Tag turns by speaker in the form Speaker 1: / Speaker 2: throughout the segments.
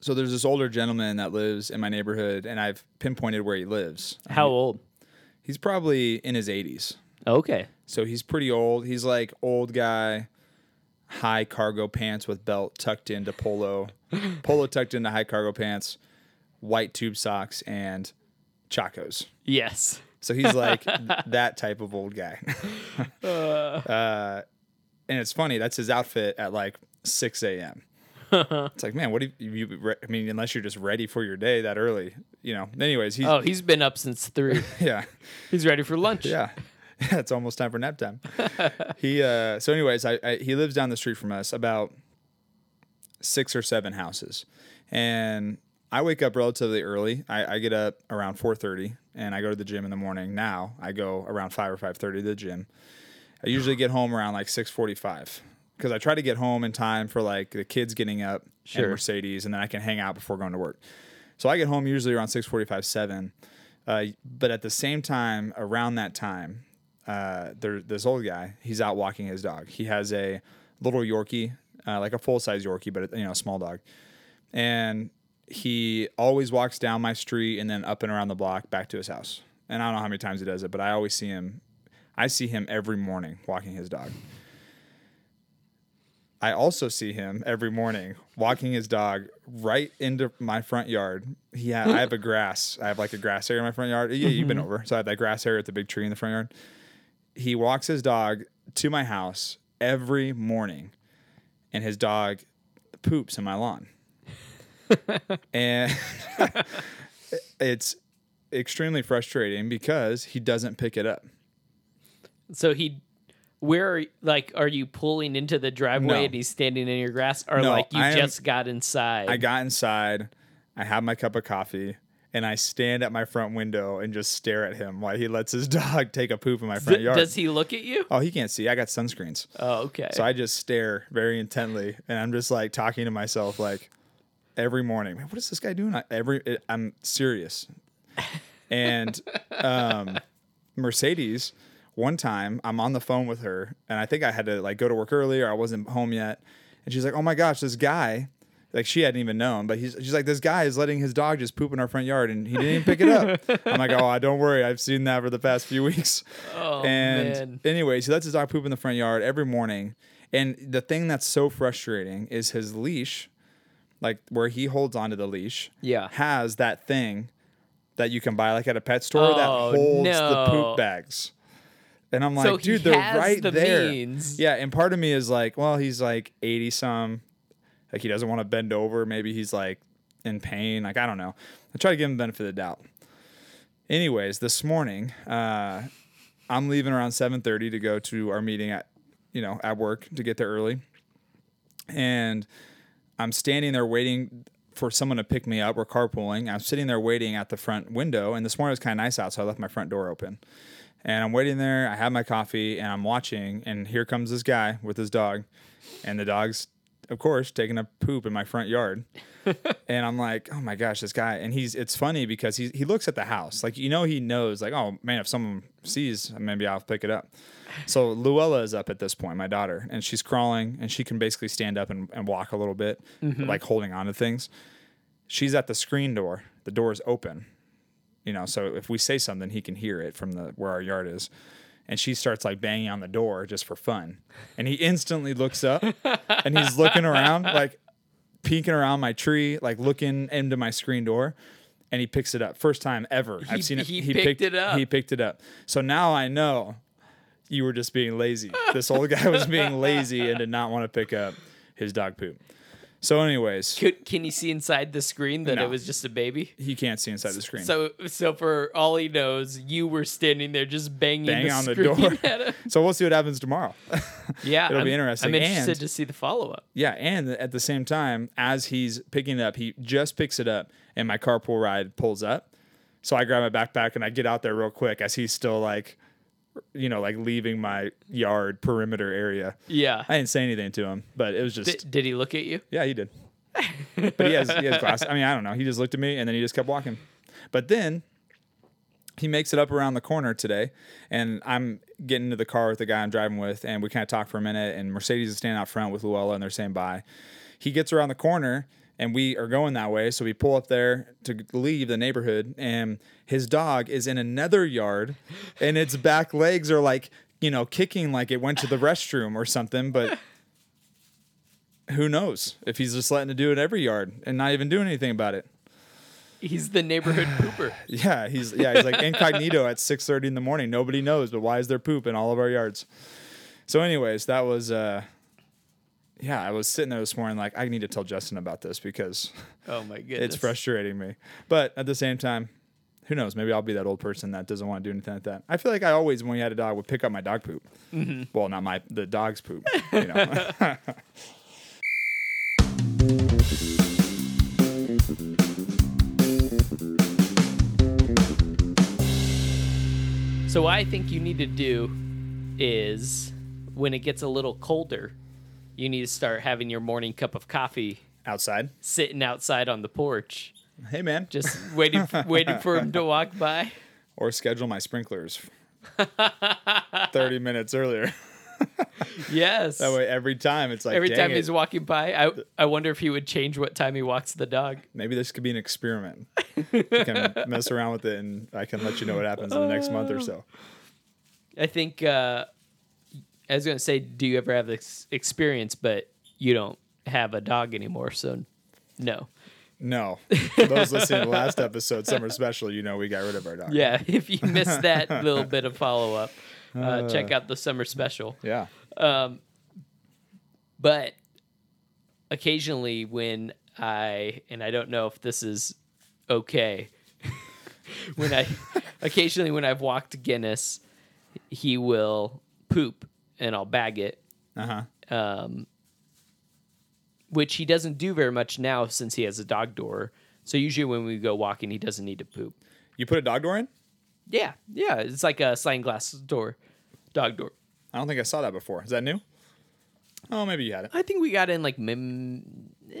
Speaker 1: so there's this older gentleman that lives in my neighborhood, and I've pinpointed where he lives.
Speaker 2: How old?
Speaker 1: He's probably in his 80s.
Speaker 2: Okay.
Speaker 1: So he's pretty old. He's like old guy, high cargo pants with belt tucked into polo, polo tucked into high cargo pants, white tube socks, and chacos.
Speaker 2: Yes.
Speaker 1: So he's like that type of old guy. Uh, and it's funny, that's his outfit at like 6 a.m. it's like, man, what do you, you re- I mean, unless you're just ready for your day that early, you know. Anyways, he's,
Speaker 2: Oh, he's been up since three.
Speaker 1: yeah,
Speaker 2: he's ready for lunch.
Speaker 1: yeah. Yeah, it's almost time for nap time. he, uh, so anyways, I, I, he lives down the street from us about six or seven houses. And I wake up relatively early. I, I get up around 4.30 and I go to the gym in the morning. Now I go around 5 or 5.30 to the gym. I usually get home around like 6.45 because I try to get home in time for like the kids getting up
Speaker 2: Sure.
Speaker 1: and Mercedes and then I can hang out before going to work. So I get home usually around 6.45, 7. Uh, but at the same time, around that time, uh, there, this old guy, he's out walking his dog. He has a little Yorkie, uh, like a full size Yorkie, but you know, a small dog. And he always walks down my street and then up and around the block back to his house. And I don't know how many times he does it, but I always see him. I see him every morning walking his dog. I also see him every morning walking his dog right into my front yard. He ha- I have a grass. I have like a grass area in my front yard. Yeah, you've been over. So I have that grass area with the big tree in the front yard. He walks his dog to my house every morning, and his dog poops in my lawn. and it's extremely frustrating because he doesn't pick it up.
Speaker 2: So he, where are like are you pulling into the driveway
Speaker 1: No.
Speaker 2: and he's standing in your grass, or
Speaker 1: No,
Speaker 2: like you
Speaker 1: I am-
Speaker 2: just got inside?
Speaker 1: I got inside, I have my cup of coffee, and I stand at my front window and just stare at him while he lets his dog take a poop in my front
Speaker 2: Th-
Speaker 1: yard.
Speaker 2: Does he look at you?
Speaker 1: oh, he can't see. I got sunscreens.
Speaker 2: Oh, okay.
Speaker 1: So I just stare very intently, and I'm just like talking to myself, like every morning, man, what is this guy doing? I, every it, I'm serious. And um, Mercedes, one time, I'm on the phone with her, and I think I had to like go to work earlier. I wasn't home yet, and she's like, "Oh my gosh, this guy." Like she hadn't even known, but he's she's like, this guy is letting his dog just poop in our front yard, and he didn't even pick it up. I'm like, oh, don't worry, I've seen that for the past few weeks
Speaker 2: oh
Speaker 1: and
Speaker 2: man.
Speaker 1: anyways, he lets his dog poop in the front yard every morning. And the thing that's so frustrating is his leash, like where he holds onto the leash,
Speaker 2: Yeah.
Speaker 1: has that thing that you can buy like at a pet store that
Speaker 2: Oh,
Speaker 1: holds the
Speaker 2: no.
Speaker 1: poop bags. And I'm like,
Speaker 2: So he
Speaker 1: dude, they're
Speaker 2: has
Speaker 1: right
Speaker 2: the
Speaker 1: there.
Speaker 2: means.
Speaker 1: Yeah, and part of me is like, well, he's like 80 some, like he doesn't want to bend over. Maybe he's like in pain. Like I don't know. I try to give him the benefit of the doubt. Anyways, this morning, uh, I'm leaving around 7:30 to go to our meeting at, you know, at work to get there early, and I'm standing there waiting for someone to pick me up. We're carpooling. I'm sitting there waiting at the front window, and this morning it was kind of nice out, so I left my front door open. And I'm waiting there. I have my coffee, and I'm watching. And here comes this guy with his dog, and the dog's, of course, taking a poop in my front yard. and I'm like, oh my gosh, this guy. And he's it's funny because he he looks at the house, like you know he knows, like oh man, if someone sees, maybe I'll pick it up. So Luella is up at this point, my daughter, and she's crawling, and she can basically stand up and, and walk a little bit,
Speaker 2: Mm-hmm.
Speaker 1: like holding on to things. She's at the screen door. The door is open, you know. So if we say something, he can hear it from the where our yard is. And she starts like banging on the door just for fun, and he instantly looks up, and he's looking around like peeking around my tree, like looking into my screen door, and he picks it up. First time ever
Speaker 2: He-
Speaker 1: I've seen it.
Speaker 2: he picked it up.
Speaker 1: He picked it up. So now I know you were just being lazy. This old guy was being lazy and did not want to pick up his dog poop. So, anyways,
Speaker 2: Could, can you see inside the screen that
Speaker 1: No.
Speaker 2: it was just a baby?
Speaker 1: he can't see inside the screen.
Speaker 2: So, so for all he knows, you were standing there just banging
Speaker 1: Bang
Speaker 2: the
Speaker 1: on the
Speaker 2: screen
Speaker 1: door.
Speaker 2: at him.
Speaker 1: So we'll see what happens tomorrow.
Speaker 2: Yeah,
Speaker 1: It'll be
Speaker 2: I'm-
Speaker 1: interesting.
Speaker 2: I'm interested
Speaker 1: And-
Speaker 2: to see the follow up.
Speaker 1: yeah, and at the same time, as he's picking it up, he just picks it up, and my carpool ride pulls up. So I grab my backpack and I get out there real quick as he's still like, you know, like leaving my yard perimeter area.
Speaker 2: Yeah.
Speaker 1: I didn't say anything to him, but it was just
Speaker 2: Did, did he look at you?
Speaker 1: Yeah, he did. But he has he has glasses. I mean, I don't know. He just looked at me and then he just kept walking. But then he makes it up around the corner today, and I'm getting into the car with the guy I'm driving with, and we kind of talk for a minute. And Mercedes is standing out front with Luella, and they're saying bye. He gets around the corner and we are going that way. So we pull up there to leave the neighborhood, and his dog is in another yard, and its back legs are like, you know, kicking like it went to the restroom or something. But who knows if he's just letting it do it every yard and not even doing anything about it.
Speaker 2: He's the neighborhood pooper.
Speaker 1: Yeah, he's yeah, he's like incognito at 6:30 in the morning. Nobody knows, but why is there poop in all of our yards? So anyways, that was uh yeah, I was sitting there this morning like I need to tell Justin about this because
Speaker 2: Oh my goodness.
Speaker 1: it's frustrating me. But at the same time, who knows? Maybe I'll be that old person that doesn't want to do anything like that. I feel like I always, when we had a dog, would pick up my dog poop. Well, not my the dog's poop. You know.
Speaker 2: So what I think you need to do is when it gets a little colder, you need to start having your morning cup of coffee
Speaker 1: Outside.
Speaker 2: sitting outside on the porch,
Speaker 1: Hey man. Just
Speaker 2: just waiting waiting for him to walk by.
Speaker 1: or schedule my sprinklers. 30 minutes earlier.
Speaker 2: Yes.
Speaker 1: That way, every time it's like
Speaker 2: Every
Speaker 1: dang
Speaker 2: time
Speaker 1: it,
Speaker 2: he's walking by, I I wonder if he would change what time he walks the dog.
Speaker 1: maybe this could be an experiment. you can mess around with it, and I can let you know what happens in the next month or so.
Speaker 2: Oh. I think uh, I was gonna say, do you ever have this experience? But you don't have a dog anymore, so no.
Speaker 1: No, For those listening to the last episode, summer special, you know we got rid of our dog.
Speaker 2: Yeah, if you missed that little bit of follow up, uh, check out the summer special.
Speaker 1: yeah.
Speaker 2: But occasionally, when I and I don't know if this is okay, when I occasionally when I've walked Guinness, he will poop and I'll bag it. um,
Speaker 1: Uh huh.
Speaker 2: which he doesn't do very much now since he has a dog door. So usually when we go walking, he doesn't need to poop.
Speaker 1: You put a dog door in?
Speaker 2: Yeah, yeah, it's like a sliding glass door, dog door.
Speaker 1: I don't think I saw that before. Is that new? Oh, maybe you had it.
Speaker 2: I think we got in like mim, eh,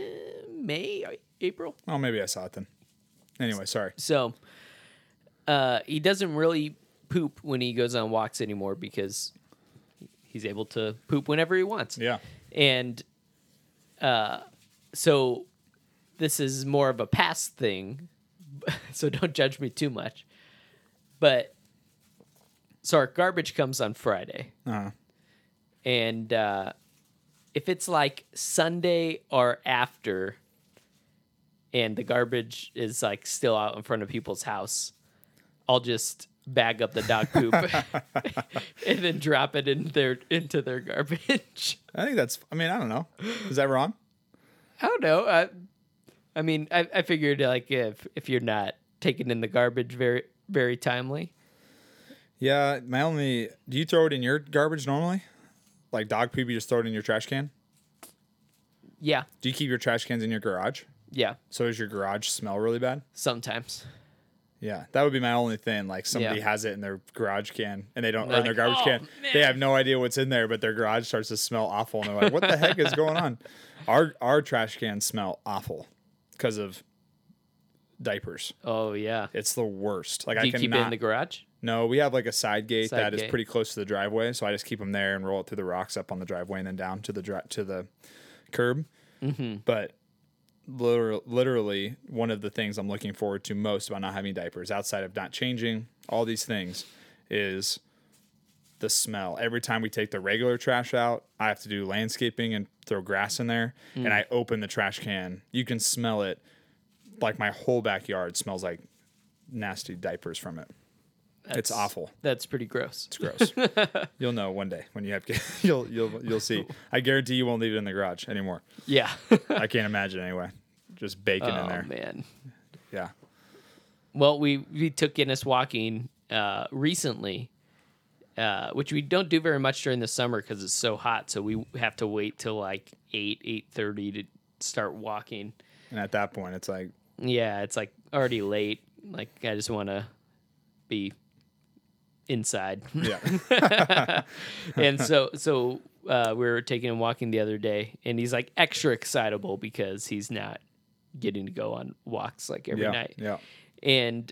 Speaker 2: May, April.
Speaker 1: Oh, maybe I saw it then. Anyway, sorry.
Speaker 2: So uh, he doesn't really poop when he goes on walks anymore because he's able to poop whenever he wants.
Speaker 1: Yeah.
Speaker 2: and uh, so this is more of a past thing so don't judge me too much but so our garbage comes on friday
Speaker 1: Uh,
Speaker 2: and uh, if it's like sunday or after and the garbage is like still out in front of people's house i'll just bag up the dog poop and then drop it in their into their garbage
Speaker 1: I think that's, I mean, I don't know. Is that wrong?
Speaker 2: I don't know. I, I mean, I, I figured like if if you're not taking in the garbage very very timely,
Speaker 1: Yeah. My only, do you throw it in your garbage normally? Like dog poop, you just throw it in your trash can?
Speaker 2: yeah,
Speaker 1: Do you keep your trash cans in your garage?
Speaker 2: yeah,
Speaker 1: So does your garage smell really bad?
Speaker 2: sometimes.
Speaker 1: Yeah, that would be my only thing. Like somebody
Speaker 2: Yeah.
Speaker 1: has it in their garage can, and they don't, or
Speaker 2: They're
Speaker 1: in their
Speaker 2: like,
Speaker 1: garbage
Speaker 2: "Oh,
Speaker 1: can, they have no idea what's in there, but their garage starts to smell awful, and they're like, "What the heck is going on?" Our our trash cans smell awful because of diapers.
Speaker 2: Oh yeah.
Speaker 1: It's the worst. Like
Speaker 2: Do
Speaker 1: I
Speaker 2: you keep it in
Speaker 1: cannot.
Speaker 2: the garage?
Speaker 1: no, we have like a side gate that is
Speaker 2: Side gate.
Speaker 1: pretty close to the driveway, so I just keep them there and roll it through the rocks up on the driveway and then down to the dri- to the curb.
Speaker 2: Mm-hmm.
Speaker 1: But literally, literally, one of the things I'm looking forward to most about not having diapers, outside of not changing all these things, is the smell. Every time we take the regular trash out, I have to do landscaping and throw grass in there,
Speaker 2: Mm.
Speaker 1: and I open the trash can. You can smell it. Like my whole backyard smells like nasty diapers from it. it's awful.
Speaker 2: That's pretty gross.
Speaker 1: It's gross. you'll know one day when you have kids. You'll you'll you'll see. I guarantee you won't leave it in the garage anymore.
Speaker 2: Yeah.
Speaker 1: I can't imagine anyway. Just bacon in
Speaker 2: oh
Speaker 1: there.
Speaker 2: man.
Speaker 1: Yeah.
Speaker 2: Well, we we took Guinness walking uh, recently, uh, which we don't do very much during the summer because it's so hot. So we have to wait till like eight eight thirty to start walking.
Speaker 1: And at that point, it's like
Speaker 2: yeah, it's like already late. Like I just want to be inside.
Speaker 1: yeah,
Speaker 2: and so so uh, we were taking him walking the other day, and he's like extra excitable because he's not getting to go on walks like every
Speaker 1: yeah,
Speaker 2: night.
Speaker 1: yeah.
Speaker 2: And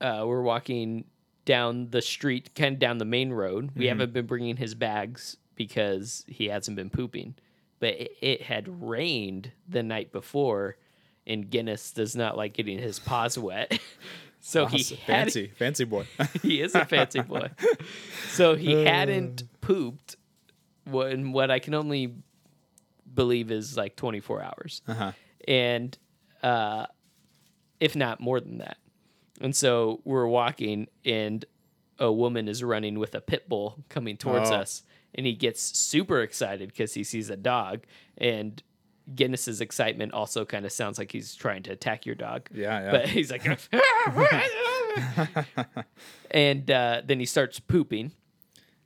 Speaker 2: uh, we're walking down the street, kind of down the main road. We haven't been bringing his bags because he hasn't been pooping, but it, it had rained the night before, and Guinness does not like getting his paws wet. so he
Speaker 1: Awesome.
Speaker 2: had
Speaker 1: fancy, fancy boy.
Speaker 2: he is a fancy boy. So he
Speaker 1: Uh.
Speaker 2: hadn't pooped when what I can only believe is like 24 hours.
Speaker 1: uh-huh.
Speaker 2: And uh, if not more than that. And so we're walking and a woman is running with a pit bull coming towards
Speaker 1: Oh.
Speaker 2: us and he gets super excited because he sees a dog and Guinness's excitement also kind of sounds like he's trying to attack your dog.
Speaker 1: Yeah, yeah.
Speaker 2: But he's like and uh, then he starts pooping.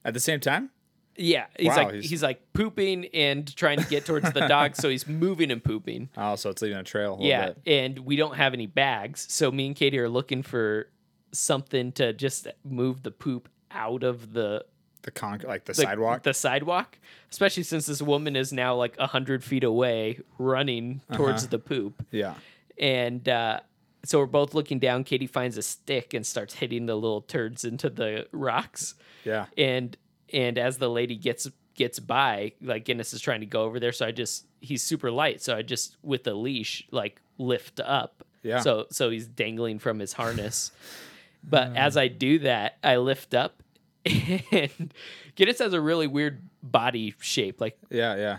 Speaker 1: At the same time,
Speaker 2: Yeah, he's
Speaker 1: Wow,
Speaker 2: like he's...
Speaker 1: he's-
Speaker 2: like pooping and trying to get towards the dog, so he's moving and pooping.
Speaker 1: oh, so it's leaving a trail. A little
Speaker 2: Yeah,
Speaker 1: bit.
Speaker 2: and we don't have any bags, so me and Katie are looking for something to just move the poop out of the,
Speaker 1: the con like the,
Speaker 2: the
Speaker 1: sidewalk.
Speaker 2: the sidewalk, especially since this woman is now like a hundred feet away, running
Speaker 1: Uh-huh.
Speaker 2: towards the poop,
Speaker 1: yeah,
Speaker 2: and. uh so we're both looking down. Katie finds a stick and starts hitting the little turds into the rocks
Speaker 1: yeah.
Speaker 2: and and as the lady gets gets by like guinness is trying to go over there so i just he's super light so i just with the leash like lift up
Speaker 1: Yeah.
Speaker 2: so so he's dangling from his harness but as i do that i lift up and guinness has a really weird body shape like
Speaker 1: Yeah, yeah.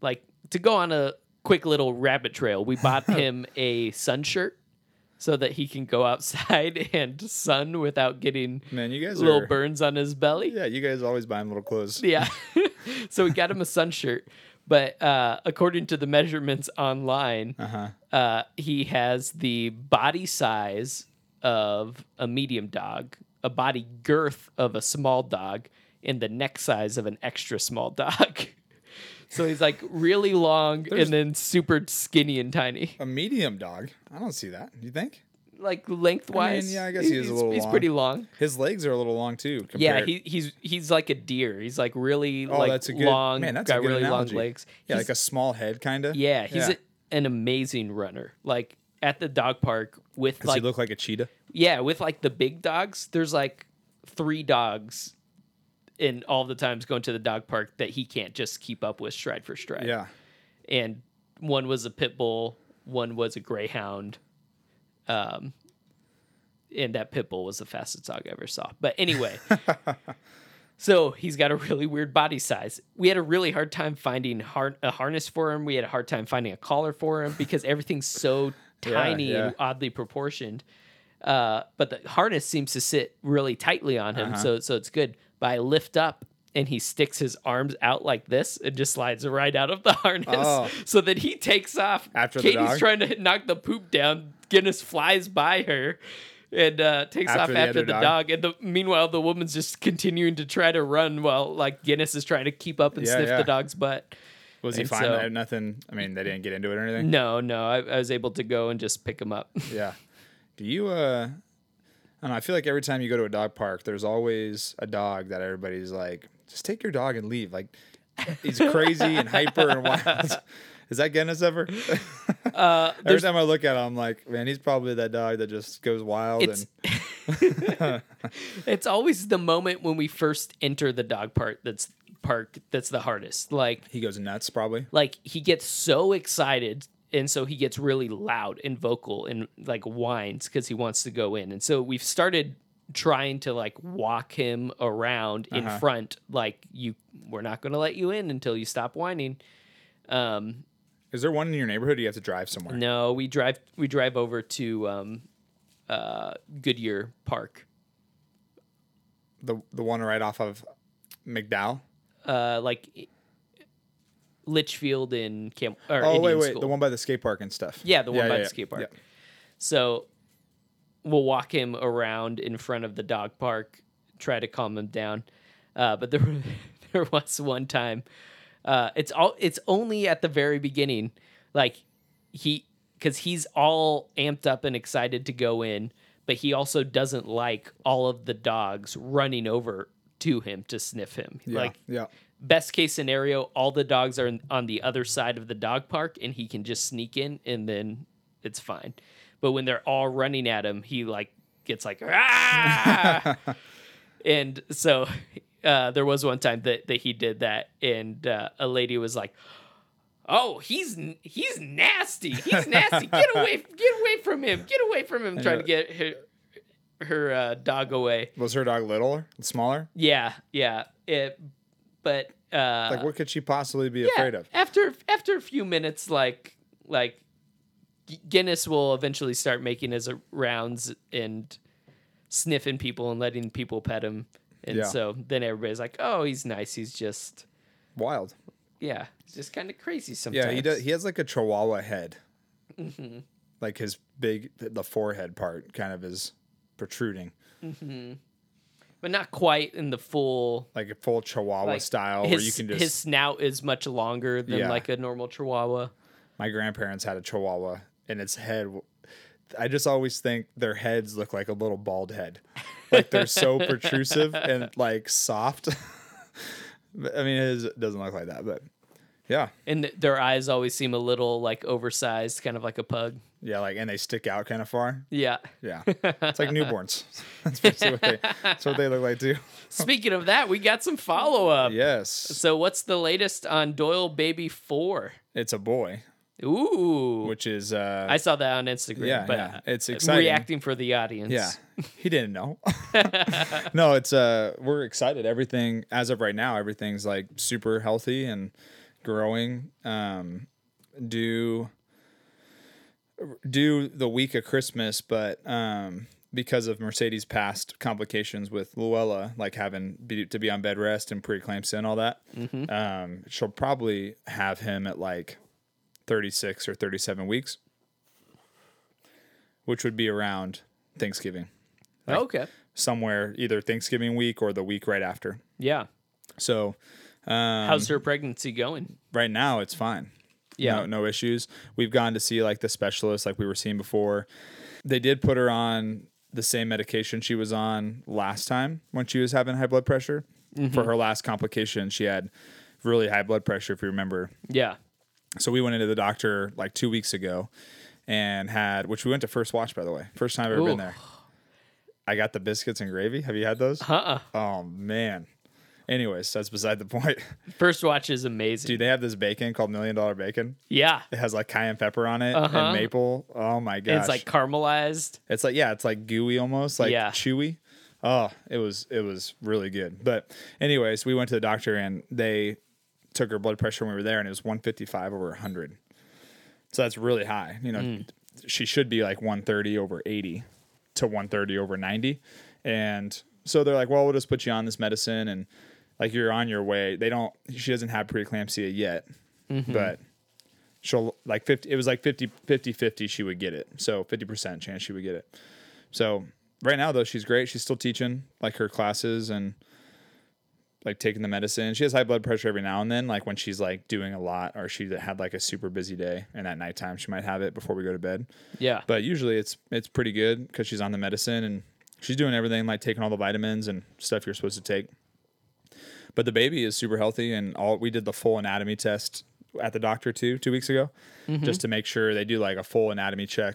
Speaker 2: like to go on a quick little rabbit trail we bought him a sun shirt so that he can go outside and sun without getting
Speaker 1: Man, you guys
Speaker 2: little
Speaker 1: are.
Speaker 2: burns on his belly
Speaker 1: Yeah, you guys always buy him little clothes.
Speaker 2: yeah. so we got him a sun shirt, but uh, according to the measurements online, uh
Speaker 1: Uh-huh.
Speaker 2: he has the body size of a medium dog, a body girth of a small dog, and the neck size of an extra small dog. So he's like really long and then super skinny and tiny,
Speaker 1: A medium dog. I don't see that. You think
Speaker 2: like lengthwise.
Speaker 1: yeah, I guess he is a
Speaker 2: he's-
Speaker 1: little
Speaker 2: He's
Speaker 1: long.
Speaker 2: pretty long.
Speaker 1: his legs are a little long too? Compared,
Speaker 2: Yeah, he, he's he's like a deer. He's like really like
Speaker 1: Oh, that's a good-
Speaker 2: long,
Speaker 1: man, that's a
Speaker 2: got
Speaker 1: good
Speaker 2: really
Speaker 1: analogy.
Speaker 2: long legs.
Speaker 1: yeah,
Speaker 2: He's-
Speaker 1: like a small head, kind of.
Speaker 2: Yeah, he's A, an amazing runner. Like at the dog park with
Speaker 1: Does
Speaker 2: like
Speaker 1: he look like a cheetah?
Speaker 2: yeah, with like the big dogs, there's like three dogs in all the times going to the dog park that he can't just keep up with stride for stride.
Speaker 1: Yeah.
Speaker 2: And one was a pit bull, one was a greyhound. Um and that pit bull was the fastest dog I ever saw. But anyway, so he's got a really weird body size. We had a really hard time finding har- a harness for him. We had a hard time finding a collar for him because everything's so tiny
Speaker 1: yeah.
Speaker 2: and oddly proportioned. Uh, but the harness seems to sit really tightly on
Speaker 1: Uh-huh.
Speaker 2: him, so so it's good. But I lift up and he sticks his arms out like this and just slides right out of the harness,
Speaker 1: Oh.
Speaker 2: so that he takes off.
Speaker 1: After the
Speaker 2: Katie's
Speaker 1: dog?
Speaker 2: trying to knock the poop down, Guinness flies by her. And uh, takes
Speaker 1: After
Speaker 2: off
Speaker 1: the
Speaker 2: after
Speaker 1: other
Speaker 2: the
Speaker 1: dog?
Speaker 2: dog dog, and the, meanwhile the woman's just continuing to try to run while like Guinness is trying to keep up and
Speaker 1: Yeah,
Speaker 2: sniff
Speaker 1: yeah.
Speaker 2: the dog's butt.
Speaker 1: Was he
Speaker 2: And
Speaker 1: fine?
Speaker 2: so-
Speaker 1: I- nothing. I mean, they didn't get into it or anything.
Speaker 2: No, no, I, I was able to go and just pick him up.
Speaker 1: Yeah. Do you? uh I don't know. I feel like every time you go to a dog park, there's always a dog that everybody's like, "Just take your dog and leave." Like, he's crazy and hyper and wild. Is that Guinness ever?
Speaker 2: Uh,
Speaker 1: Every
Speaker 2: there's
Speaker 1: time I look at him, I'm like, man, he's probably that dog that just goes wild
Speaker 2: it's
Speaker 1: and
Speaker 2: it's always the moment when we first enter the dog park that's park that's the hardest. Like
Speaker 1: he goes nuts, probably.
Speaker 2: like he gets so excited and so he gets really loud and vocal and like whines because he wants to go in and so we've started trying to like walk him around in front like you we're not going to let you in until you stop whining um
Speaker 1: Is there one in your neighborhood? Or you have to drive somewhere.
Speaker 2: no we drive we drive over to um uh goodyear park
Speaker 1: The the one right off of McDowell.
Speaker 2: uh like litchfield in Cam- or
Speaker 1: Oh wait,
Speaker 2: Indian
Speaker 1: wait,
Speaker 2: School.
Speaker 1: the one by the skate park and stuff.
Speaker 2: Yeah, the one by
Speaker 1: yeah,
Speaker 2: the skate
Speaker 1: yeah.
Speaker 2: park. So we'll walk him around in front of the dog park, try to calm him down. Uh, but there, there was one time. Uh, it's all. It's only at the very beginning, like he, because he's all amped up and excited to go in, but he also doesn't like all of the dogs running over to him to sniff him.
Speaker 1: Yeah,
Speaker 2: Like
Speaker 1: yeah,
Speaker 2: best case scenario, all the dogs are in- on the other side of the dog park and he can just sneak in and then it's fine. But when they're all running at him, he like gets like "Ah!" and so uh, there was one time that, that he did that and uh, a lady was like oh, he's n- he's nasty. He's nasty. Get away! Get away from him! Get away from him! Trying to get her her uh, dog away.
Speaker 1: Was her dog littler, smaller?
Speaker 2: Yeah, yeah. It, but uh,
Speaker 1: Like, what could she possibly be
Speaker 2: yeah,
Speaker 1: afraid of?
Speaker 2: After after a few minutes, like like Gu- Guinness will eventually start making his uh, rounds and sniffing people and letting people pet him, and
Speaker 1: Yeah.
Speaker 2: so then everybody's like, "Oh, he's nice. He's just
Speaker 1: Wild.
Speaker 2: yeah, he's just kind of crazy sometimes."
Speaker 1: Yeah, he does. He has like a Chihuahua head, Mm-hmm. like his big the forehead part kind of is protruding,
Speaker 2: but not quite in the full
Speaker 1: like a full Chihuahua
Speaker 2: like,
Speaker 1: style
Speaker 2: His,
Speaker 1: where you can just.
Speaker 2: his snout is much longer than
Speaker 1: Yeah.
Speaker 2: like a normal Chihuahua.
Speaker 1: My grandparents had a Chihuahua, and its head. w- I just always think their heads look like a little bald head, like they're so protrusive and like soft. But, I mean, his doesn't look like that, but yeah,
Speaker 2: And th- their eyes always seem a little like oversized, kind of like a pug.
Speaker 1: yeah, like and they stick out kind of far.
Speaker 2: Yeah.
Speaker 1: Yeah, it's like newborns. that's, basically what they, that's what they look like too.
Speaker 2: Speaking of that, we got some follow up.
Speaker 1: Yes,
Speaker 2: So what's the latest on Doyle Baby 4?
Speaker 1: it's a boy.
Speaker 2: Ooh.
Speaker 1: which is uh
Speaker 2: I saw that on Instagram,
Speaker 1: Yeah,
Speaker 2: but
Speaker 1: yeah.
Speaker 2: uh,
Speaker 1: It's
Speaker 2: I'm
Speaker 1: exciting.
Speaker 2: Reacting for the audience.
Speaker 1: yeah he didn't know no it's uh we're excited everything as of right now everything's like super healthy and growing um do do the week of christmas but um because of mercedes past complications with luella like having be, to be on bed rest and preeclampsia and all that um she'll probably have him at like 36 or 37 weeks which would be around Thanksgiving,
Speaker 2: okay.
Speaker 1: somewhere either Thanksgiving week or the week right after.
Speaker 2: Yeah.
Speaker 1: So Um,
Speaker 2: How's her pregnancy going?
Speaker 1: right now it's fine.
Speaker 2: Yeah.
Speaker 1: No, no issues. We've gone to see like the specialist like we were seeing before. They did put her on the same medication she was on last time when she was having high blood pressure. For her last complication, she had really high blood pressure if you remember.
Speaker 2: Yeah.
Speaker 1: So we went into the doctor like 2 weeks ago and had which we went to first watch by the way. First time I've ever
Speaker 2: Ooh.
Speaker 1: been there. I got the biscuits and gravy. Have you had those?
Speaker 2: Uh-uh.
Speaker 1: Oh man. Anyways, that's beside the point.
Speaker 2: First watch is amazing.
Speaker 1: Dude, they have this bacon called Million Dollar Bacon.
Speaker 2: yeah.
Speaker 1: It has like cayenne pepper on it
Speaker 2: Uh-huh.
Speaker 1: and maple. Oh my gosh.
Speaker 2: It's like caramelized.
Speaker 1: It's like yeah, it's like gooey almost, like
Speaker 2: Yeah.
Speaker 1: chewy. Oh, it was it was really good. But anyways, we went to the doctor and they took her blood pressure when we were there and it was 155 over 100. So that's really high. You know, she should be like 130 over 80 to 130 over 90. And so they're like, "Well, we'll just put you on this medicine and like you're on your way." They don't she doesn't have preeclampsia yet. But she'll like 50 it was like 50 50 50 she would get it so 50% chance she would get it so right now though she's great she's still teaching like her classes and like taking the medicine she has high blood pressure every now and then like when she's like doing a lot or she had like a super busy day and at nighttime she might have it before we go to bed
Speaker 2: Yeah.
Speaker 1: but usually it's it's pretty good because she's on the medicine and she's doing everything like taking all the vitamins and stuff you're supposed to take but the baby is super healthy and all we did the full anatomy test at the doctor too two weeks ago just to make sure they do like a full anatomy check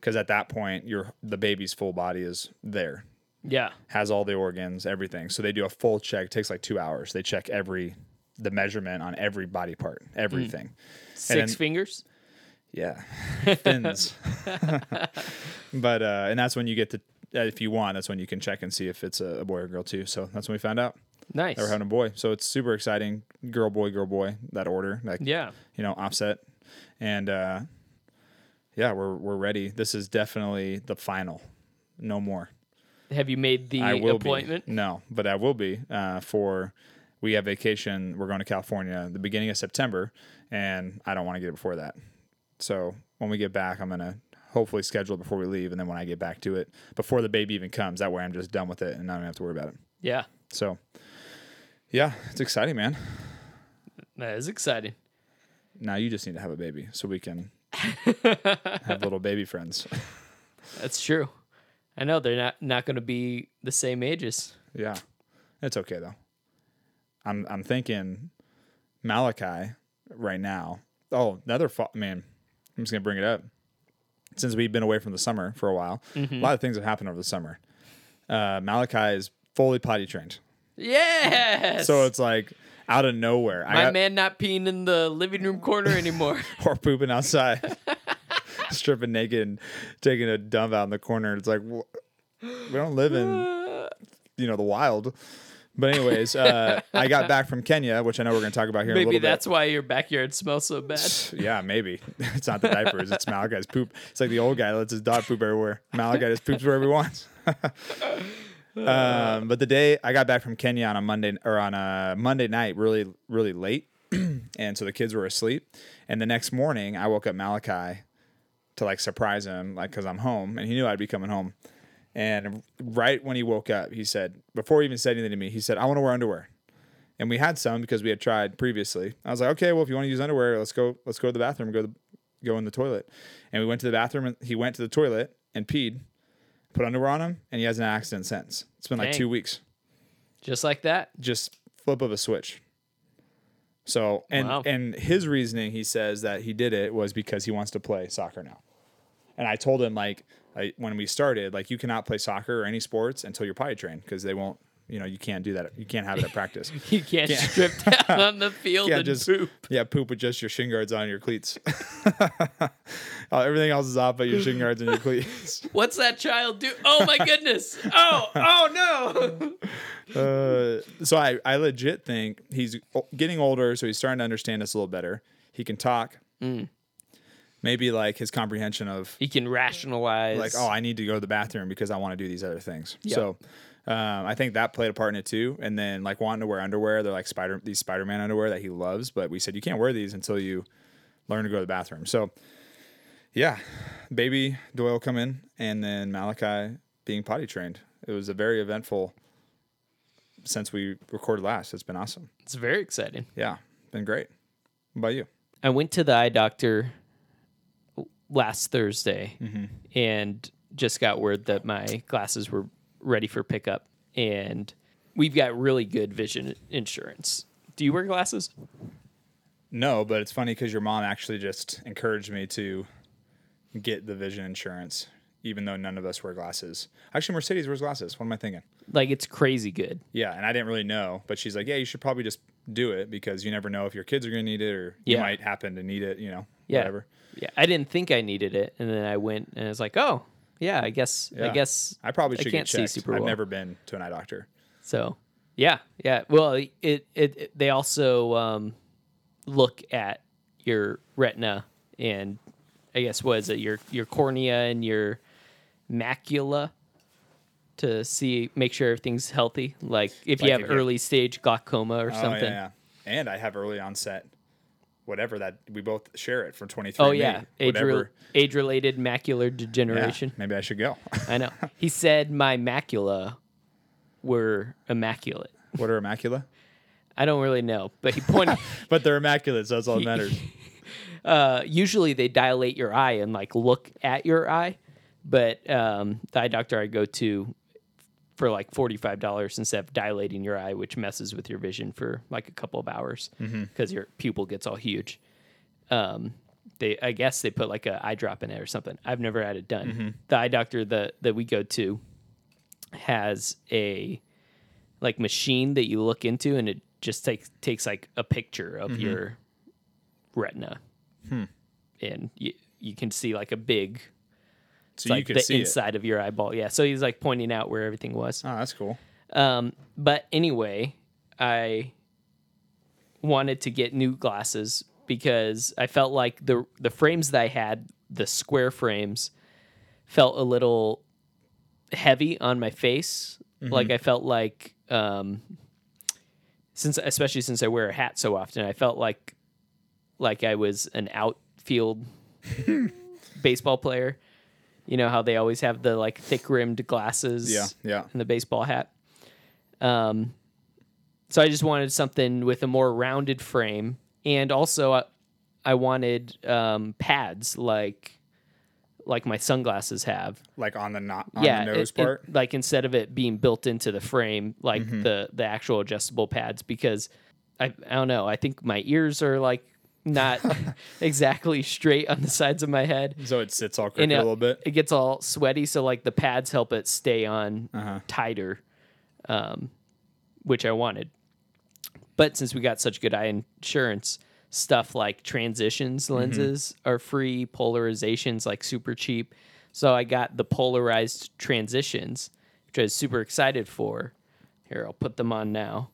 Speaker 1: because at that point your the baby's full body is there
Speaker 2: yeah.
Speaker 1: has all the organs everything so they do a full check it takes like two hours they check every the measurement on every body part everything
Speaker 2: Six
Speaker 1: then-
Speaker 2: fingers?
Speaker 1: yeah, thins. but uh, and that's when you get to uh, if you want, that's when you can check and see if it's a, a boy or girl too. So that's when we found out
Speaker 2: Nice.
Speaker 1: that we're having a boy. So it's super exciting, girl, boy, girl, boy. That order, like
Speaker 2: Yeah.
Speaker 1: you know, offset, and uh, yeah, we're we're ready. This is definitely the final, no more.
Speaker 2: Have you made the
Speaker 1: I will
Speaker 2: appointment?
Speaker 1: be no, but I will be uh, for. We have vacation. We're going to California the beginning of September, and I don't want to get it before that. So when we get back, I'm gonna hopefully schedule it before we leave, and then when I get back to it, before the baby even comes, that way I'm just done with it and I don't have to worry about it.
Speaker 2: Yeah.
Speaker 1: So, yeah, it's exciting, man.
Speaker 2: That is exciting.
Speaker 1: Now you just need to have a baby so we can have little baby friends.
Speaker 2: That's true. I know they're not not going to be the same ages.
Speaker 1: Yeah, it's okay though. I'm I'm thinking Malachi right now. Oh, another fo- man. I'm just gonna bring it up since we've been away from the summer for a while.
Speaker 2: Mm-hmm.
Speaker 1: A lot of things have happened over the summer. Uh, Malachi is fully potty trained,
Speaker 2: Yes.
Speaker 1: so it's like out of nowhere. I
Speaker 2: My
Speaker 1: got,
Speaker 2: man not peeing in the living room corner anymore.
Speaker 1: or pooping outside, stripping naked, and taking a dump out in the corner. It's like wh- we don't live in you know the wild. But anyways, uh, I got back from Kenya, which I know we're going to talk about here in a
Speaker 2: Maybe
Speaker 1: little bit.
Speaker 2: that's why your backyard smells so bad.
Speaker 1: Yeah, maybe. It's not the diapers. It's Malachi's poop. It's like the old guy lets his dog poop everywhere. Malachi just poops wherever he wants. um, but the day I got back from Kenya on a Monday or on a Monday night, really, really late, and so the kids were asleep. And the next morning, I woke up Malachi to like surprise him, like because I'm home, and he knew I'd be coming home. And right when he woke up, he said, before he even said anything to me, he said, "I want to wear underwear." and we had some because we had tried previously. I was like, okay, well, if you want to use underwear, let's go. Let's go to the bathroom. Go to, go in the toilet. And we went to the bathroom. and He went to the toilet and peed, put underwear on him, and he has an accident since. It's been like
Speaker 2: Dang.
Speaker 1: two weeks.
Speaker 2: Just like that.
Speaker 1: Just flip of a switch. So and
Speaker 2: Wow.
Speaker 1: and his reasoning, he says that he did it was because he wants to play soccer now. And I told him like I, when we started, like you cannot play soccer or any sports until you're potty trained because they won't. You know, you can't do that. You can't have it at practice.
Speaker 2: You can't strip down on the field
Speaker 1: yeah,
Speaker 2: and
Speaker 1: just
Speaker 2: poop.
Speaker 1: yeah, poop with just your shin guards on and your cleats. Uh, everything else is off, but your shin guards and your cleats.
Speaker 2: What's that child do? Oh my goodness. Oh, oh no.
Speaker 1: Uh, so I, I legit think he's o- getting older, so he's starting to understand us a little better. He can talk. Maybe like his comprehension of
Speaker 2: He can rationalize.
Speaker 1: like, oh, I need to go to the bathroom because I want to do these other things.
Speaker 2: Yeah.
Speaker 1: So um, I think that played a part in it too. And then like wanting to wear underwear, they're like Spider these Spider Man underwear that he loves, but we said you can't wear these until you learn to go to the bathroom. So yeah, baby Doyle come in, and then Malachi being potty trained. It was a very eventful since we recorded last. It's been awesome.
Speaker 2: It's very exciting.
Speaker 1: Yeah, been great. What about you?
Speaker 2: I went to the eye doctor last Thursday
Speaker 1: Mm-hmm.
Speaker 2: and just got word that my glasses were ready for pickup. And we've got really good vision insurance. Do you wear glasses?
Speaker 1: No, but it's funny because your mom actually just encouraged me to get the vision insurance, even though none of us wear glasses. Actually, Mercedes wears glasses. What am I thinking?
Speaker 2: Like, it's crazy good.
Speaker 1: Yeah, and I didn't really know, but she's like, "Yeah, you should probably just do it because you never know if your kids are going to need it or you
Speaker 2: Yeah.
Speaker 1: might happen to need it. You know,
Speaker 2: Yeah.
Speaker 1: whatever."
Speaker 2: Yeah. I didn't think I needed it. And then I went and I was like, oh, yeah, I guess, I
Speaker 1: Yeah.
Speaker 2: guess.
Speaker 1: I probably should
Speaker 2: can't
Speaker 1: get
Speaker 2: see
Speaker 1: checked.
Speaker 2: super
Speaker 1: I've
Speaker 2: well.
Speaker 1: never been to an eye doctor.
Speaker 2: So, yeah, yeah. Well, it it, it they also um, look at your retina and I guess what is it your your cornea and your macula to see make sure everything's healthy. Like if you
Speaker 1: Like
Speaker 2: have
Speaker 1: if you-
Speaker 2: early stage glaucoma or
Speaker 1: Oh yeah,
Speaker 2: something.
Speaker 1: yeah, and I have early onset, whatever that we both share it from twenty three.
Speaker 2: Oh yeah, age
Speaker 1: whatever.
Speaker 2: age related macular
Speaker 1: Yeah,
Speaker 2: degeneration.
Speaker 1: maybe I should go.
Speaker 2: I know. He said my macula were immaculate.
Speaker 1: what are immacula?
Speaker 2: I don't really know, but he pointed
Speaker 1: But they're immaculate, so that's all that matters.
Speaker 2: uh, usually they dilate your eye and like look at your eye, but um, the eye doctor I go to for like forty five dollars instead of dilating your eye, which messes with your vision for like a couple of hours because your pupil gets all huge. Um, they, I guess they put like a eye drop in it or something. I've never had it done. The eye doctor that that we go to has a like machine that you look into and it just takes takes like a picture of your retina and you, you can see like a big
Speaker 1: So you
Speaker 2: like
Speaker 1: can
Speaker 2: the
Speaker 1: see it.
Speaker 2: inside of your eyeball yeah so he's like pointing out where everything was
Speaker 1: Oh, that's cool.
Speaker 2: um but anyway i wanted to get new glasses because i felt like the the frames that i had the square frames felt a little heavy on my face like i felt like um since especially since i wear a hat so often i felt like like i was an outfield baseball player you know how they always have the like thick rimmed glasses
Speaker 1: Yeah, yeah.
Speaker 2: and the baseball hat. Um, so I just wanted something with a more rounded frame, and also I, I wanted um, pads like like my sunglasses have.
Speaker 1: like on the not on
Speaker 2: yeah,
Speaker 1: the
Speaker 2: it-
Speaker 1: nose
Speaker 2: it-
Speaker 1: part. Mm-hmm.
Speaker 2: like instead of it being built into the frame, like the the actual adjustable pads, because I I don't know. I think my ears are like not exactly straight on the sides of my head.
Speaker 1: so it sits all crooked
Speaker 2: it-
Speaker 1: a little bit.
Speaker 2: It gets all sweaty, so like the pads help it stay on tighter, um, which I wanted. But since we got such good eye insurance, stuff like transitions lenses are free, polarizations like super cheap. So I got the polarized transitions, which I was super excited for. Here, I'll put them on now.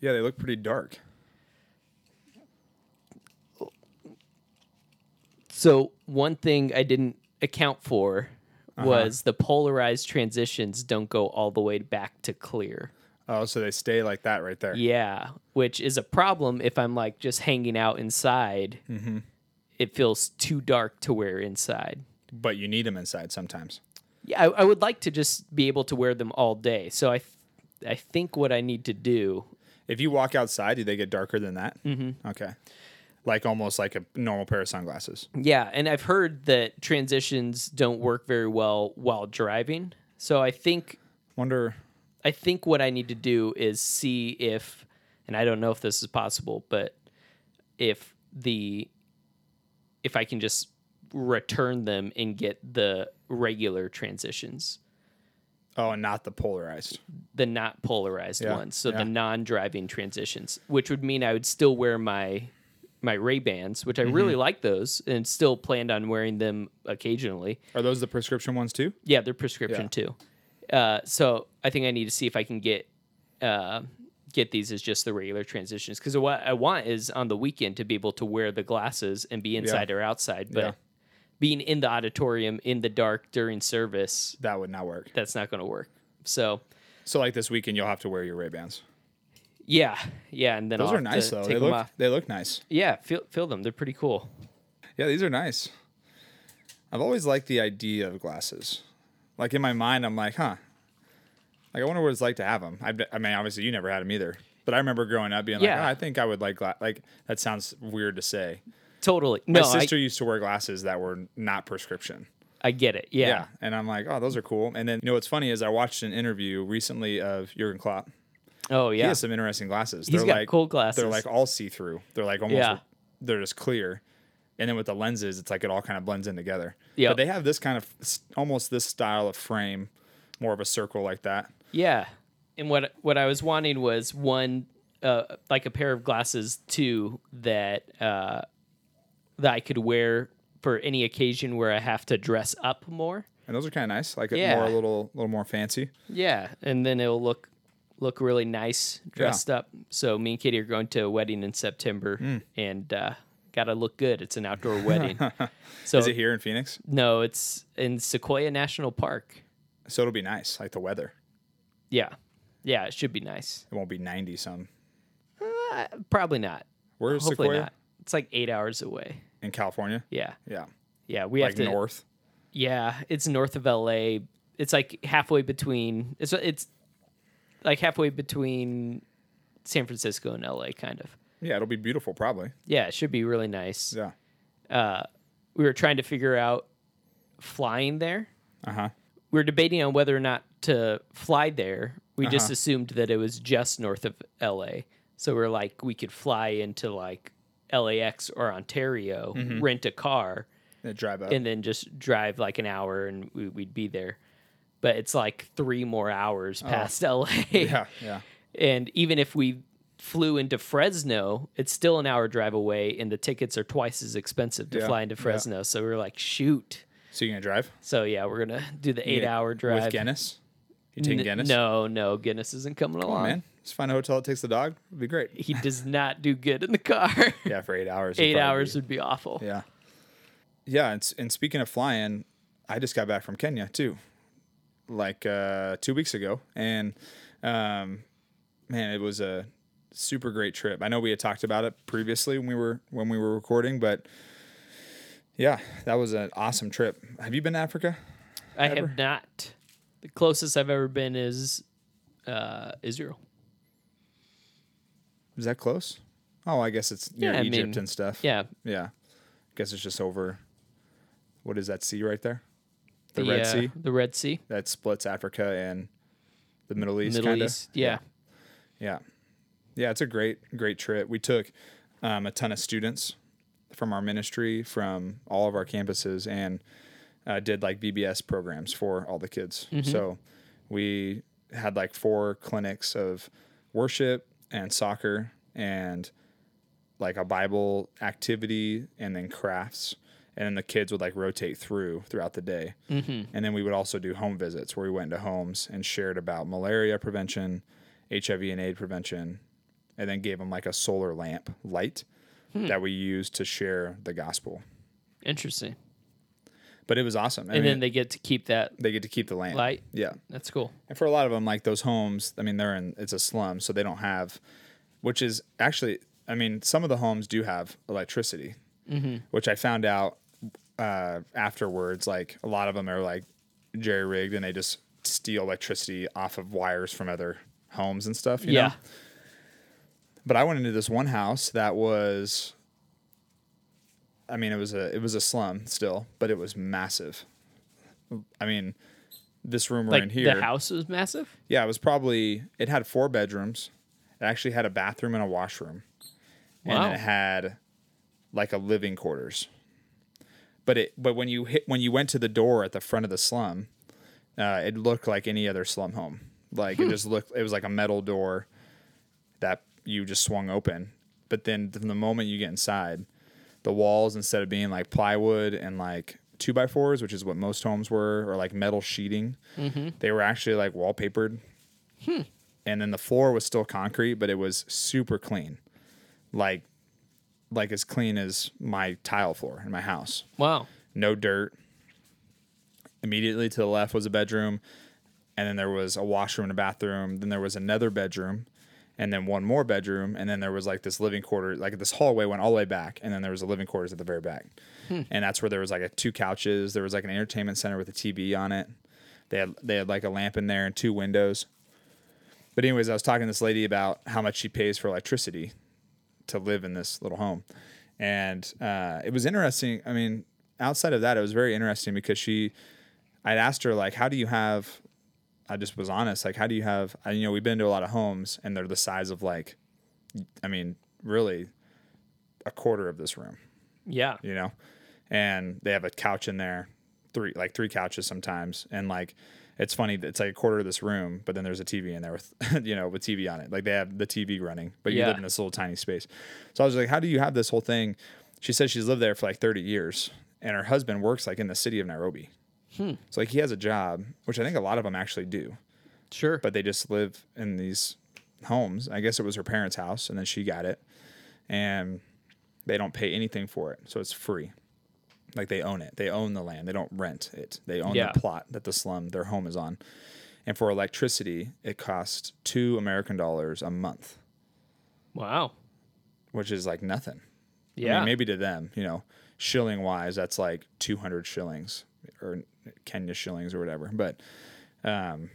Speaker 1: Yeah, they look pretty dark.
Speaker 2: So one thing I didn't account for was the polarized transitions don't go all the way back to clear.
Speaker 1: Oh, so they stay like that right there.
Speaker 2: Yeah, which is a problem if I'm like just hanging out inside. It feels too dark to wear inside.
Speaker 1: But you need them inside sometimes.
Speaker 2: Yeah, I, I would like to just be able to wear them all day. So I, th- I think what I need to do.
Speaker 1: If you walk outside, do they get darker than that? Mm-hmm. Okay. Like almost like a normal pair of sunglasses.
Speaker 2: Yeah, and I've heard that transitions don't work very well while driving. So I think
Speaker 1: Wonder.
Speaker 2: I think what I need to do is see if, and I don't know if this is possible, but if the if I can just return them and get the regular transitions,
Speaker 1: Oh, and not the polarized.
Speaker 2: the not polarized
Speaker 1: Yeah,
Speaker 2: ones, so
Speaker 1: yeah.
Speaker 2: the non-driving transitions, which would mean I would still wear my my Ray Bans, which I
Speaker 1: Mm-hmm.
Speaker 2: really like those, and still planned on wearing them occasionally.
Speaker 1: Are those the prescription ones too?
Speaker 2: Yeah, they're prescription too. Uh, so I think I need to see if I can get uh, get these as just the regular transitions because what I want is on the weekend to be able to wear the glasses and be inside or outside. But
Speaker 1: Yeah.
Speaker 2: being in the auditorium in the dark during service,
Speaker 1: That would not work.
Speaker 2: that's not going to work. So
Speaker 1: So like this weekend, you'll have to wear your Ray Bans.
Speaker 2: yeah, yeah, and then
Speaker 1: Those
Speaker 2: I'll
Speaker 1: are
Speaker 2: have
Speaker 1: nice
Speaker 2: to
Speaker 1: though.
Speaker 2: Take
Speaker 1: They
Speaker 2: them
Speaker 1: look
Speaker 2: off.
Speaker 1: they look nice.
Speaker 2: Yeah, feel feel them. They're pretty cool.
Speaker 1: Yeah, these are nice. I've always liked the idea of glasses. Like in my mind, I'm like, huh. Like I wonder what it's like to have them. I, I mean, obviously you never had them either, but I remember growing up being
Speaker 2: Yeah.
Speaker 1: like, oh, I think I would like gla-. like that sounds weird to say.
Speaker 2: Totally.
Speaker 1: My
Speaker 2: No, I,
Speaker 1: sister used to wear glasses that were not prescription.
Speaker 2: I get it. Yeah.
Speaker 1: Yeah. and I'm like, oh, those are cool. And then you know what's funny is I watched an interview recently of Jurgen Klopp.
Speaker 2: Oh
Speaker 1: He
Speaker 2: yeah.
Speaker 1: has some interesting glasses.
Speaker 2: He's
Speaker 1: they're
Speaker 2: got
Speaker 1: like
Speaker 2: cool glasses.
Speaker 1: They're like all see through. They're like almost
Speaker 2: Yeah.
Speaker 1: they're just clear. And then with the lenses, it's like it all kind of blends in together.
Speaker 2: Yep.
Speaker 1: But they have this kind of s- almost this style of frame, more of a circle like that.
Speaker 2: Yeah, and what what I was wanting was one, uh, like a pair of glasses too that uh, that I could wear for any occasion where I have to dress up more.
Speaker 1: And those are kind of nice, like
Speaker 2: Yeah.
Speaker 1: a more a little little more fancy.
Speaker 2: Yeah, and then it'll look look really nice dressed up. So me and Katie are going to a wedding in September, and uh, gotta look good. It's an outdoor wedding. so
Speaker 1: Is it here in Phoenix?
Speaker 2: no, it's in Sequoia National Park.
Speaker 1: So it'll be nice, like the weather.
Speaker 2: Yeah, yeah, it should be nice.
Speaker 1: It won't be 90 some.
Speaker 2: Uh, probably not.
Speaker 1: Where's
Speaker 2: Hopefully
Speaker 1: Sequoia?
Speaker 2: not. It's like eight hours away.
Speaker 1: In California?
Speaker 2: Yeah.
Speaker 1: Yeah.
Speaker 2: Yeah, we
Speaker 1: Like
Speaker 2: have to.
Speaker 1: north.
Speaker 2: Yeah, it's north of LA. It's like halfway between. It's it's like halfway between San Francisco and LA, kind of.
Speaker 1: Yeah, it'll be beautiful probably.
Speaker 2: Yeah, it should be really nice.
Speaker 1: Yeah.
Speaker 2: We were trying to figure out flying there.
Speaker 1: Uh-huh.
Speaker 2: We were debating on whether or not to fly there. We
Speaker 1: Uh-huh.
Speaker 2: just assumed that it was just north of LA, so we're like we could fly into like LAX or Ontario,
Speaker 1: Mm-hmm.
Speaker 2: rent a car,
Speaker 1: Yeah, drive up.
Speaker 2: and then just drive like an hour and we, we'd be there. But it's like three more hours past LA.
Speaker 1: Oh. yeah, yeah.
Speaker 2: And even if we flew into Fresno, it's still an hour drive away and the tickets are twice as expensive to
Speaker 1: Yeah,
Speaker 2: fly into
Speaker 1: yeah.
Speaker 2: Fresno. So we were like, shoot.
Speaker 1: So you're going to drive?
Speaker 2: So yeah, we're going to do the eight
Speaker 1: Yeah,
Speaker 2: hour drive.
Speaker 1: With Guinness? You taking
Speaker 2: N-
Speaker 1: Guinness?
Speaker 2: No, no, Guinness isn't coming
Speaker 1: Oh,
Speaker 2: along.
Speaker 1: man. Just find a hotel that takes the dog. It'd be great.
Speaker 2: He does not do good in the car.
Speaker 1: Yeah, for eight hours. it'd
Speaker 2: eight
Speaker 1: probably
Speaker 2: hours
Speaker 1: be-
Speaker 2: would be awful.
Speaker 1: yeah. Yeah. And, s- and speaking of flying, I just got back from Kenya too, like uh, two weeks ago. And um, man, it was a super great trip. I know we had talked about it previously when we were when we were recording, but yeah, that was an awesome trip. Have you been to Africa?
Speaker 2: I have not. The closest I've ever been is uh, Israel.
Speaker 1: Is that close? Oh, I guess it's near
Speaker 2: Yeah, I
Speaker 1: Egypt
Speaker 2: mean,
Speaker 1: and stuff.
Speaker 2: Yeah,
Speaker 1: Yeah. guess it's just over. What is that sea right there? The Red
Speaker 2: uh,
Speaker 1: Sea
Speaker 2: The Red Sea.
Speaker 1: that splits Africa and the Middle East.
Speaker 2: Middle
Speaker 1: kinda?
Speaker 2: East. Yeah.
Speaker 1: Yeah. Yeah. It's a great, great trip. We took um, a ton of students from our ministry, from all of our campuses, and uh, did like VBS programs for all the kids.
Speaker 2: Mm-hmm.
Speaker 1: So we had like four clinics of worship and soccer and like a Bible activity and then crafts. And then the kids would like rotate through throughout the day. Mm-hmm. And then we would also do home visits where we went to homes and shared about malaria prevention, HIV and AIDS prevention, and then gave them like a solar lamp light
Speaker 2: Hmm.
Speaker 1: that we used to share the gospel.
Speaker 2: Interesting.
Speaker 1: But it was awesome. I
Speaker 2: And
Speaker 1: mean,
Speaker 2: then they get to keep that
Speaker 1: they get to keep the lamp.
Speaker 2: light.
Speaker 1: Yeah.
Speaker 2: That's cool.
Speaker 1: And for a lot of them, like those homes, I mean, they're in it's a slum, so they don't have, which is actually, I mean, some of the homes do have electricity,
Speaker 2: Mm-hmm.
Speaker 1: which I found out uh, afterwards. Like a lot of them are like jerry rigged, and they just steal electricity off of wires from other homes and stuff. You
Speaker 2: yeah.
Speaker 1: Know? But I went into this one house that was, I mean, it was a it was a slum still, but it was massive. I mean, this room we're in
Speaker 2: Like
Speaker 1: here,
Speaker 2: the house was massive.
Speaker 1: yeah, it was probably it had four bedrooms. It actually had a bathroom and a washroom. And
Speaker 2: Wow.
Speaker 1: then it had like a living quarters. But it but when you hit when you went to the door at the front of the slum, uh, it looked like any other slum home. Like it just looked it was like a metal door that you just swung open. But then from the moment you get inside, the walls instead of being like plywood and like two by fours, which is what most homes were, or like metal sheeting, they were actually like wallpapered. And then the floor was still concrete, but it was super clean, like like as clean as my tile floor in my house.
Speaker 2: Wow.
Speaker 1: No dirt. Immediately to the left was a bedroom, and then there was a washroom and a bathroom. Then there was another bedroom, and then one more bedroom, and then there was like this living quarter, like this hallway went all the way back, and then there was a living quarters at the very back, and that's where there was like a two couches. There was like an entertainment center with a TV on it. They had they had like a lamp in there and two windows. But anyways, I was talking to this lady about how much she pays for electricity to live in this little home. And uh, it was interesting. I mean, outside of that, it was very interesting because she, I'd asked her, like, how do you have, I just was honest, like, how do you have, I, you know, we've been to a lot of homes and they're the size of like, I mean, really a quarter of this room
Speaker 2: Yeah.
Speaker 1: you know and they have a couch in there three like three couches sometimes and like it's funny that it's like a quarter of this room but then there's a tv in there with you know with tv on it like they have the tv running but you
Speaker 2: Yeah.
Speaker 1: live in this little tiny space so i was like how do you have this whole thing she said she's lived there for like 30 years and her husband works like in the city of nairobi so like he has a job which i think a lot of them actually do
Speaker 2: Sure.
Speaker 1: but they just live in these homes. I guess it was her parents' house, and then she got it, and they don't pay anything for it, so it's free. Like they own it, they own the land, they don't rent it. They own
Speaker 2: Yeah.
Speaker 1: the plot that the slum their home is on, and for electricity, it costs two American dollars a month,
Speaker 2: wow.
Speaker 1: which is like nothing. I mean,
Speaker 2: Yeah.
Speaker 1: maybe to them, you know, shilling wise, that's like 200 shillings or Kenya shillings or whatever. But, um,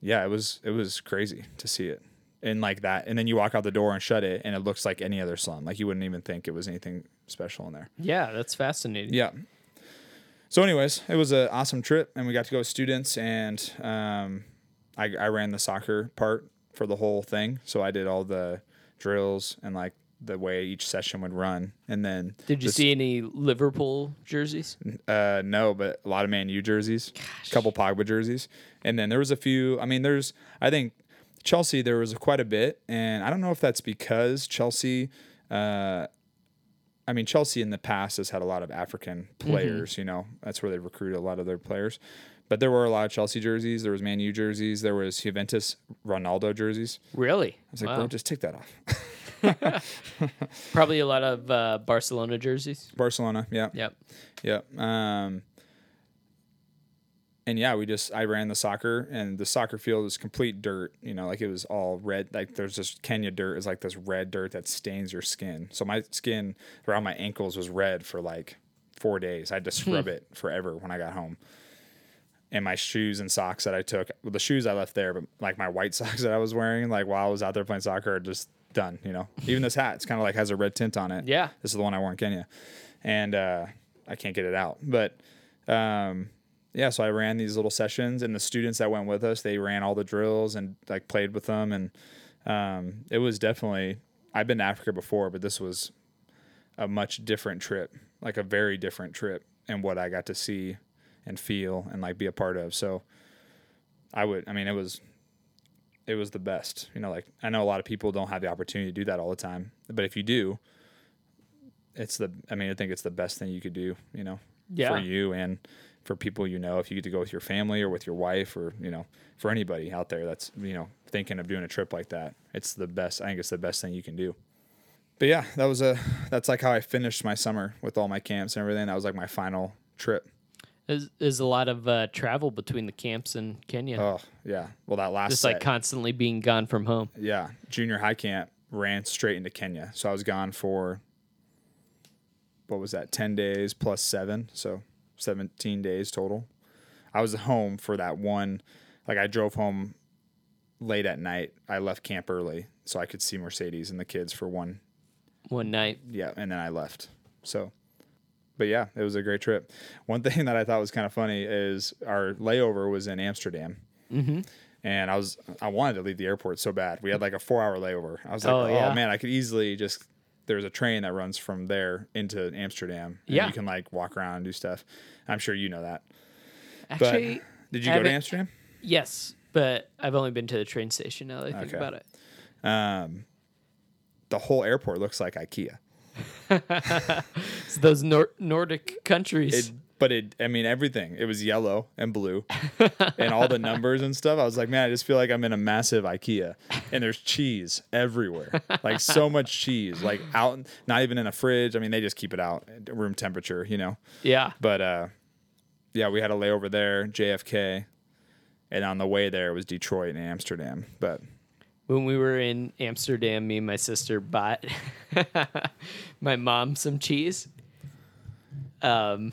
Speaker 1: yeah, it was, it was crazy to see it and like that. And then you walk out the door and shut it and it looks like any other slum. Like you wouldn't even think it was anything special in there.
Speaker 2: yeah. That's fascinating.
Speaker 1: Yeah. So, anyways, it was an awesome trip, and we got to go with students, and um, I, I ran the soccer part for the whole thing. So I did all the drills and like the way each session would run, and then
Speaker 2: Did you
Speaker 1: this-
Speaker 2: see any Liverpool jerseys?
Speaker 1: Uh, no, but a lot of Man U jerseys, a couple Pogba jerseys, and then there was a few. I mean, there's I think Chelsea there was quite a bit, and I don't know if that's because Chelsea. Uh, I mean, Chelsea in the past has had a lot of African players. You know, that's where they recruit a lot of their players. But there were a lot of Chelsea jerseys. There was Man U jerseys. There was Juventus Ronaldo jerseys. I
Speaker 2: Really?
Speaker 1: was like,
Speaker 2: Wow.
Speaker 1: bro, just take that off.
Speaker 2: Probably a lot of uh, Barcelona jerseys.
Speaker 1: Barcelona, yeah.
Speaker 2: Yep.
Speaker 1: Yep. Um, and yeah, we just I ran the soccer, and the soccer field was complete dirt. You know, like it was all red. Like there's just Kenya dirt is like this red dirt that stains your skin. So my skin around my ankles was red for like four days. I had to scrub it forever when I got home. And my shoes and socks that I took, well, the shoes I left there, but like my white socks that I was wearing, like while I was out there playing soccer, are just done. You know, even this hat, it's kind of like has a red tint on it.
Speaker 2: Yeah.
Speaker 1: This is the one I wore in Kenya. And uh, I can't get it out. But um, yeah, so I ran these little sessions, and the students that went with us, they ran all the drills and like played with them. And um, it was definitely, I've been to Africa before, but this was a much different trip, like a very different trip, and what I got to see and feel and like be a part of. So I would, I mean, it was it was the best. You know, like I know a lot of people don't have the opportunity to do that all the time, but if you do, it's the. I mean, I think it's the best thing you could do. You know,
Speaker 2: Yeah.
Speaker 1: for you and for people you know. If you get to go with your family or with your wife or you know, for anybody out there that's you know thinking of doing a trip like that, it's the best. I think it's the best thing you can do. But yeah, that was a. That's like how I finished my summer with all my camps and everything. That was like my final trip.
Speaker 2: There's, there's a lot of uh, travel between the camps in Kenya.
Speaker 1: Oh yeah. Well, that last
Speaker 2: Just
Speaker 1: set,
Speaker 2: like constantly being gone from home.
Speaker 1: yeah, junior high camp ran straight into Kenya. So I was gone for what was that? 10 days plus 7, so 17 days total. I was home for that one like I drove home late at night. I left camp early so I could see Mercedes and the kids for one.
Speaker 2: One night,
Speaker 1: Yeah, and then I left. So but yeah, it was a great trip. One thing that I thought was kind of funny is our layover was in Amsterdam
Speaker 2: Mm-hmm.
Speaker 1: and I was I wanted to leave the airport so bad. We had like a four hour layover. I was like,
Speaker 2: Oh,
Speaker 1: oh,
Speaker 2: yeah.
Speaker 1: man, I could easily just there's a train that runs from there into Amsterdam. and
Speaker 2: Yeah.
Speaker 1: you can like walk around and do stuff. I'm sure you know that. But
Speaker 2: actually.
Speaker 1: did you go to
Speaker 2: haven't-
Speaker 1: Amsterdam?
Speaker 2: Yes, but I've only been to the train station. Now that I think
Speaker 1: Okay.
Speaker 2: about it,
Speaker 1: Um, the whole airport looks like IKEA.
Speaker 2: it's those Nor- Nordic countries.
Speaker 1: It, but it, I mean, everything. It was yellow and blue, and all the numbers and stuff. I was like, man, I just feel like I'm in a massive IKEA, and there's cheese everywhere, like so much cheese, like out, not even in a fridge. I mean, they just keep it out at room temperature, you know.
Speaker 2: yeah,
Speaker 1: But uh, yeah, we had a layover there, JFK, and on the way there was Detroit and Amsterdam. But
Speaker 2: when we were in Amsterdam, me and my sister bought my mom some cheese. Um,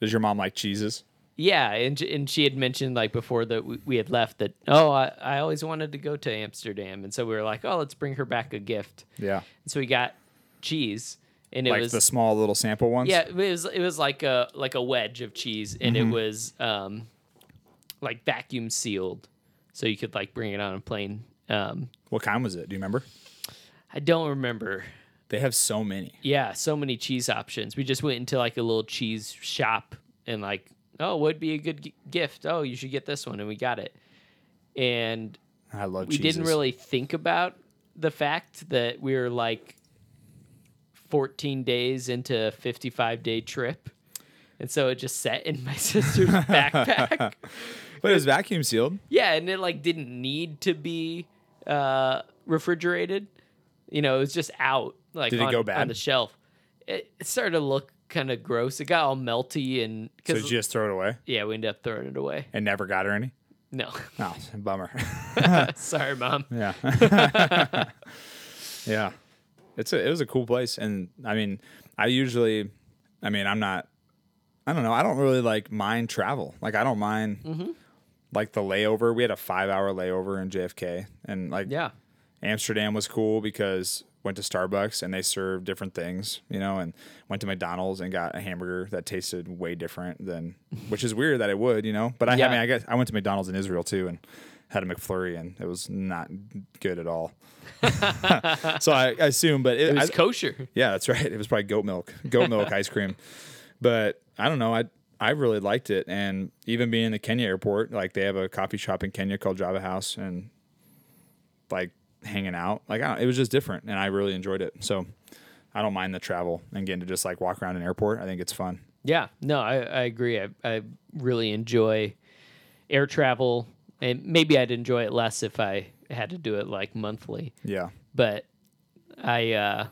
Speaker 1: does your mom like cheeses?
Speaker 2: yeah, and sh- and she had mentioned like before that we, we had left that oh I, I always wanted to go to Amsterdam, and so we were like oh let's bring her back a gift.
Speaker 1: Yeah,
Speaker 2: And so we got cheese, and it
Speaker 1: like
Speaker 2: was
Speaker 1: the small little sample ones.
Speaker 2: Yeah, it was it was like a like a wedge of cheese, and it was um, like vacuum sealed, so you could like bring it on a plane. Um,
Speaker 1: What kind was it? Do you remember?
Speaker 2: I don't remember.
Speaker 1: They have so many.
Speaker 2: Yeah, so many cheese options. We just went into like a little cheese shop and like, oh, would be a good g- gift. Oh, you should get this one, and we got it. And
Speaker 1: I love
Speaker 2: we
Speaker 1: cheeses.
Speaker 2: didn't really think about the fact that we were like 14 days into a 55 day trip. And so it just sat in my sister's backpack.
Speaker 1: But it was vacuum sealed.
Speaker 2: Yeah, and it like didn't need to be uh, refrigerated. You know, it was just out like
Speaker 1: Did it
Speaker 2: on,
Speaker 1: go
Speaker 2: on
Speaker 1: bad?
Speaker 2: the shelf. It, it started to look kind of gross. It got all melty and
Speaker 1: So
Speaker 2: because
Speaker 1: did you just throw it away
Speaker 2: yeah, we ended up throwing it away.
Speaker 1: and never got her any?
Speaker 2: No,
Speaker 1: Oh, bummer.
Speaker 2: sorry, mom.
Speaker 1: yeah. yeah. It's a, it was a cool place. And I mean, I usually, I mean, I'm not, I don't know. I don't really like mind travel. Like I don't mind like the layover. We had a five hour layover in JFK and like
Speaker 2: Yeah,
Speaker 1: Amsterdam was cool because went to Starbucks and they served different things, you know, and went to McDonald's and got a hamburger that tasted way different than, which is weird that it would, you know. But I,
Speaker 2: Yeah.
Speaker 1: I mean, I guess I went to McDonald's in Israel too and had a McFlurry and it was not good at all. so I, I assume, but
Speaker 2: it
Speaker 1: it,
Speaker 2: was
Speaker 1: I-
Speaker 2: kosher.
Speaker 1: yeah, that's right. It was probably goat milk, goat milk ice cream. But I don't know. I I really liked it, and even being in the Kenya airport, like they have a coffee shop in Kenya called Java House, and like hanging out, like I don't, it was just different, and I really enjoyed it. So I don't mind the travel and getting to just like walk around an airport. I think it's fun.
Speaker 2: Yeah, no, I, I agree. I, I really enjoy air travel, and maybe I'd enjoy it less if I had to do it like monthly.
Speaker 1: Yeah,
Speaker 2: But I, uh,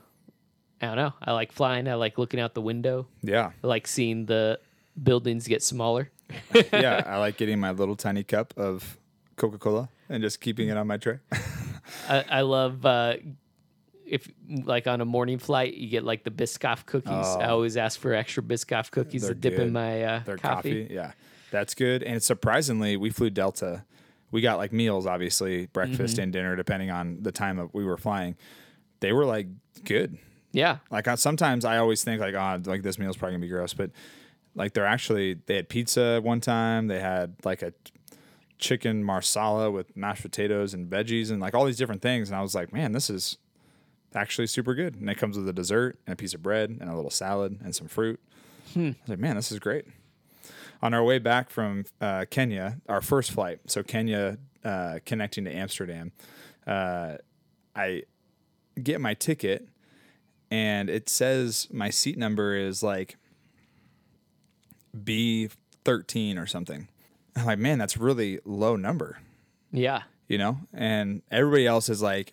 Speaker 2: I don't know. I like flying. I like looking out the window.
Speaker 1: yeah,
Speaker 2: I like seeing the buildings get smaller.
Speaker 1: yeah. I like getting my little tiny cup of Coca Cola and just keeping it on my tray.
Speaker 2: I, I love uh, if like on a morning flight you get like the Biscoff cookies. I always ask for extra Biscoff cookies to
Speaker 1: Oh. They're
Speaker 2: dip in
Speaker 1: good.
Speaker 2: my uh,
Speaker 1: their
Speaker 2: coffee.
Speaker 1: coffee. Yeah, that's good. And surprisingly, we flew Delta. We got like meals, obviously, breakfast and dinner, depending on the time of we were flying. They were like good.
Speaker 2: Yeah,
Speaker 1: Like I, sometimes I always think like, oh, like this meal's probably gonna be gross, but like they're actually they had pizza one time. They had like a chicken marsala with mashed potatoes and veggies and like all these different things. And I was like, man, this is actually super good. And it comes with a dessert and a piece of bread and a little salad and some fruit. I was like, man, this is great. on our way back from uh, Kenya, our first flight, so Kenya uh, connecting to Amsterdam, uh, I get my ticket and it says my seat number is like B13 or something. I'm like, man, that's really low number,
Speaker 2: Yeah.
Speaker 1: you know? And everybody else is like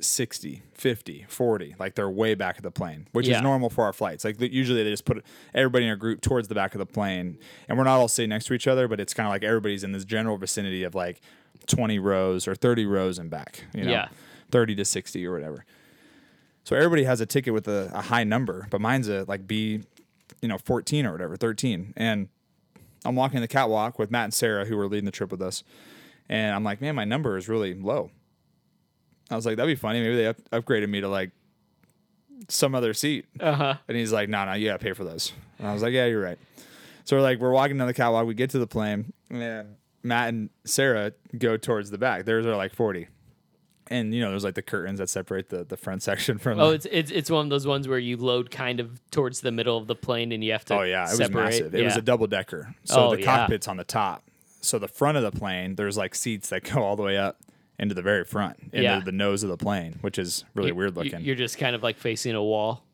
Speaker 1: 60, 50, 40, like they're way back of the plane, which
Speaker 2: Yeah.
Speaker 1: is normal for our flights. Like usually they just put everybody in a group towards the back of the plane and we're not all sitting next to each other, but it's kind of like everybody's in this general vicinity of like 20 rows or 30 rows and back, you know,
Speaker 2: Yeah.
Speaker 1: 30 to 60 or whatever. So everybody has a ticket with a, a high number, but mine's a like B, you know, 14 or whatever, 13. And I'm walking the catwalk with Matt and Sarah, who were leading the trip with us. And I'm like, man, my number is really low. I was like, that'd be funny. Maybe they up- upgraded me to like some other seat.
Speaker 2: Uh huh.
Speaker 1: And he's like, no, no, you gotta pay for those. And I was like, yeah, you're right. So we're like, we're walking down the catwalk. We get to the plane. And Matt and Sarah go towards the back. Theirs are like 40. And you know, there's like the curtains that separate the, the front section from
Speaker 2: Oh,
Speaker 1: the,
Speaker 2: it's it's it's one of those ones where you load kind of towards the middle of the plane and you have to.
Speaker 1: Oh yeah, it
Speaker 2: separate.
Speaker 1: was massive. It was
Speaker 2: Yeah.
Speaker 1: a double decker. So
Speaker 2: Oh,
Speaker 1: the
Speaker 2: yeah.
Speaker 1: cockpit's on the top. So the front of the plane, there's like seats that go all the way up into the very front, into
Speaker 2: Yeah.
Speaker 1: the nose of the plane, which is really
Speaker 2: You-
Speaker 1: weird
Speaker 2: you-
Speaker 1: looking.
Speaker 2: You're just kind of like facing a wall.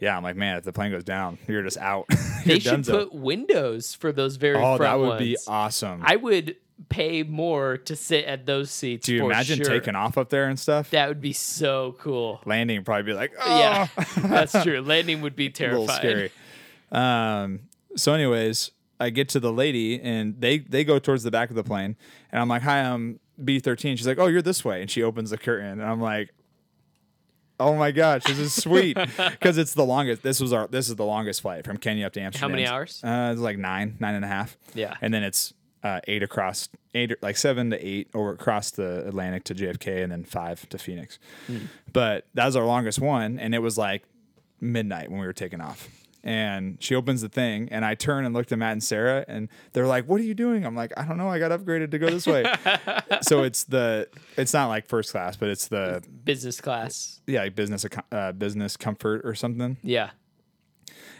Speaker 1: yeah, I'm like, man, if the plane goes down, you're just out.
Speaker 2: They
Speaker 1: you're
Speaker 2: should
Speaker 1: donezo.
Speaker 2: put windows for those very
Speaker 1: oh,
Speaker 2: front
Speaker 1: that would be
Speaker 2: ones.
Speaker 1: awesome.
Speaker 2: I would pay more to sit at those seats.
Speaker 1: Do you
Speaker 2: for
Speaker 1: imagine
Speaker 2: sure.
Speaker 1: taking off up there and stuff?
Speaker 2: That would be so cool.
Speaker 1: Landing would probably be like, oh,
Speaker 2: Yeah, that's true. Landing would be
Speaker 1: a
Speaker 2: terrifying.
Speaker 1: little scary. Um, so, anyways, I get to the lady and they they go towards the back of the plane, and I'm like, "Hi, I'm B13." She's like, "Oh, you're this way," and she opens the curtain, and I'm like, "Oh my gosh, this is sweet," because it's the longest. This was our this is the longest flight from Kenya up to Amsterdam.
Speaker 2: many hours?
Speaker 1: Uh, it's like nine, nine and a half.
Speaker 2: Yeah.
Speaker 1: and then it's. Uh, eight across, eight like seven to eight over across the Atlantic to JFK, and then five to Phoenix. But that was our longest one, and it was like midnight when we were taking off. And she opens the thing, and I turn and looked at Matt and Sarah, and they're like, "What are you doing?" I'm like, "I don't know. I got upgraded to go this way." so it's the it's not like first class, but it's the
Speaker 2: Business class.
Speaker 1: yeah like business econ- uh, business comfort or something.
Speaker 2: Yeah.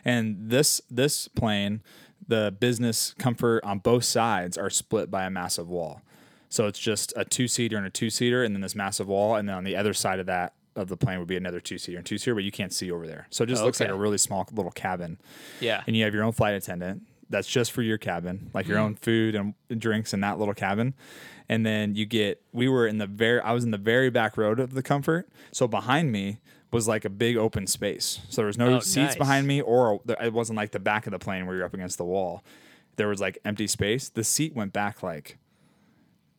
Speaker 1: And this this plane, the business comfort on both sides are split by a massive wall. So it's just a two seater and a two seater, and then this massive wall, and then on the other side of that of the plane would be another two seater and two seater, but you can't see over there. So it just looks like
Speaker 2: Okay.
Speaker 1: a really small little cabin
Speaker 2: Yeah. Mm-hmm.
Speaker 1: and you have your own flight attendant that's just for your cabin like your own food and drinks in that little cabin and then you get we were in the very i was in the very back road of the comfort so behind me was like a big open space so there was no
Speaker 2: Oh,
Speaker 1: seats
Speaker 2: nice.
Speaker 1: behind me or it wasn't like the back of the plane where you're up against the wall there was like empty space the seat went back like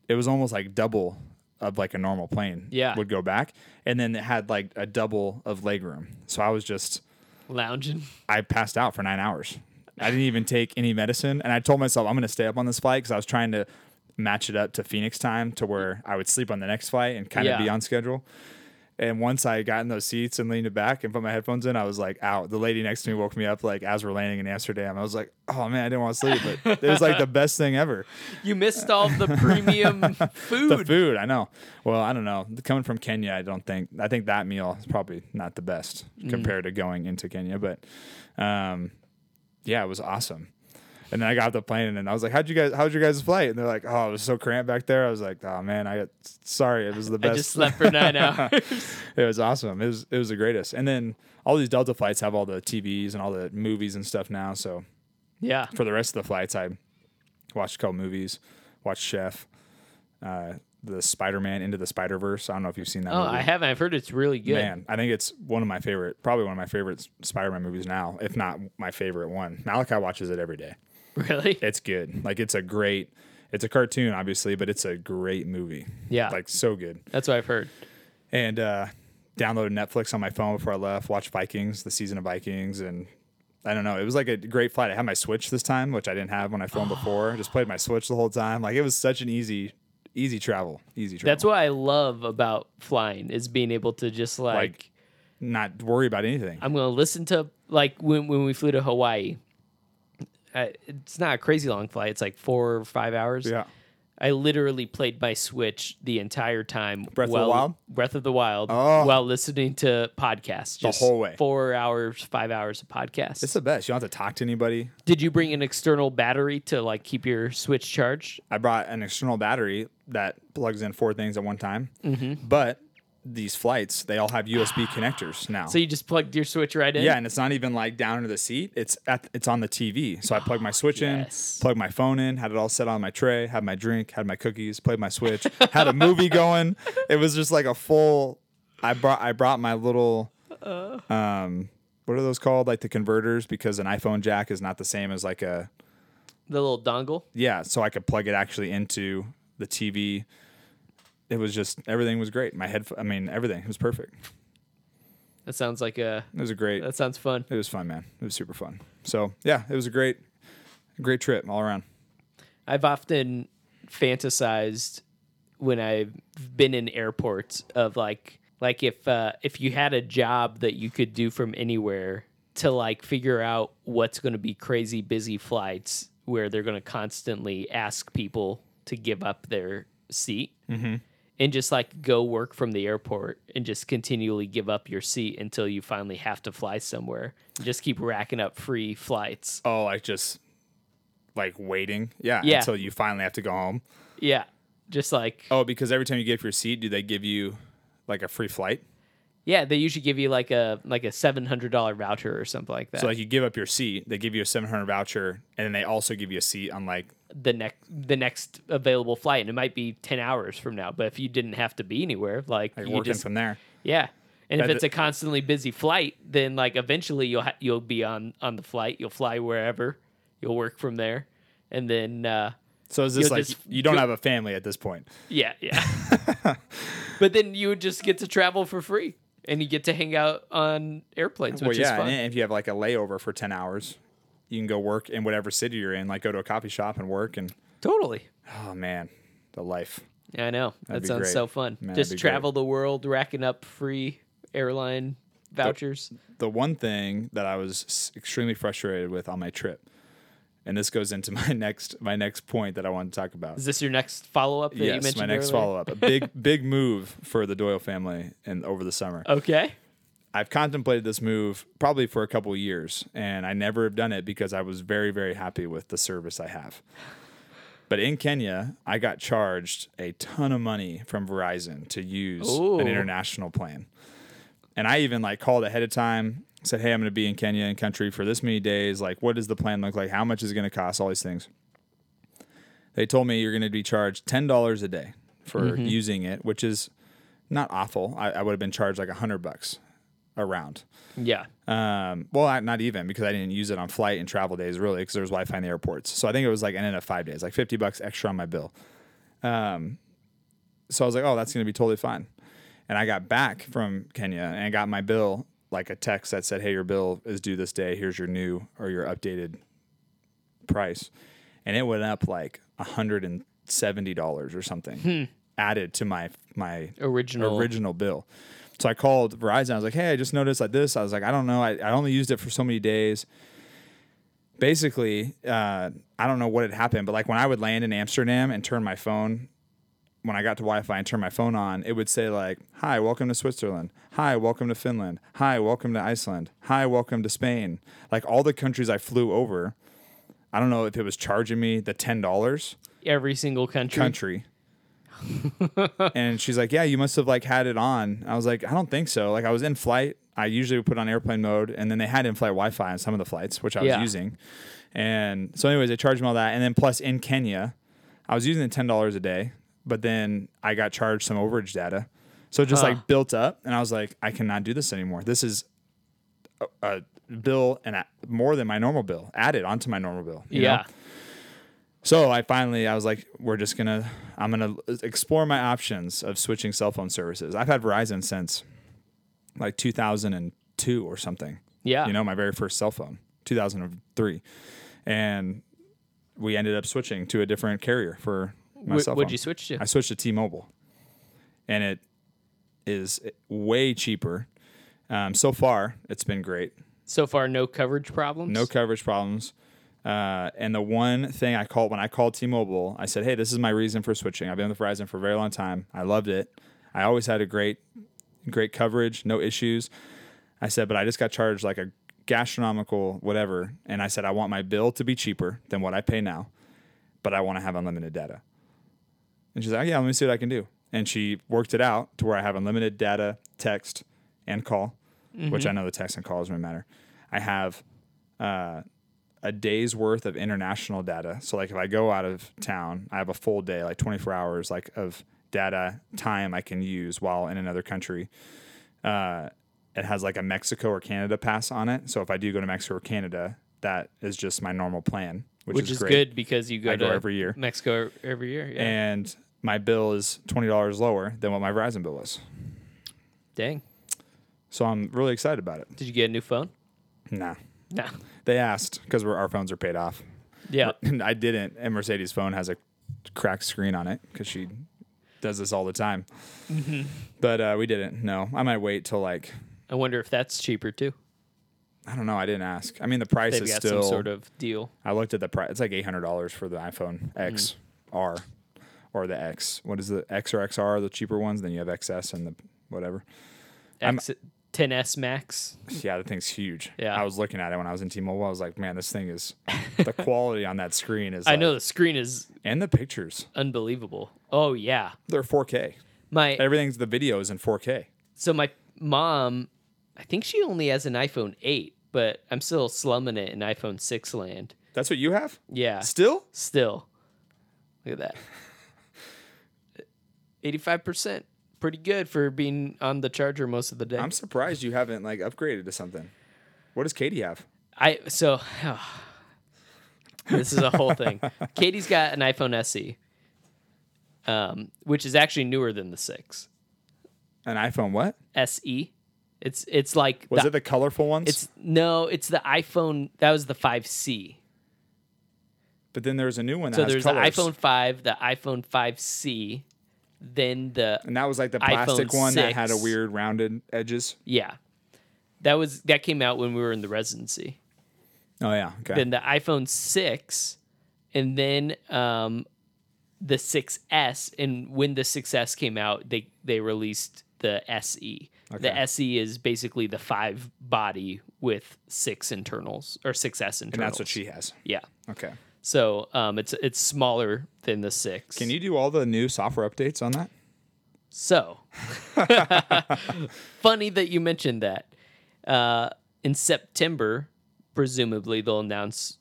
Speaker 1: it was almost like double of like a normal plane
Speaker 2: Yeah.
Speaker 1: would go back and then it had like a double of leg room so i was just
Speaker 2: Lounging.
Speaker 1: I passed out for nine hours. I didn't even take any medicine, and I told myself I'm going to stay up on this flight because I was trying to match it up to Phoenix time to where I would sleep on the next flight and kind of
Speaker 2: Yeah.
Speaker 1: be on schedule. And once I got in those seats and leaned it back and put my headphones in, I was like out. The lady next to me woke me up like as we're landing in Amsterdam. I was like, oh man, I didn't want to sleep, but it was like the best thing ever.
Speaker 2: You missed all the premium food.
Speaker 1: The food, I know. Well, I don't know. Coming from Kenya, I don't think I think that meal is probably not the best
Speaker 2: Mm.
Speaker 1: compared to going into Kenya, but um, yeah, it was awesome. And then I got off the plane and I was like, "How'd you guys? How'd your guys' flight?" And they're like, "Oh, it was so cramped back there." I was like, "Oh man, I got sorry. It was the best.
Speaker 2: I just slept for nine hours.
Speaker 1: It was awesome. It was it was the greatest." And then all these Delta flights have all the TVs and all the movies and stuff now. So
Speaker 2: yeah.
Speaker 1: for the rest of the flights, I watched a couple movies, watched Chef, uh, the Spider Man into the Spider Verse. I don't know if you've seen that
Speaker 2: Oh,
Speaker 1: movie.
Speaker 2: I haven't. I've heard it's really good.
Speaker 1: Man, I think it's one of my favorite, probably one of my favorite Spider Man movies now, if not my favorite one. Malachi watches it every day.
Speaker 2: Really?
Speaker 1: It's good. Like it's a great, it's a cartoon obviously, but it's a great movie.
Speaker 2: Yeah.
Speaker 1: like so good.
Speaker 2: That's what I've heard.
Speaker 1: And uh, downloaded Netflix on my phone before I left. Watched Vikings, the season of Vikings, and I don't know. It was like a great flight. I had my Switch this time, which I didn't have when I flown
Speaker 2: Ah.
Speaker 1: before. Just played my Switch the whole time. Like it was such an easy, easy travel. Easy travel.
Speaker 2: That's what I love about flying is being able to just like,
Speaker 1: Like- not worry about anything.
Speaker 2: I'm gonna listen to like when when we flew to Hawaii. I, it's not a crazy long flight. It's like four or five hours.
Speaker 1: yeah.
Speaker 2: I literally played my Switch the entire time.
Speaker 1: Breath of the Wild?
Speaker 2: Breath of the Wild.
Speaker 1: Oh.
Speaker 2: While listening to podcasts. Just
Speaker 1: whole way.
Speaker 2: Four hours, five hours of podcasts.
Speaker 1: It's the best. You don't have to talk to anybody.
Speaker 2: Did you bring an external battery to like keep your Switch charged?
Speaker 1: I brought an external battery that plugs in four things at one time.
Speaker 2: Mm-hmm.
Speaker 1: But these flights, they all have USB connectors now.
Speaker 2: So you just plugged your Switch right in?
Speaker 1: yeah, and it's not even like down into the seat. It's at it's on the TV. So I plugged my Switch
Speaker 2: Ah, yes.
Speaker 1: in, plugged my phone in, had it all set on my tray, had my drink, had my cookies, played my Switch, had a movie going. It was just like a full. I brought I brought my little.
Speaker 2: Uh.
Speaker 1: Um, what are those called? Like the converters, because an iPhone jack is not the same as like a
Speaker 2: The little dongle?
Speaker 1: yeah, so I could plug it actually into the TV. It was just everything was great. My head, I mean, everything was perfect.
Speaker 2: That sounds like a.
Speaker 1: It was a great.
Speaker 2: That sounds fun.
Speaker 1: It was fun, man. It was super fun. So yeah, it was a great, great trip all around.
Speaker 2: I've often fantasized when I've been in airports of like like if uh, if you had a job that you could do from anywhere to like figure out what's going to be crazy busy flights where they're going to constantly ask people to give up their seat and just like go work from the airport and just continually give up your seat until you finally have to fly somewhere just keep racking up free flights
Speaker 1: Oh, like just like waiting, yeah,
Speaker 2: Yeah.
Speaker 1: until you finally have to go home.
Speaker 2: yeah just like
Speaker 1: Oh, because every time you get up your seat, do they give you like a free flight?
Speaker 2: Yeah, they usually give you like a like a seven hundred dollar voucher or something like that.
Speaker 1: So like you give up your seat, they give you a seven hundred voucher, and then they also give you a seat on like
Speaker 2: the next the next available flight, and it might be ten hours from now. But if you didn't have to be anywhere, like,
Speaker 1: like
Speaker 2: you
Speaker 1: working
Speaker 2: just
Speaker 1: from there.
Speaker 2: yeah. And if
Speaker 1: That-
Speaker 2: it's a constantly busy flight, then like eventually you'll ha- you'll be on on the flight. You'll fly wherever. You'll work from there, and then uh,
Speaker 1: So is this
Speaker 2: You'll
Speaker 1: like
Speaker 2: just
Speaker 1: you don't
Speaker 2: go-
Speaker 1: have a family at this point?
Speaker 2: yeah, yeah. but then you would just get to travel for free, and you get to hang out on airplanes,
Speaker 1: Well,
Speaker 2: which
Speaker 1: yeah,
Speaker 2: is fun.
Speaker 1: and if you have like a layover for ten hours, you can go work in whatever city you're in. Like go to a coffee shop and work, and
Speaker 2: Totally.
Speaker 1: oh man, the life.
Speaker 2: I know. that
Speaker 1: be
Speaker 2: sounds
Speaker 1: great.
Speaker 2: so fun.
Speaker 1: Man, that'd be
Speaker 2: Just
Speaker 1: great.
Speaker 2: travel the world, racking up free airline vouchers.
Speaker 1: The one thing that I was s- extremely frustrated with on my trip, and this goes into my next my next point that I want to talk about.
Speaker 2: Is this your next follow up that you
Speaker 1: Yes,
Speaker 2: mentioned?
Speaker 1: my next
Speaker 2: earlier?
Speaker 1: follow up, a big big move for the Doyle family, and over the summer,
Speaker 2: Okay.
Speaker 1: I've contemplated this move probably for a couple of years, and I never have done it because I was very, very happy with the service I have. But in Kenya, I got charged a ton of money from Verizon to use
Speaker 2: Ooh.
Speaker 1: an international plan. And I even like called ahead of time, said, Hey, I'm gonna be in Kenya and country for this many days. Like, what does the plan look like? How much is it gonna cost? All these things. They told me you're gonna be charged ten dollars a day for using it, which is not awful. I, I would have been charged like a hundred bucks around.
Speaker 2: Yeah.
Speaker 1: Um, well, I- not even because I didn't use it on flight and travel days really because there was Wi-Fi in the airports. So I think it was like ended up five days, like fifty bucks extra on my bill. Um, so I was like, oh, that's gonna be totally fine. And I got back from Kenya and I got my bill like a text that said, hey, your bill is due this day. Here's your new or your updated price, and it went up like hundred and seventy dollars or something added to my my
Speaker 2: Original.
Speaker 1: original bill. So I called Verizon. I was like, "Hey, I just noticed like this." I was like, "I don't know. I, I only used it for so many days." Basically, uh, I don't know what had happened, but like when I would land in Amsterdam and turn my phone, when I got to Wi-Fi and turn my phone on, it would say like, "Hi, welcome to Switzerland. Hi, welcome to Finland. Hi, welcome to Iceland. Hi, welcome to Spain." Like all the countries I flew over, I don't know if it was charging me the ten dollars
Speaker 2: Every single country.
Speaker 1: country. and she's like, "Yeah, you must have like had it on." I was like, "I don't think so. Like I was in flight. I usually would put on airplane mode, and then they had in-flight Wi-Fi on some of the flights, which I was
Speaker 2: Yeah.
Speaker 1: using." And so, anyways, they charged me all that, and then plus in Kenya, I was using the ten dollars a day, but then I got charged some overage data, so it just
Speaker 2: Huh.
Speaker 1: like built up, and I was like, "I cannot do this anymore. This is a, a bill and a, more than my normal bill added onto my normal bill." you know?
Speaker 2: yeah.
Speaker 1: So I finally, I was like, we're just gonna, I'm gonna explore my options of switching cell phone services. I've had Verizon since like 2002 or something.
Speaker 2: Yeah.
Speaker 1: You know, my very first cell phone, 2003, and we ended up switching to a different carrier for my
Speaker 2: Wh-
Speaker 1: cell phone.
Speaker 2: what'd you switch to?
Speaker 1: I switched to T-Mobile, and it is way cheaper. Um, so far, it's been great.
Speaker 2: so far, no coverage problems.
Speaker 1: No coverage problems. Uh, and the one thing I called when I called T-Mobile, I said, "Hey, this is my reason for switching. I've been with Verizon for a very long time. I loved it. I always had a great, great coverage, no issues." I said, "But I just got charged like a gastronomical whatever." And I said, "I want my bill to be cheaper than what I pay now, but I want to have unlimited data." And she's like, "Yeah, let me see what I can do." And she worked it out to where I have unlimited data, text, and call, which I know the text and call doesn't really matter. I have uh, a day's worth of international data. So like if I go out of town, I have a full day, like 24 hours, like of data time I can use while in another country. Uh, it has like a Mexico or Canada pass on it. So if I do go to Mexico or Canada, that is just my normal plan, which,
Speaker 2: which
Speaker 1: is,
Speaker 2: is,
Speaker 1: great.
Speaker 2: good because you go
Speaker 1: I
Speaker 2: to
Speaker 1: go every year.
Speaker 2: Mexico every year. Yeah.
Speaker 1: And my bill is twenty dollars lower than what my Verizon bill was.
Speaker 2: Dang.
Speaker 1: So I'm really excited about it.
Speaker 2: Did you get a new phone?
Speaker 1: Nah,
Speaker 2: No.
Speaker 1: they asked because our phones are paid off.
Speaker 2: Yeah.
Speaker 1: and I didn't. And Mercedes' phone has a cracked screen on it because she does this all the time.
Speaker 2: Mm-hmm.
Speaker 1: But uh, we didn't. No, I might wait till like
Speaker 2: I wonder if that's cheaper too.
Speaker 1: I don't know. I didn't ask. I mean, the price
Speaker 2: They've
Speaker 1: is
Speaker 2: got
Speaker 1: still.
Speaker 2: some sort of deal.
Speaker 1: I looked at the price. It's like eight hundred dollars for the iPhone X
Speaker 2: Mm-hmm.
Speaker 1: R or the X. What is the X or XR? The cheaper ones. Then you have XS and the whatever.
Speaker 2: X, 10s Max.
Speaker 1: Yeah, the thing's huge.
Speaker 2: Yeah.
Speaker 1: I was looking at it when I was in T-Mobile. I was like, man, this thing is. the quality on that screen is.
Speaker 2: I
Speaker 1: like-
Speaker 2: know the screen is
Speaker 1: And the pictures,
Speaker 2: unbelievable. Oh yeah,
Speaker 1: they're 4K.
Speaker 2: my
Speaker 1: Everything's the video is in 4K.
Speaker 2: so my mom, I think she only has an iPhone eight, but I'm still slumming it in iPhone six land.
Speaker 1: That's what you have.
Speaker 2: Yeah,
Speaker 1: Still?
Speaker 2: still. Look at that. Eighty-five percent, pretty good for being on the charger most of the day.
Speaker 1: I'm surprised you haven't like upgraded to something. What does Katie have?
Speaker 2: I so this is a whole thing. Katie's got an iPhone SE, um, which is actually newer than the six
Speaker 1: An iPhone what?
Speaker 2: SE. It's it's like
Speaker 1: Was
Speaker 2: the-
Speaker 1: it the colorful ones?
Speaker 2: it's no, it's the iPhone that was the five C.
Speaker 1: but then there's a new one that
Speaker 2: So
Speaker 1: has
Speaker 2: there's
Speaker 1: colors.
Speaker 2: the iPhone five, the iPhone five C, then the
Speaker 1: and that was like the plastic
Speaker 2: iPhone
Speaker 1: one that had a
Speaker 2: 6.
Speaker 1: weird rounded edges.
Speaker 2: yeah, that was that came out when we were in the residency.
Speaker 1: Oh yeah. Okay.
Speaker 2: then the iPhone 6, and then um, the 6S. And when the 6S came out, they, they released the SE. The
Speaker 1: Okay.
Speaker 2: SE is basically the five body with six internals or 6S internals.
Speaker 1: and that's what she has.
Speaker 2: Yeah.
Speaker 1: Okay.
Speaker 2: So um, it's it's smaller than the 6.
Speaker 1: Can you do all the new software updates on that?
Speaker 2: So, funny that you mentioned that. Uh, in September, presumably, they'll announce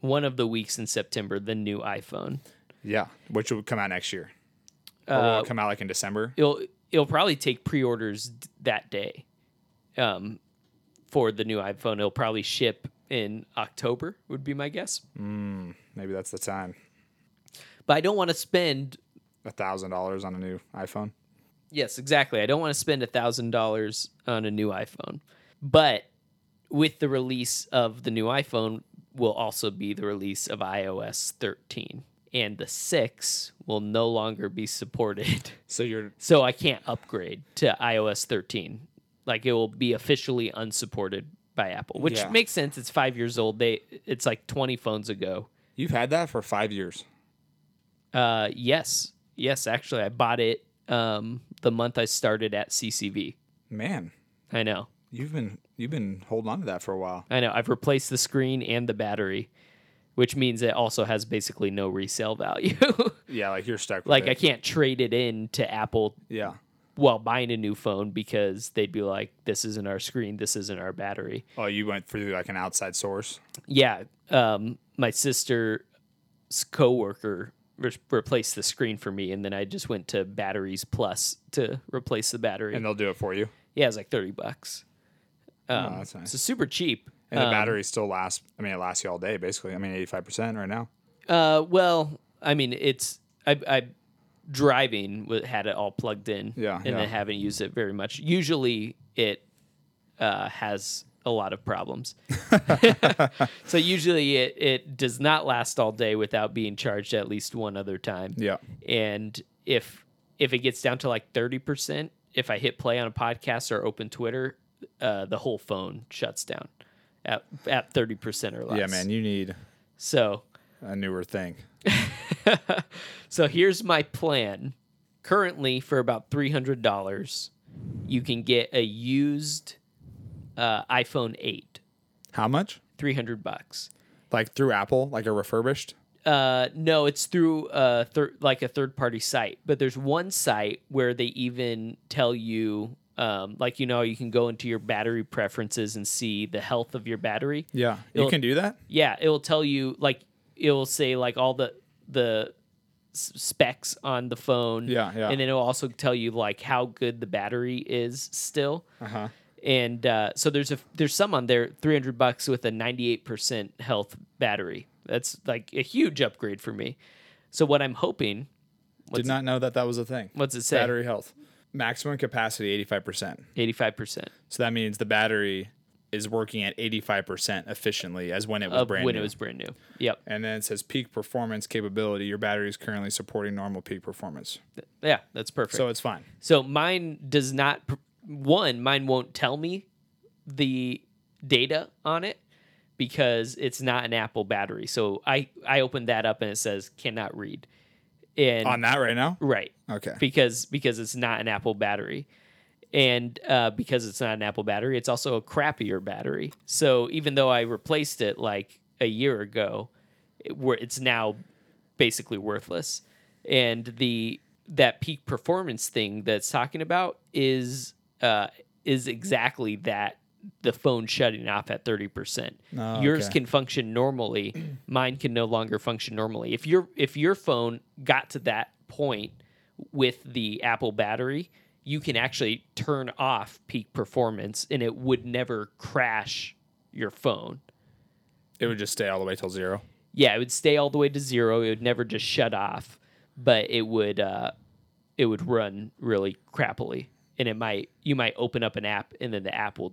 Speaker 2: one of the weeks in September the new iPhone.
Speaker 1: Yeah. Which will come out next year. Or will
Speaker 2: Uh,
Speaker 1: it come out like in December?
Speaker 2: It'll it'll probably take pre-orders d- that day, um, for the new iPhone. It'll probably ship in October. Would be my guess.
Speaker 1: Maybe that's the time.
Speaker 2: But I don't want to spend
Speaker 1: A thousand dollars on a new iPhone.
Speaker 2: Yes, exactly. I don't want to spend thousand dollars on a new iPhone, but with the release of the new iPhone, will also be the release of iOS 13, and the six will no longer be supported.
Speaker 1: So you're
Speaker 2: So I can't upgrade to iOS 13. Like it will be officially unsupported by Apple, which
Speaker 1: Yeah.
Speaker 2: makes sense. It's five years old. They it's like 20 phones ago.
Speaker 1: you've had that for five years.
Speaker 2: Uh, yes, yes. Actually, I bought it um, the month I started at CCV.
Speaker 1: Man,
Speaker 2: I know.
Speaker 1: you've been you've been holding on to that for a while.
Speaker 2: I know. I've replaced the screen and the battery, which means it also has basically no resale value.
Speaker 1: Yeah, like you're stuck with
Speaker 2: like
Speaker 1: it.
Speaker 2: I can't trade it in to Apple
Speaker 1: yeah.
Speaker 2: while buying a new phone because they'd be like, "This isn't our screen. This isn't our battery."
Speaker 1: Oh, you went through like an outside source.
Speaker 2: Yeah. Um, my sister's coworker re- replaced the screen for me, and then I just went to Batteries Plus to replace the battery.
Speaker 1: and they'll do it for you.
Speaker 2: yeah, it was like thirty bucks. Um,
Speaker 1: Oh, that's nice.
Speaker 2: So super cheap.
Speaker 1: And the battery still lasts. I mean, it lasts you all day, basically. I mean, eighty-five percent right now.
Speaker 2: Uh, well, I mean, it's I, I driving wa- had it all plugged in,
Speaker 1: Yeah,
Speaker 2: and
Speaker 1: yeah.
Speaker 2: then haven't used it very much. Usually, it uh, has a lot of problems. so usually, it it does not last all day without being charged at least one other time.
Speaker 1: Yeah.
Speaker 2: and if if it gets down to like thirty percent, if I hit play on a podcast or open Twitter, uh, the whole phone shuts down. at at thirty percent or less.
Speaker 1: Yeah, man, you need
Speaker 2: So
Speaker 1: a newer thing.
Speaker 2: so here's my plan. Currently, for about three hundred dollars, you can get a used uh, iPhone eight,
Speaker 1: How much?
Speaker 2: three hundred bucks.
Speaker 1: Like through Apple, like a refurbished?
Speaker 2: Uh, no, it's through a thir- like a third party site. But there's one site where they even tell you, um, like you know, you can go into your battery preferences and see the health of your battery.
Speaker 1: Yeah.
Speaker 2: It'll-
Speaker 1: you can do that?
Speaker 2: Yeah, it will tell you like it will say like all the the s- specs on the phone.
Speaker 1: Yeah, yeah.
Speaker 2: And then it'll also tell you like how good the battery is still.
Speaker 1: Uh-huh.
Speaker 2: And uh, so there's a there's some on there 300 bucks with a 98% health battery. That's like a huge upgrade for me. So what I'm hoping
Speaker 1: Did not know that that was a thing.
Speaker 2: what's it say?
Speaker 1: Battery health. Maximum capacity 85%.
Speaker 2: 85%
Speaker 1: So that means the battery is working at 85% efficiently as when it was
Speaker 2: of
Speaker 1: brand
Speaker 2: when
Speaker 1: new.
Speaker 2: it was brand new. Yep.
Speaker 1: and then it says peak performance capability. Your battery is currently supporting normal peak performance.
Speaker 2: Yeah, that's perfect.
Speaker 1: So it's fine.
Speaker 2: So mine does not pr- one mine won't tell me the data on it because it's not an Apple battery. So I I opened that up and it says cannot read. And
Speaker 1: On that right now?
Speaker 2: right
Speaker 1: Okay.
Speaker 2: because because it's not an Apple battery. And uh, because it's not an Apple battery, it's also a crappier battery. So even though I replaced it like a year ago, it, where it's now basically worthless. And the that peak performance thing that's talking about is uh, is exactly that the phone shutting off at 30%.
Speaker 1: Oh,
Speaker 2: Yours
Speaker 1: okay.
Speaker 2: can function normally, mine can no longer function normally. If your if your phone got to that point with the Apple battery, you can actually turn off peak performance and it would never crash your phone.
Speaker 1: It would just stay all the way till zero.
Speaker 2: Yeah, it would stay all the way to zero. It would never just shut off, but it would uh, it would run really crappily, and it might you might open up an app and then the app will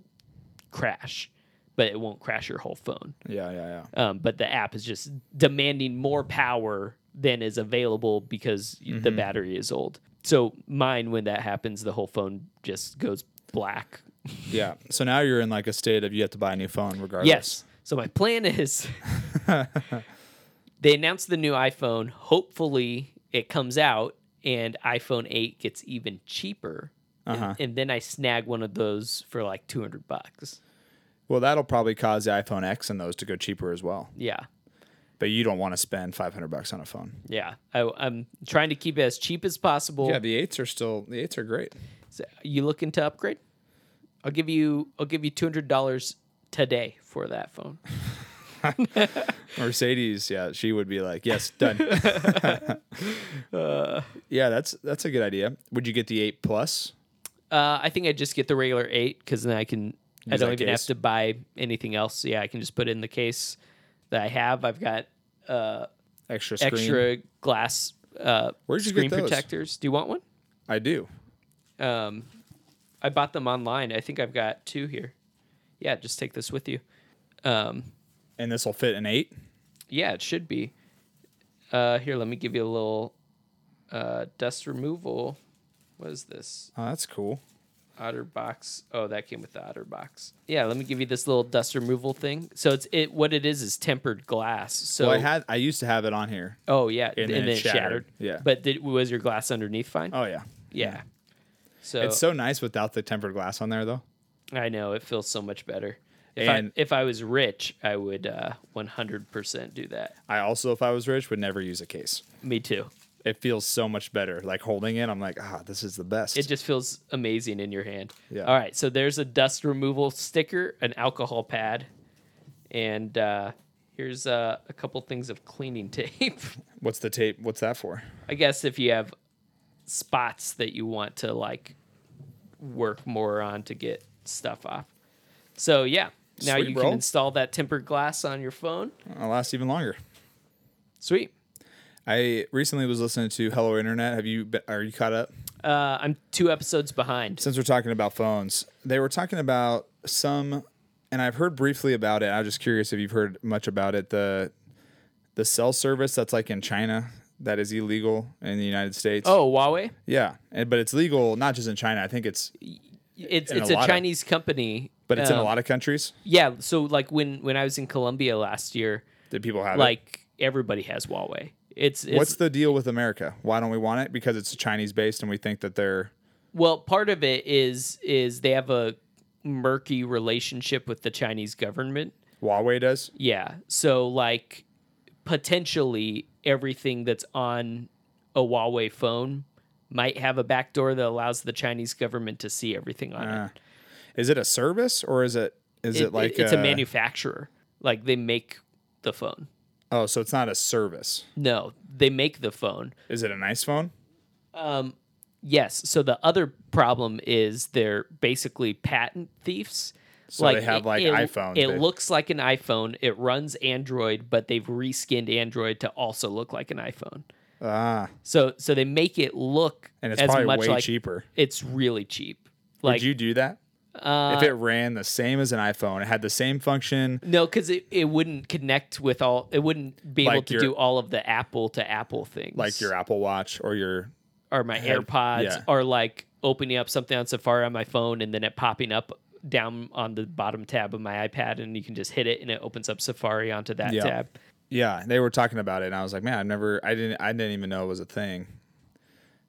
Speaker 2: crash, but it won't crash your whole phone.
Speaker 1: Yeah, yeah, yeah.
Speaker 2: Um, but the app is just demanding more power than is available because the battery is old. So mine, when that happens, the whole phone just goes black.
Speaker 1: Yeah. So now you're in like a state of you have to buy a new phone regardless.
Speaker 2: Yes. So my plan is they announce the new iPhone. Hopefully it comes out and iPhone 8 gets even cheaper. And-
Speaker 1: Uh-huh.
Speaker 2: And, then I snag one of those for like 200 bucks.
Speaker 1: Well, that'll probably cause the iPhone X and those to go cheaper as well.
Speaker 2: Yeah.
Speaker 1: But you don't want to spend 500 bucks on a phone.
Speaker 2: Yeah. I, I'm trying to keep it as cheap as possible.
Speaker 1: Yeah, the eights are still the eights are great.
Speaker 2: So, you looking to upgrade? I'll give you I'll give you $200 today for that phone.
Speaker 1: Mercedes, yeah, she would be like, "Yes, done." yeah, that's that's a good idea. Would you get the eight plus?
Speaker 2: Uh, I think I just get the regular eight because then I can. I
Speaker 1: Use
Speaker 2: don't
Speaker 1: that
Speaker 2: even
Speaker 1: case.
Speaker 2: have to buy anything else. Yeah, I can just put it in the case that I have. I've got uh,
Speaker 1: Extra screen.
Speaker 2: extra glass uh,
Speaker 1: Where'd you get
Speaker 2: screen
Speaker 1: those?
Speaker 2: protectors. Do you want one?
Speaker 1: I do.
Speaker 2: Um, I bought them online. I think I've got two here. Yeah, just take this with you. Um,
Speaker 1: And this will fit an eight.
Speaker 2: yeah, it should be. Uh, here, let me give you a little uh, dust removal. What is this?
Speaker 1: Oh, that's cool.
Speaker 2: OtterBox. Oh, that came with the OtterBox. Yeah, let me give you this little dust removal thing. So it's it what it is is tempered glass. So
Speaker 1: well, I had I used to have it on here.
Speaker 2: oh yeah, and,
Speaker 1: then
Speaker 2: then
Speaker 1: it
Speaker 2: it shattered.
Speaker 1: shattered. Yeah.
Speaker 2: but did, was your glass underneath fine?
Speaker 1: Oh yeah.
Speaker 2: yeah. So,
Speaker 1: It's so nice without the tempered glass on there though.
Speaker 2: I know it feels so much better. If
Speaker 1: And-
Speaker 2: I if I was rich, I would uh, 100% do that.
Speaker 1: I also, if I was rich, would never use a case.
Speaker 2: Me too.
Speaker 1: It feels so much better. Like holding it, I'm like, ah, this is the best.
Speaker 2: It just feels amazing in your hand.
Speaker 1: Yeah.
Speaker 2: All right. So there's a dust removal sticker, an alcohol pad, and uh, here's uh, a couple things of cleaning tape.
Speaker 1: What's the tape? What's that for?
Speaker 2: I guess if you have spots that you want to like work more on to get stuff off. So yeah, now
Speaker 1: Sweet,
Speaker 2: you
Speaker 1: bro.
Speaker 2: can install that tempered glass on your phone.
Speaker 1: It'll last even longer.
Speaker 2: Sweet.
Speaker 1: I recently was listening to Hello Internet. Have you? Been, are you caught up?
Speaker 2: Uh, I'm two episodes behind.
Speaker 1: Since we're talking about phones, they were talking about some, and I've heard briefly about it. I'm just curious if you've heard much about it. The the cell service that's like in China that is illegal in the United States.
Speaker 2: Oh, Huawei.
Speaker 1: yeah, and, but it's legal not just in China. I think it's
Speaker 2: It's
Speaker 1: And
Speaker 2: it's
Speaker 1: a
Speaker 2: a,
Speaker 1: lot of-
Speaker 2: Chinese company
Speaker 1: but it's in a
Speaker 2: Um,
Speaker 1: lot of countries.
Speaker 2: Yeah, so like when when I was in Colombia last year,
Speaker 1: Did people have it?
Speaker 2: like everybody has Huawei. It's, it's
Speaker 1: What's the deal with America? Why don't we want it? Because it's Chinese based, and we think that they're
Speaker 2: well, part of it is is they have a murky relationship with the Chinese government.
Speaker 1: Huawei does.
Speaker 2: Yeah. So like potentially everything that's on a Huawei phone might have a backdoor that allows the Chinese government to see everything on
Speaker 1: Uh,
Speaker 2: it.
Speaker 1: is it a service or is it is it,
Speaker 2: It- it-
Speaker 1: like uh,
Speaker 2: it's a manufacturer. Like they make the phone.
Speaker 1: Oh, so it's not a service.
Speaker 2: No, they make the phone.
Speaker 1: Is it an ice phone?
Speaker 2: Um, yes. So the other problem is they're basically patent thieves.
Speaker 1: So they have, like, iPhones,
Speaker 2: It
Speaker 1: they-
Speaker 2: looks like an iPhone. It runs Android, but they've reskinned Android to also look like an iPhone.
Speaker 1: Ah,
Speaker 2: So so they make it look
Speaker 1: and it's
Speaker 2: as
Speaker 1: probably
Speaker 2: much
Speaker 1: way
Speaker 2: like
Speaker 1: cheaper.
Speaker 2: it's really cheap. Like uh,
Speaker 1: Would you do that? if it ran the same as an iPhone, it had the same function.
Speaker 2: no, because it, it wouldn't connect with all. It wouldn't be able
Speaker 1: Like
Speaker 2: to
Speaker 1: your-
Speaker 2: do all of the Apple to Apple things,
Speaker 1: Like your Apple Watch or your
Speaker 2: or my AirPods,
Speaker 1: yeah.
Speaker 2: or like opening up something on Safari on my phone and then it popping up down on the bottom tab of my iPad, and you can just hit it and it opens up Safari onto that
Speaker 1: Yeah.
Speaker 2: tab.
Speaker 1: yeah, they were talking about it, and I was like, man, I never, I didn't, I didn't even know it was a thing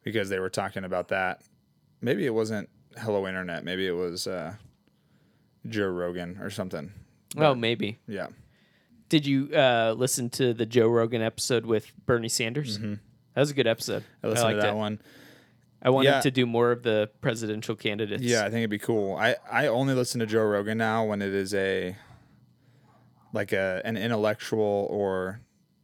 Speaker 1: because they were talking about that. Maybe it wasn't Hello Internet. Maybe it was uh, Joe Rogan or something.
Speaker 2: Oh, maybe.
Speaker 1: Yeah,
Speaker 2: Did you uh, listen to the Joe Rogan episode with Bernie Sanders? That was a good episode.
Speaker 1: Mm-hmm. I listened
Speaker 2: liked
Speaker 1: to that
Speaker 2: it.
Speaker 1: one.
Speaker 2: I wanted
Speaker 1: Yeah.
Speaker 2: to do more of the presidential candidates.
Speaker 1: Yeah, I think it'd be cool. I I only listen to Joe Rogan now when it is a like a an intellectual or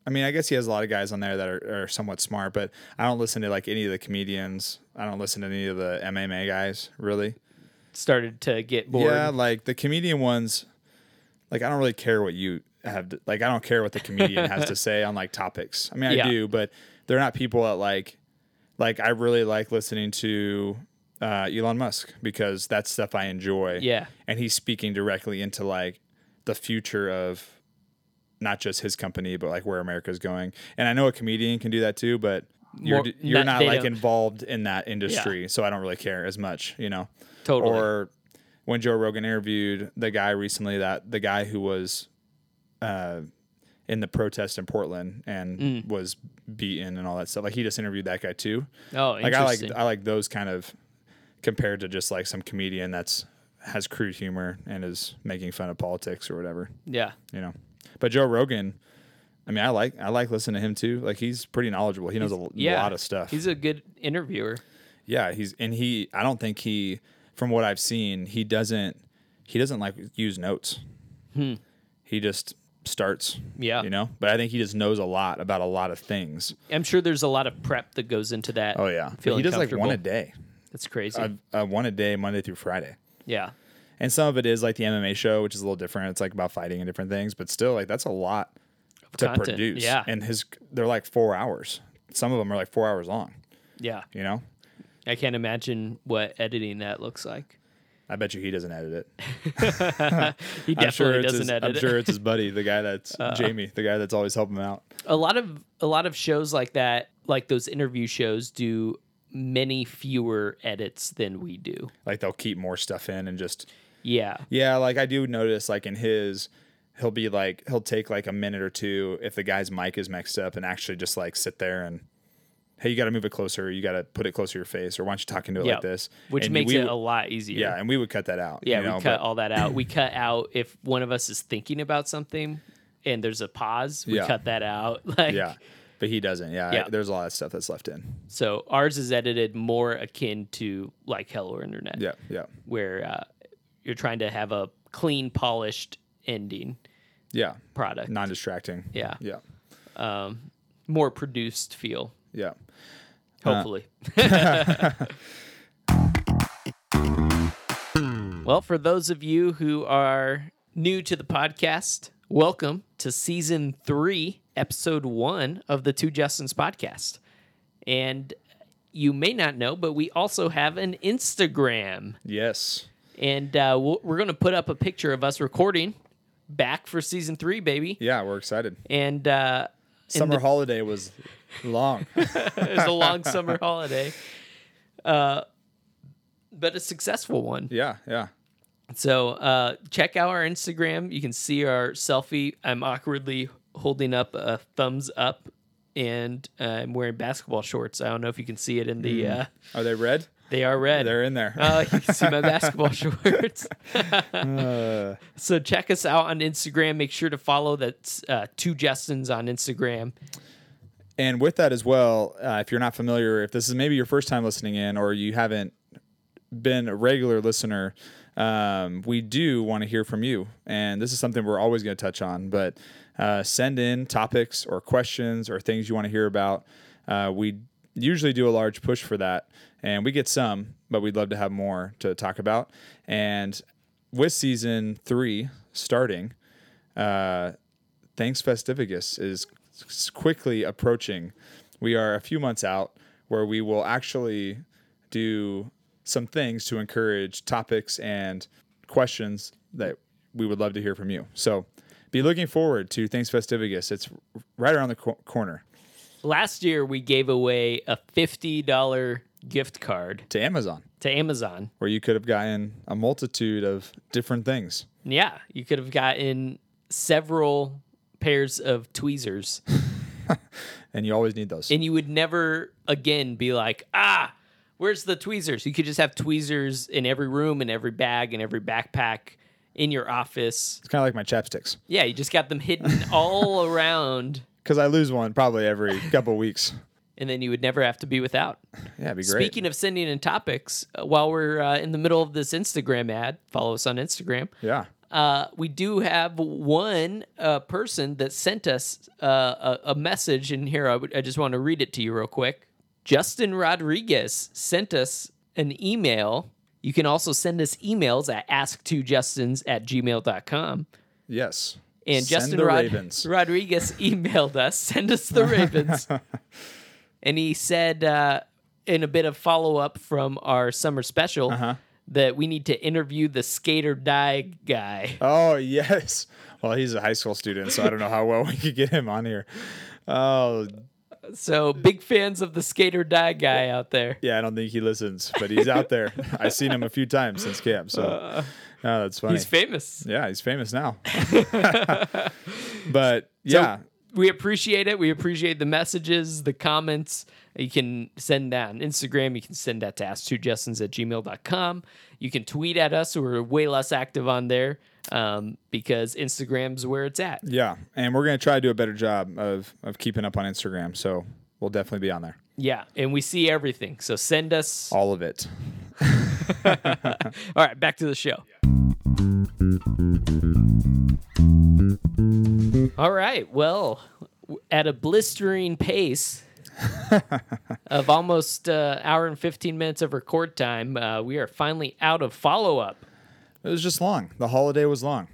Speaker 1: I mean, I guess he has a lot of guys on there that are, are somewhat smart, but I don't listen to like any of the comedians. I don't listen to any of the MMA guys, really.
Speaker 2: started to get bored.
Speaker 1: Yeah, like the comedian ones, like I don't really care what you have. To, like I don't care what the comedian has to say on like topics. I mean, I
Speaker 2: Yeah.
Speaker 1: do, but they're not people that like. Like I really like listening to uh, Elon Musk because that's stuff I enjoy.
Speaker 2: Yeah.
Speaker 1: and he's speaking directly into like the future of not just his company, but like where America's going. And I know a comedian can do that too, but. You're,
Speaker 2: More-
Speaker 1: d- you're
Speaker 2: not-
Speaker 1: not,
Speaker 2: they
Speaker 1: like
Speaker 2: don't-
Speaker 1: involved in that industry, so I don't really care as much, you know
Speaker 2: Totally.
Speaker 1: or when Joe Rogan interviewed the guy recently that the guy who was uh, in the protest in Portland and
Speaker 2: Mm.
Speaker 1: was beaten and all that stuff. Like he just interviewed that guy too.
Speaker 2: oh,
Speaker 1: Like I like
Speaker 2: interesting.
Speaker 1: I like those kind of compared to just like some comedian that's has crude humor and is making fun of politics or whatever,
Speaker 2: yeah.
Speaker 1: you know. But Joe Rogan, I mean, I like I like listening to him too. Like he's pretty knowledgeable. He knows a l-
Speaker 2: Yeah.
Speaker 1: lot of stuff.
Speaker 2: He's a good interviewer.
Speaker 1: Yeah, he's and he. I don't think he, from what I've seen, he doesn't. He doesn't like use notes. He just starts.
Speaker 2: Hmm. Yeah.
Speaker 1: you know. But I think he just knows a lot about a lot of things.
Speaker 2: I'm sure there's a lot of prep that goes into that.
Speaker 1: Oh yeah, But
Speaker 2: Feeling
Speaker 1: he does like one
Speaker 2: comfortable.
Speaker 1: a day,
Speaker 2: That's crazy.
Speaker 1: uh, uh, one a day, Monday through Friday.
Speaker 2: yeah.
Speaker 1: And some of it is like the MMA show, which is a little different. It's like about fighting and different things, but still, like that's a lot to
Speaker 2: content,
Speaker 1: produce.
Speaker 2: yeah.
Speaker 1: and his they're like four hours. Some of them are like four hours long.
Speaker 2: Yeah.
Speaker 1: You know,
Speaker 2: I can't imagine what editing that looks like.
Speaker 1: I bet you he doesn't edit it.
Speaker 2: He definitely
Speaker 1: I'm sure it's
Speaker 2: doesn't
Speaker 1: his,
Speaker 2: edit.
Speaker 1: I'm
Speaker 2: it. Uh.
Speaker 1: sure it's his buddy, the guy that's Jamie, the guy that's always helping him out.
Speaker 2: A lot of a lot of shows like that, like those interview shows do many fewer edits than we do.
Speaker 1: Like they'll keep more stuff in and just
Speaker 2: Yeah.
Speaker 1: yeah. Like I do notice, like in his, he'll be like he'll take like a minute or two if the guy's mic is mixed up and actually just like sit there and hey, you got to move it closer, you got to put it closer to your face, or why don't you talk into it
Speaker 2: Yeah.
Speaker 1: like this?
Speaker 2: Which
Speaker 1: And
Speaker 2: makes
Speaker 1: we
Speaker 2: it
Speaker 1: would-
Speaker 2: a lot easier.
Speaker 1: yeah, and we would cut that out.
Speaker 2: Yeah,
Speaker 1: you know,
Speaker 2: we cut
Speaker 1: but-
Speaker 2: all that out. We cut out if one of us is thinking about something and there's a pause, we
Speaker 1: Yeah.
Speaker 2: cut that out. Like
Speaker 1: yeah, but he doesn't. Yeah,
Speaker 2: Yeah.
Speaker 1: there's a lot of stuff that's left in.
Speaker 2: so ours is edited more akin to like hell or internet.
Speaker 1: Yeah, yeah,
Speaker 2: Where uh, you're trying to have a clean, polished ending
Speaker 1: yeah.
Speaker 2: product.
Speaker 1: Non-distracting.
Speaker 2: yeah.
Speaker 1: yeah,
Speaker 2: Um more produced feel,
Speaker 1: yeah.
Speaker 2: hopefully. well, for those of you who are new to the podcast, welcome to season three, episode one of the Two Justins podcast. And you may not know, but we also have an Instagram.
Speaker 1: Yes.
Speaker 2: And uh, we'll, we're going to put up a picture of us recording back for season three, baby.
Speaker 1: Yeah, we're excited.
Speaker 2: And uh,
Speaker 1: Summer holiday was long.
Speaker 2: It was a long summer holiday, uh, but a successful one.
Speaker 1: yeah, yeah.
Speaker 2: So uh, check out our Instagram. You can see our selfie. I'm awkwardly holding up a thumbs up, and uh, I'm wearing basketball shorts. I don't know if you can see it in the. Uh,
Speaker 1: Are they red?
Speaker 2: they are red.
Speaker 1: They're in there.
Speaker 2: Uh, you can see my basketball shorts.
Speaker 1: Uh,
Speaker 2: so check us out on Instagram. Make sure to follow that uh, two Justins on Instagram.
Speaker 1: And with that as well, uh, if you're not familiar, if this is maybe your first time listening in or you haven't been a regular listener, um, we do want to hear from you. And this is something we're always going to touch on, but uh, send in topics or questions or things you want to hear about. Uh, we usually do a large push for that, and we get some, but we'd love to have more to talk about. And with season three starting, uh, Thanks Festivus is s- quickly approaching. We are a few months out where we will actually do some things to encourage topics and questions that we would love to hear from you. So be looking forward to Thanks Festivus. It's r- right around the cor- corner
Speaker 2: Last year we gave away a fifty dollar gift card
Speaker 1: to Amazon,
Speaker 2: to Amazon.
Speaker 1: where you could have gotten a multitude of different things.
Speaker 2: Yeah, you could have gotten several pairs of tweezers,
Speaker 1: And you always need those.
Speaker 2: and you would never again be like, ah, where's the tweezers? You could just have tweezers in every room, in every bag, in every backpack, in your office.
Speaker 1: It's kind of like my chapsticks
Speaker 2: Yeah, you just got them hidden all around,
Speaker 1: because I lose one probably every couple weeks.
Speaker 2: and then you would never have to be without.
Speaker 1: Yeah, it'd be great.
Speaker 2: Speaking of sending in topics, uh, while we're uh, in the middle of this Instagram ad, follow us on Instagram.
Speaker 1: yeah.
Speaker 2: uh, we do have one uh, person that sent us uh, a, a message in here. I, would, I just want to read it to you real quick. Justin Rodriguez sent us an email. You can also send us emails at ask2justins at gmail.com.
Speaker 1: Yes.
Speaker 2: And
Speaker 1: Send
Speaker 2: Justin
Speaker 1: the
Speaker 2: Rod-
Speaker 1: Ravens.
Speaker 2: Rodriguez emailed us, send us the Ravens. and he said, uh, in a bit of follow up from our summer special,
Speaker 1: Uh-huh.
Speaker 2: that we need to interview the skater die guy.
Speaker 1: Oh yes. Well, he's a high school student, so I don't know how well we could get him on here. Oh
Speaker 2: So big fans of the skater die guy out there.
Speaker 1: yeah, I don't think he listens, but he's out there. I've seen him a few times since camp, so oh, that's funny.
Speaker 2: Uh, He's famous.
Speaker 1: yeah, he's famous now. but yeah,
Speaker 2: We appreciate it. We appreciate the messages, the comments. You can send that on Instagram. You can send that to ask2justins at gmail.com. You can tweet at us. We're way less active on there um, because Instagram's where it's at.
Speaker 1: yeah, and we're gonna try to do a better job of of keeping up on Instagram. So we'll definitely be on there.
Speaker 2: Yeah. And we see everything. So send us.
Speaker 1: All of it.
Speaker 2: All right. Back to the show. All right. Well, w- at a blistering pace of almost uh, hour and 15 minutes of record time, uh, we are finally out of follow up.
Speaker 1: It was just long. The holiday was long.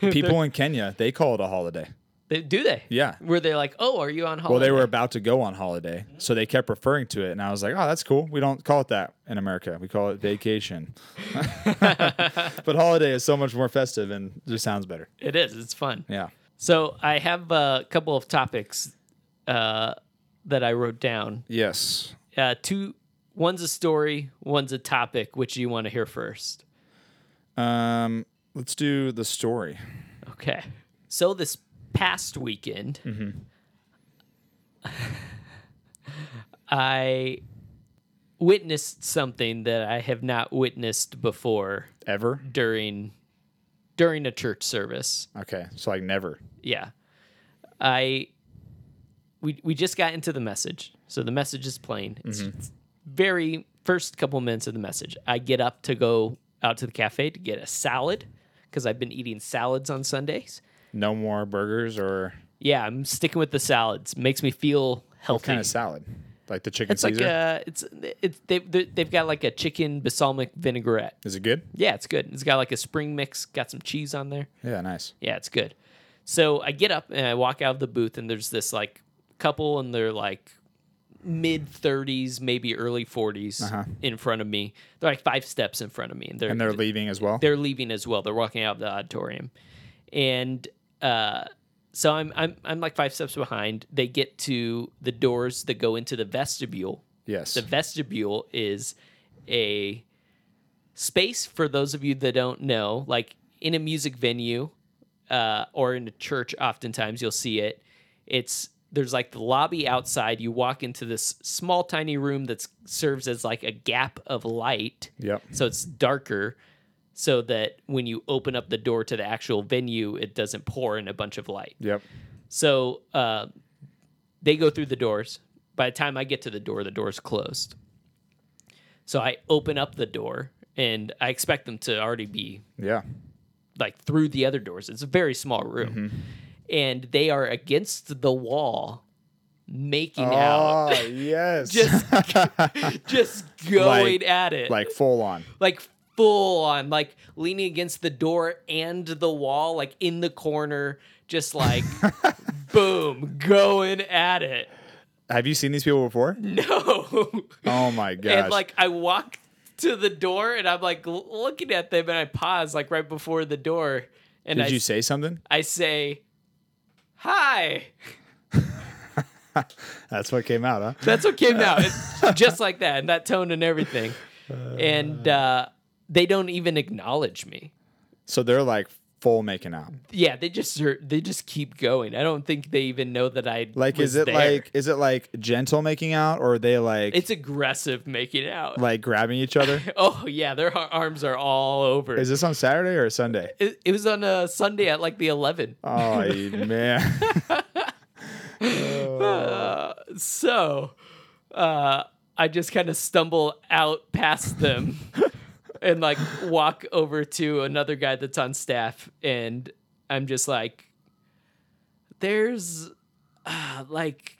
Speaker 1: People in Kenya, they call it a holiday.
Speaker 2: They- Do they?
Speaker 1: Yeah.
Speaker 2: Were they like, oh, are you on holiday?
Speaker 1: Well, they were about to go on holiday, so they kept referring to it, and I was like, "Oh, that's cool. We don't call it that in America. We call it vacation." but holiday is so much more festive and just sounds better.
Speaker 2: It is. It's fun.
Speaker 1: Yeah.
Speaker 2: So I have a couple of topics uh, that I wrote down.
Speaker 1: Yes.
Speaker 2: Uh, two. One's a story, one's a topic. Which do you want to hear first?
Speaker 1: Um, let's do the story.
Speaker 2: Okay. So this past weekend, I witnessed something that I have not witnessed before
Speaker 1: Ever?
Speaker 2: during during a church service.
Speaker 1: Okay. So like never.
Speaker 2: Yeah. I we we just got into the message. So the message is plain. It's it's very first couple minutes of the message. I get up to go out to the cafe to get a salad because I've been eating salads on Sundays.
Speaker 1: No more burgers or
Speaker 2: Yeah, I'm sticking with the salads. Makes me feel healthy.
Speaker 1: kind of salad, like the chicken
Speaker 2: it's like
Speaker 1: Caesar.
Speaker 2: a, it's it's they they- they've got like a chicken balsamic vinaigrette.
Speaker 1: is it good?
Speaker 2: Yeah, it's good. It's got like a spring mix. Got some cheese on there.
Speaker 1: Yeah. Nice.
Speaker 2: Yeah, it's good. So I get up and I walk out of the booth, and there's this like couple, and they're like mid 30s, maybe early 40s in front of me. They're like five steps in front of me, and they're
Speaker 1: Uh-huh. And they're leaving as well.
Speaker 2: they're leaving as well. They're walking out of the auditorium, and uh, so I'm I'm I'm like five steps behind. They get to the doors that go into the vestibule.
Speaker 1: Yes.
Speaker 2: The vestibule is a space for those of you that don't know like in a music venue uh, or in a church oftentimes you'll see it it's there's like the lobby outside you walk into this small tiny room that serves as like a gap of light
Speaker 1: Yep.
Speaker 2: so it's darker so that when you open up the door to the actual venue it doesn't pour in a bunch of light
Speaker 1: Yep.
Speaker 2: so uh, they go through the doors. By the time I get to the door, the door's closed. So I open up the door and I expect them to already be
Speaker 1: Yeah.
Speaker 2: like through the other doors. It's a very small room. And they are against the wall, making out,
Speaker 1: Oh, yes.
Speaker 2: Just- just going at it.
Speaker 1: like full on.
Speaker 2: like full on, like leaning against the door and the wall, like in the corner, just like boom, going at it.
Speaker 1: Have you seen these people before?
Speaker 2: No.
Speaker 1: Oh my gosh.
Speaker 2: and like I walk to the door and I'm like l- looking at them and I pause like right before the door and
Speaker 1: Did
Speaker 2: I
Speaker 1: you say something?
Speaker 2: I say hi.
Speaker 1: That's what came out, huh?
Speaker 2: That's what came out. It's just like that and that tone and everything. And uh they don't even acknowledge me.
Speaker 1: So they're like full making out.
Speaker 2: Yeah, they just are, they just keep going. I don't think they even know that I
Speaker 1: Like,
Speaker 2: was
Speaker 1: is it
Speaker 2: there.
Speaker 1: like is it like gentle making out, or are they like
Speaker 2: it's aggressive making out.
Speaker 1: like grabbing each other?
Speaker 2: oh yeah, their ar- arms are all over.
Speaker 1: Is this on Saturday or Sunday?
Speaker 2: it, it was on a Sunday at like the 11.
Speaker 1: Oh you- man.
Speaker 2: Uh, so uh, I just kind of stumble out past them and like walk over to another guy that's on staff. And I'm just like, there's uh, like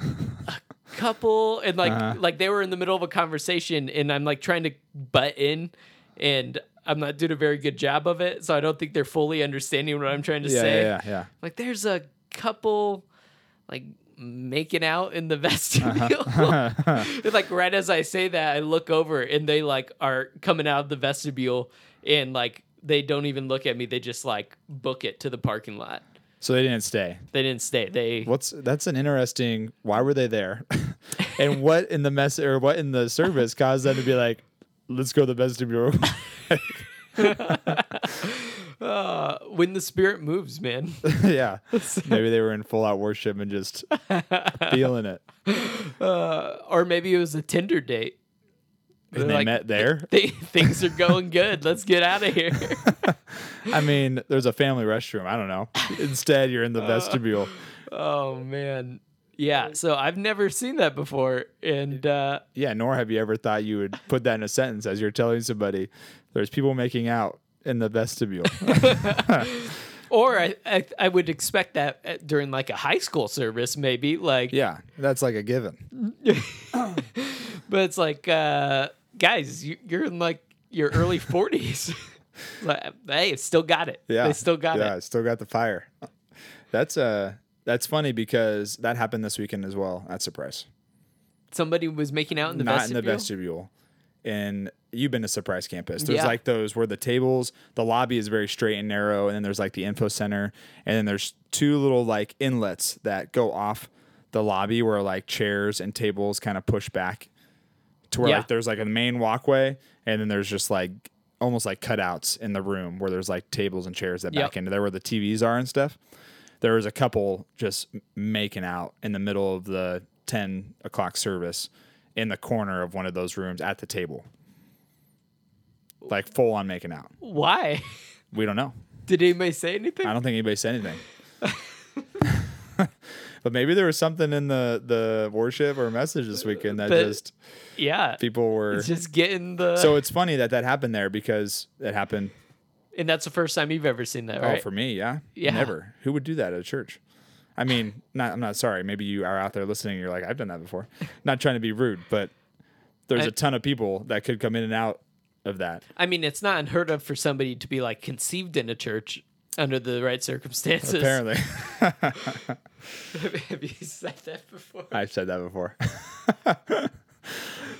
Speaker 2: a couple and like
Speaker 1: Uh-huh.
Speaker 2: like they were in the middle of a conversation and I'm like trying to butt in and I'm not doing a very good job of it so I don't think they're fully understanding what I'm trying to
Speaker 1: Yeah, yeah,
Speaker 2: say
Speaker 1: yeah, yeah.
Speaker 2: like there's a couple like making out in the
Speaker 1: Uh-huh.
Speaker 2: vestibule It's like right as i say that i look over and they like are coming out of the vestibule and like they don't even look at me they just like book it to the parking lot
Speaker 1: So they didn't stay.
Speaker 2: they didn't stay they
Speaker 1: What's that's an interesting. Why were they there? and what in the mess or what in the service caused them to be like, let's go to the vestibule?
Speaker 2: uh, when the spirit moves man
Speaker 1: yeah, maybe they were in full out worship and just feeling it.
Speaker 2: uh, or maybe it was a tinder date
Speaker 1: And they
Speaker 2: like-
Speaker 1: met there.
Speaker 2: Thi- things are going good let's get out of here
Speaker 1: I mean, there's a family restroom. I don't know. Instead, you're
Speaker 2: Uh.
Speaker 1: in the vestibule.
Speaker 2: oh man yeah so i've never seen that before and uh
Speaker 1: Yeah, nor have you ever thought you would put that in a sentence as you're telling somebody there's people making out in the vestibule.
Speaker 2: Or I, I, I would expect that at- during like a high school service, maybe like.
Speaker 1: yeah, that's like a given.
Speaker 2: But it's like, uh, guys, you, you're in like your early forties. like, hey, still got it.
Speaker 1: Yeah.
Speaker 2: they still got
Speaker 1: yeah,
Speaker 2: it.
Speaker 1: still got the fire. That's uh that's funny because that happened this weekend as well at Surprise.
Speaker 2: Somebody was making out in the
Speaker 1: Not
Speaker 2: vestibule.
Speaker 1: in the vestibule. And you've been to Surprise Campus. There's
Speaker 2: Yeah.
Speaker 1: like those where the tables, the lobby is very straight and narrow, and then there's like the info center, and then there's two little like inlets that go off the lobby where like chairs and tables kind of push back to where
Speaker 2: Yeah.
Speaker 1: like there's like a main walkway, and then there's just like almost like cutouts in the room where there's like tables and chairs that
Speaker 2: Yep.
Speaker 1: back into there where the TVs are and stuff. There was a couple just making out in the middle of the 10 o'clock service in the corner of one of those rooms at the table. Like full on making out.
Speaker 2: Why
Speaker 1: We don't know.
Speaker 2: did anybody say anything?
Speaker 1: I don't think anybody said anything. but maybe there was something in the the worship or message this weekend that
Speaker 2: But-
Speaker 1: just
Speaker 2: Yeah,
Speaker 1: people were
Speaker 2: it's just getting the.
Speaker 1: so it's funny that that happened there because it happened
Speaker 2: and that's the first time you've ever seen that,
Speaker 1: Oh,
Speaker 2: right?
Speaker 1: for me, yeah.
Speaker 2: Yeah.
Speaker 1: Never. Who would do that at a church? I mean, not I'm not sorry. Maybe you are out there listening and you're like, I've done that before. Not trying to be rude, but there's
Speaker 2: I-
Speaker 1: a ton of people that could come in and out of that.
Speaker 2: I mean, it's not unheard of for somebody to be like conceived in a church under the right circumstances.
Speaker 1: Apparently.
Speaker 2: have you said that before?
Speaker 1: I've said that before.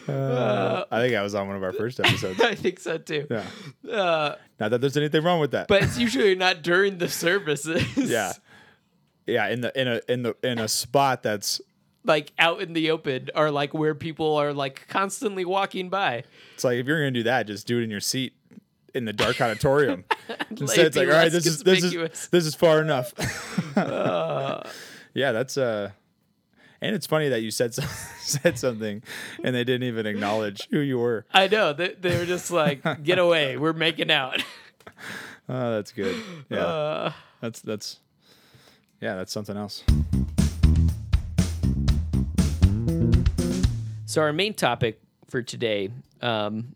Speaker 1: Uh, I think I was on one of our first episodes.
Speaker 2: I think so too.
Speaker 1: Yeah.
Speaker 2: Uh,
Speaker 1: Not that there's anything wrong with that.
Speaker 2: but it's usually not during the services.
Speaker 1: yeah. Yeah, in the in a in the in a spot that's
Speaker 2: like out in the open are like where people are like constantly walking by.
Speaker 1: It's like if you're gonna do that, just do it in your seat in the dark auditorium.
Speaker 2: Like,
Speaker 1: Instead, it's
Speaker 2: be
Speaker 1: like, all right,
Speaker 2: less
Speaker 1: this is this
Speaker 2: conspicuous.
Speaker 1: is this is far enough. yeah, that's uh, and it's funny that you said so, said something, and they didn't even acknowledge who you were.
Speaker 2: I know they, they were just like, get away, we're making out.
Speaker 1: Oh, that's good. Yeah,
Speaker 2: Uh,
Speaker 1: that's that's yeah, that's something else.
Speaker 2: so our main topic for today um,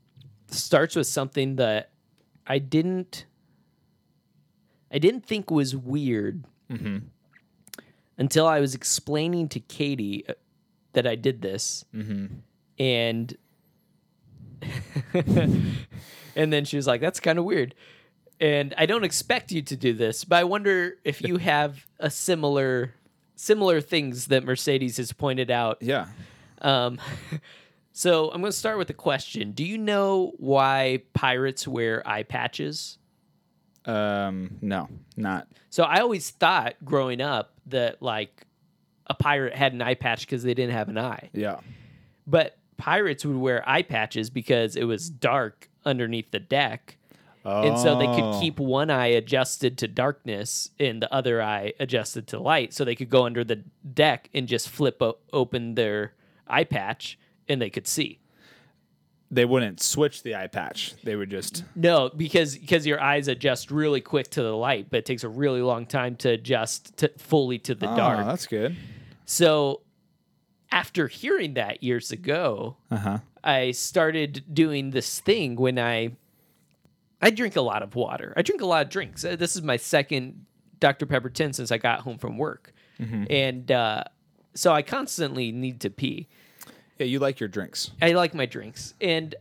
Speaker 2: starts with something that I didn't, I didn't think was weird until I was explaining to Katie uh, that I did this, and and then she was like, "That's kind of weird." And I don't expect you to do this, but I wonder if you have a similar similar things that Mercedes has pointed out
Speaker 1: Yeah,
Speaker 2: um, so I'm going to start with a question. Do you know why pirates wear eye patches?
Speaker 1: um, no, not
Speaker 2: So I always thought growing up that like a pirate had an eye patch because they didn't have an eye.
Speaker 1: yeah,
Speaker 2: But pirates would wear eye patches because it was dark underneath the deck. And so they could
Speaker 1: Oh.
Speaker 2: keep one eye adjusted to darkness and the other eye adjusted to light. So they could go under the deck and just flip o- open their eye patch and they could see.
Speaker 1: they wouldn't switch the eye patch. They would just
Speaker 2: No, because because your eyes adjust really quick to the light, but it takes a really long time to adjust to, fully to the
Speaker 1: oh,
Speaker 2: dark.
Speaker 1: That's good.
Speaker 2: So after hearing that years ago,
Speaker 1: Uh huh.
Speaker 2: I started doing this thing when I I drink a lot of water. I drink a lot of drinks. Uh, This is my second Dr Pepper 10 since I got home from work. And uh, so I constantly need to pee.
Speaker 1: Yeah, you like your drinks.
Speaker 2: I like my drinks. And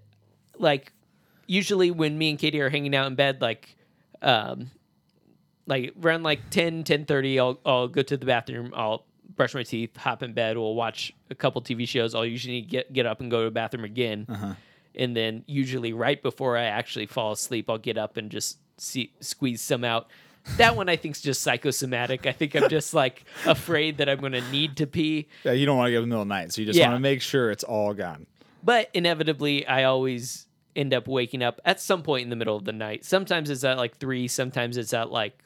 Speaker 2: like usually when me and Katie are hanging out in bed, like um like around like 10, 10 I'll I'll go to the bathroom, I'll brush my teeth, hop in bed, we'll watch a couple TV shows. I'll usually get get up and go to the bathroom again. And then usually right before I actually fall asleep, I'll get up and just see, squeeze some out. That one I think's just psychosomatic. I think I'm just like afraid that I'm going to need to pee.
Speaker 1: Yeah, you don't want to go in the middle of the night, so you just
Speaker 2: Yeah.
Speaker 1: want to make sure it's all gone.
Speaker 2: but inevitably i always end up waking up at some point in the middle of the night sometimes it's at like three sometimes it's at like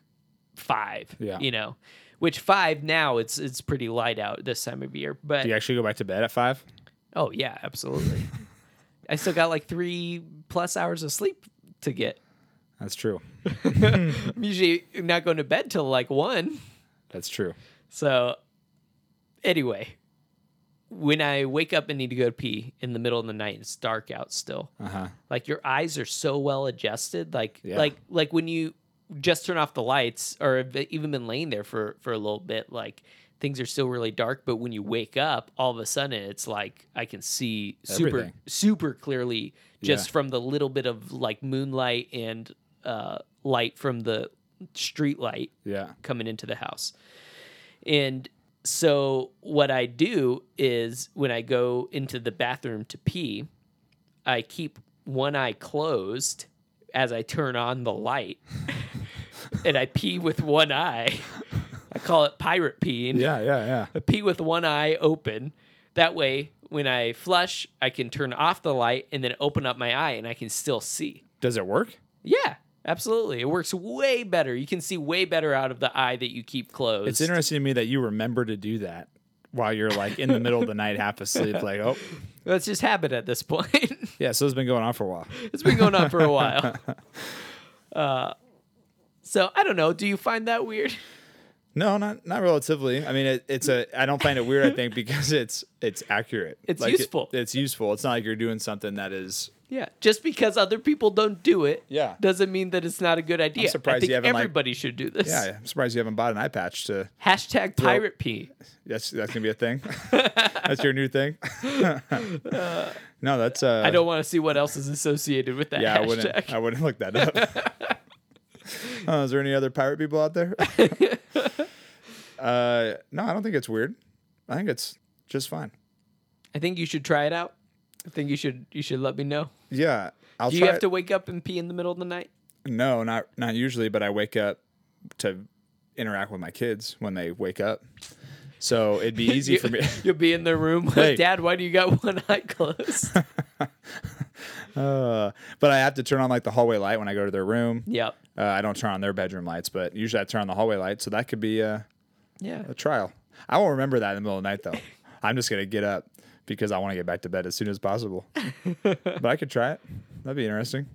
Speaker 2: five
Speaker 1: Yeah.
Speaker 2: you know which five now it's it's pretty light out this time of year but
Speaker 1: Do you actually go back to bed at five?
Speaker 2: oh yeah absolutely i still got like three plus hours of sleep to get
Speaker 1: That's true.
Speaker 2: i'm usually not going to bed till like one
Speaker 1: That's true.
Speaker 2: So, anyway, when I wake up and need to go pee in the middle of the night, it's dark out still.
Speaker 1: Uh-huh.
Speaker 2: Like your eyes are so well adjusted, like
Speaker 1: Yeah.
Speaker 2: like like when you just turn off the lights or have even been laying there for for a little bit, like things are still really dark. But when you wake up, all of a sudden it's like I can see super
Speaker 1: Everything.
Speaker 2: super clearly just
Speaker 1: Yeah.
Speaker 2: from the little bit of like moonlight and uh, light from the street light
Speaker 1: Yeah.
Speaker 2: coming into the house. And so what I do is when I go into the bathroom to pee, I keep one eye closed as I turn on the light and I pee with one eye. I call it pirate peeing.
Speaker 1: Yeah, yeah, yeah.
Speaker 2: I pee with one eye open. That way, when I flush, I can turn off the light and then open up my eye and I can still see.
Speaker 1: Does it work?
Speaker 2: Yeah, absolutely. It works way better. You can see way better out of the eye that you keep closed.
Speaker 1: It's interesting to me that you remember to do that while you're like in the middle of the night, half asleep. Like, oh,
Speaker 2: That's just habit at this point.
Speaker 1: yeah. So it's been going on for a while.
Speaker 2: it's been going on for a while. Uh, so I don't know. Do you find that weird?
Speaker 1: No, not not relatively. I mean, it, it's a. I don't find it weird. I think because it's it's accurate.
Speaker 2: It's
Speaker 1: Like, it-
Speaker 2: useful.
Speaker 1: it's useful. It's not like you're doing something that is.
Speaker 2: Yeah. Just because other people don't do it,
Speaker 1: Yeah.
Speaker 2: doesn't mean that it's not a good idea.
Speaker 1: surprised
Speaker 2: I think
Speaker 1: you haven't, like-
Speaker 2: everybody should do this.
Speaker 1: Yeah, I'm surprised you haven't bought an eye patch. To
Speaker 2: Hashtag pirate pee.
Speaker 1: that's that's gonna be a thing. that's your new thing. no, that's. Uh,
Speaker 2: I don't want to see what else is associated with that
Speaker 1: Yeah, I
Speaker 2: hashtag.
Speaker 1: wouldn't. I wouldn't look that up. uh, is there any other pirate people out there? uh, no, I don't think it's weird. I think it's just fine.
Speaker 2: I think you should try it out. I think you should you should let me know.
Speaker 1: Yeah, I'll
Speaker 2: Do you
Speaker 1: try.
Speaker 2: have
Speaker 1: it.
Speaker 2: to wake up and pee in the middle of the night?
Speaker 1: No, not not usually. But I wake up to interact with my kids when they wake up. So it'd be easy
Speaker 2: you,
Speaker 1: for me.
Speaker 2: will be in the room.
Speaker 1: Hey.
Speaker 2: Dad, why do you got one eye closed?
Speaker 1: Uh, but I have to turn on like the hallway light when I go to their room.
Speaker 2: yep.
Speaker 1: Uh, I don't turn on their bedroom lights, but usually I turn on the hallway light. So that could be uh,
Speaker 2: Yeah.
Speaker 1: a trial. I won't remember that in the middle of the night though. I'm just gonna get up because I want to get back to bed as soon as possible. but I could try it. That'd be interesting.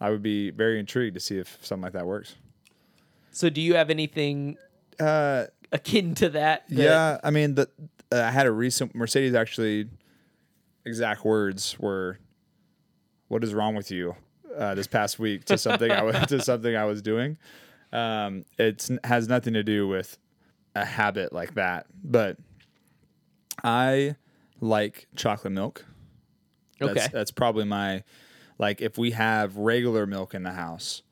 Speaker 1: I would be very intrigued to see if something like that works.
Speaker 2: So do you have anything
Speaker 1: Uh,
Speaker 2: akin to that? that-
Speaker 1: yeah, I mean, the uh, I had a recent Mercedes actually. Exact words were, "What is wrong with you?" Uh, this past week to something I was to something I was doing. Um, it has nothing to do with a habit like that, but I like chocolate milk.
Speaker 2: Okay.
Speaker 1: That's, that's probably my like if we have regular milk in the house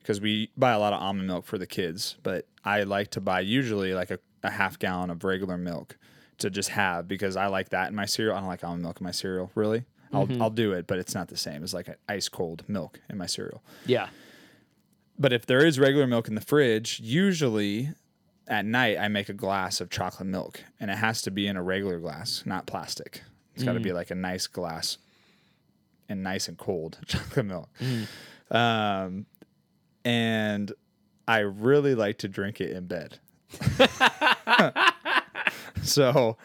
Speaker 1: because we buy a lot of almond milk for the kids, but I like to buy usually like a, a half gallon of regular milk to just have because I like that in my cereal. I don't like almond milk in my cereal really. I'll I'll do it, but it's not the same as like an ice cold milk in my cereal.
Speaker 2: yeah.
Speaker 1: But if there is regular milk in the fridge, usually at night I make a glass of chocolate milk and it has to be in a regular glass, not plastic. It's got to
Speaker 2: Mm.
Speaker 1: be like a nice glass and nice and cold chocolate milk.
Speaker 2: Mm.
Speaker 1: Um, and I really like to drink it in bed. so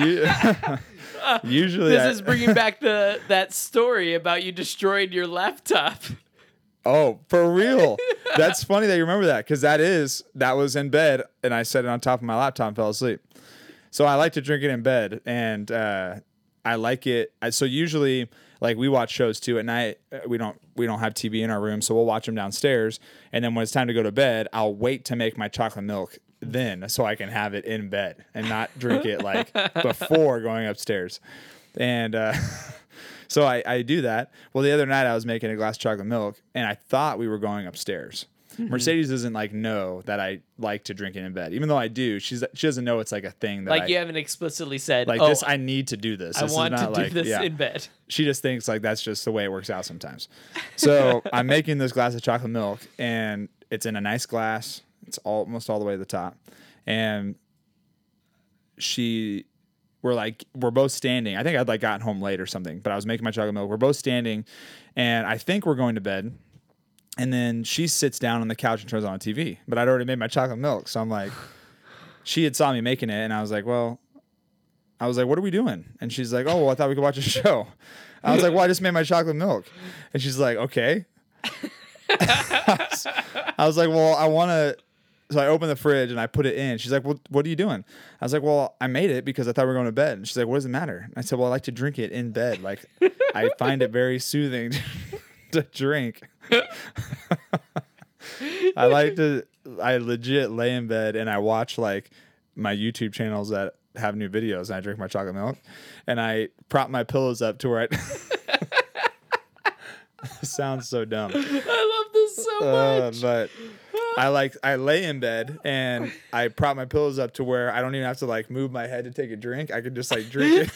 Speaker 1: you- usually
Speaker 2: This
Speaker 1: I-
Speaker 2: is bringing back the that story about you destroyed your laptop.
Speaker 1: Oh, for real. That's funny that you remember that because that is, that was in bed and I set it on top of my laptop and fell asleep. So I like to drink it in bed and uh, I like it. I- So usually, like we watch shows too at night. Uh, We don't we don't have TV in our room, so we'll watch them downstairs. And then when it's time to go to bed, I'll wait to make my chocolate milk then, so I can have it in bed and not drink it like before going upstairs. And uh, so I, I do that. Well, the other night I was making a glass of chocolate milk and I thought we were going upstairs. Mercedes doesn't like know that I like to drink it in bed, even though I do. She's she doesn't know it's like a thing that
Speaker 2: Like
Speaker 1: I,
Speaker 2: you haven't explicitly said,
Speaker 1: like
Speaker 2: "Oh,
Speaker 1: this I need to do this.
Speaker 2: I
Speaker 1: This is
Speaker 2: want to
Speaker 1: not
Speaker 2: do
Speaker 1: like
Speaker 2: this
Speaker 1: yeah.
Speaker 2: in bed."
Speaker 1: she just thinks like that's just the way it works out sometimes. So I'm making this glass of chocolate milk and it's in a nice glass. It's almost all the way to the top. And she we're like we're both standing. I think I'd like gotten home late or something, but I was making my chocolate milk. We're both standing and I think we're going to bed. And then she sits down on the couch and turns on the TV. But I'd already made my chocolate milk. So I'm like, she had saw me making it and I was like, well, I was like, what are we doing? And she's like, oh, well, I thought we could watch a show. I was like, well, I just made my chocolate milk. And she's like, okay. I was like, well, I want to. So I opened the fridge and I put it in. She's like, well, what are you doing? I was like, well, I made it because I thought we were going to bed. And she's like, what does it matter? And I said, well, I like to drink it in bed. Like, I find it very soothing to drink. I like to I legit lay in bed and I watch like my YouTube channels that have new videos and I drink my chocolate milk and I prop my pillows up to where I sounds so dumb.
Speaker 2: I love this so
Speaker 1: Uh,
Speaker 2: much.
Speaker 1: but I like I lay in bed and I prop my pillows up to where I don't even have to like move my head to take a drink. I can just like drink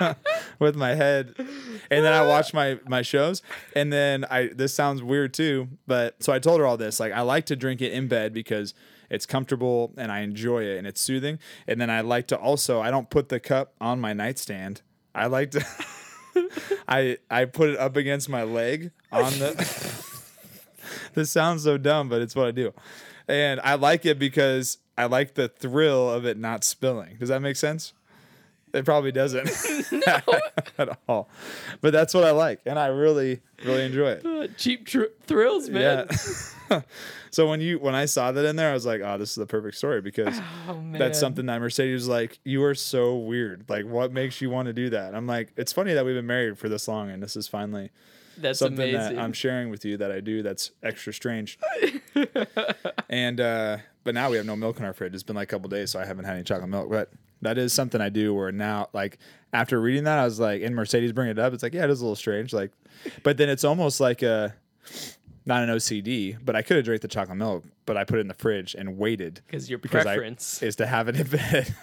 Speaker 1: it with my head. And then I watch my my shows. And then I this sounds weird too, but so I told her all this. Like I like to drink it in bed because it's comfortable and I enjoy it and it's soothing. And then I like to also I don't put the cup on my nightstand. I like to I I put it up against my leg on the. this sounds so dumb, but it's what I do, and I like it because I like the thrill of it not spilling. Does that make sense? It probably doesn't at all, but that's what I like, and I really really enjoy it.
Speaker 2: Uh, cheap tr- thrills, man.
Speaker 1: Yeah. so when you when I saw that in there, I was like, oh, this is the perfect story because
Speaker 2: Oh man.
Speaker 1: that's something that Mercedes was like, you are so weird. Like, what makes you want to do that? And I'm like, it's funny that we've been married for this long, and this is finally
Speaker 2: That's
Speaker 1: something
Speaker 2: amazing.
Speaker 1: that I'm sharing with you that I do that's extra strange. and uh, but now we have no milk in our fridge. It's been like a couple days, so I haven't had any chocolate milk. But that is something I do where now, like after reading that, I was like, and Mercedes bring it up. It's like, yeah, it is a little strange. Like, but then it's almost like a not an OCD, but I could have drank the chocolate milk, but I put it in the fridge and waited
Speaker 2: because your
Speaker 1: because I-
Speaker 2: preference.
Speaker 1: is to have it in bed.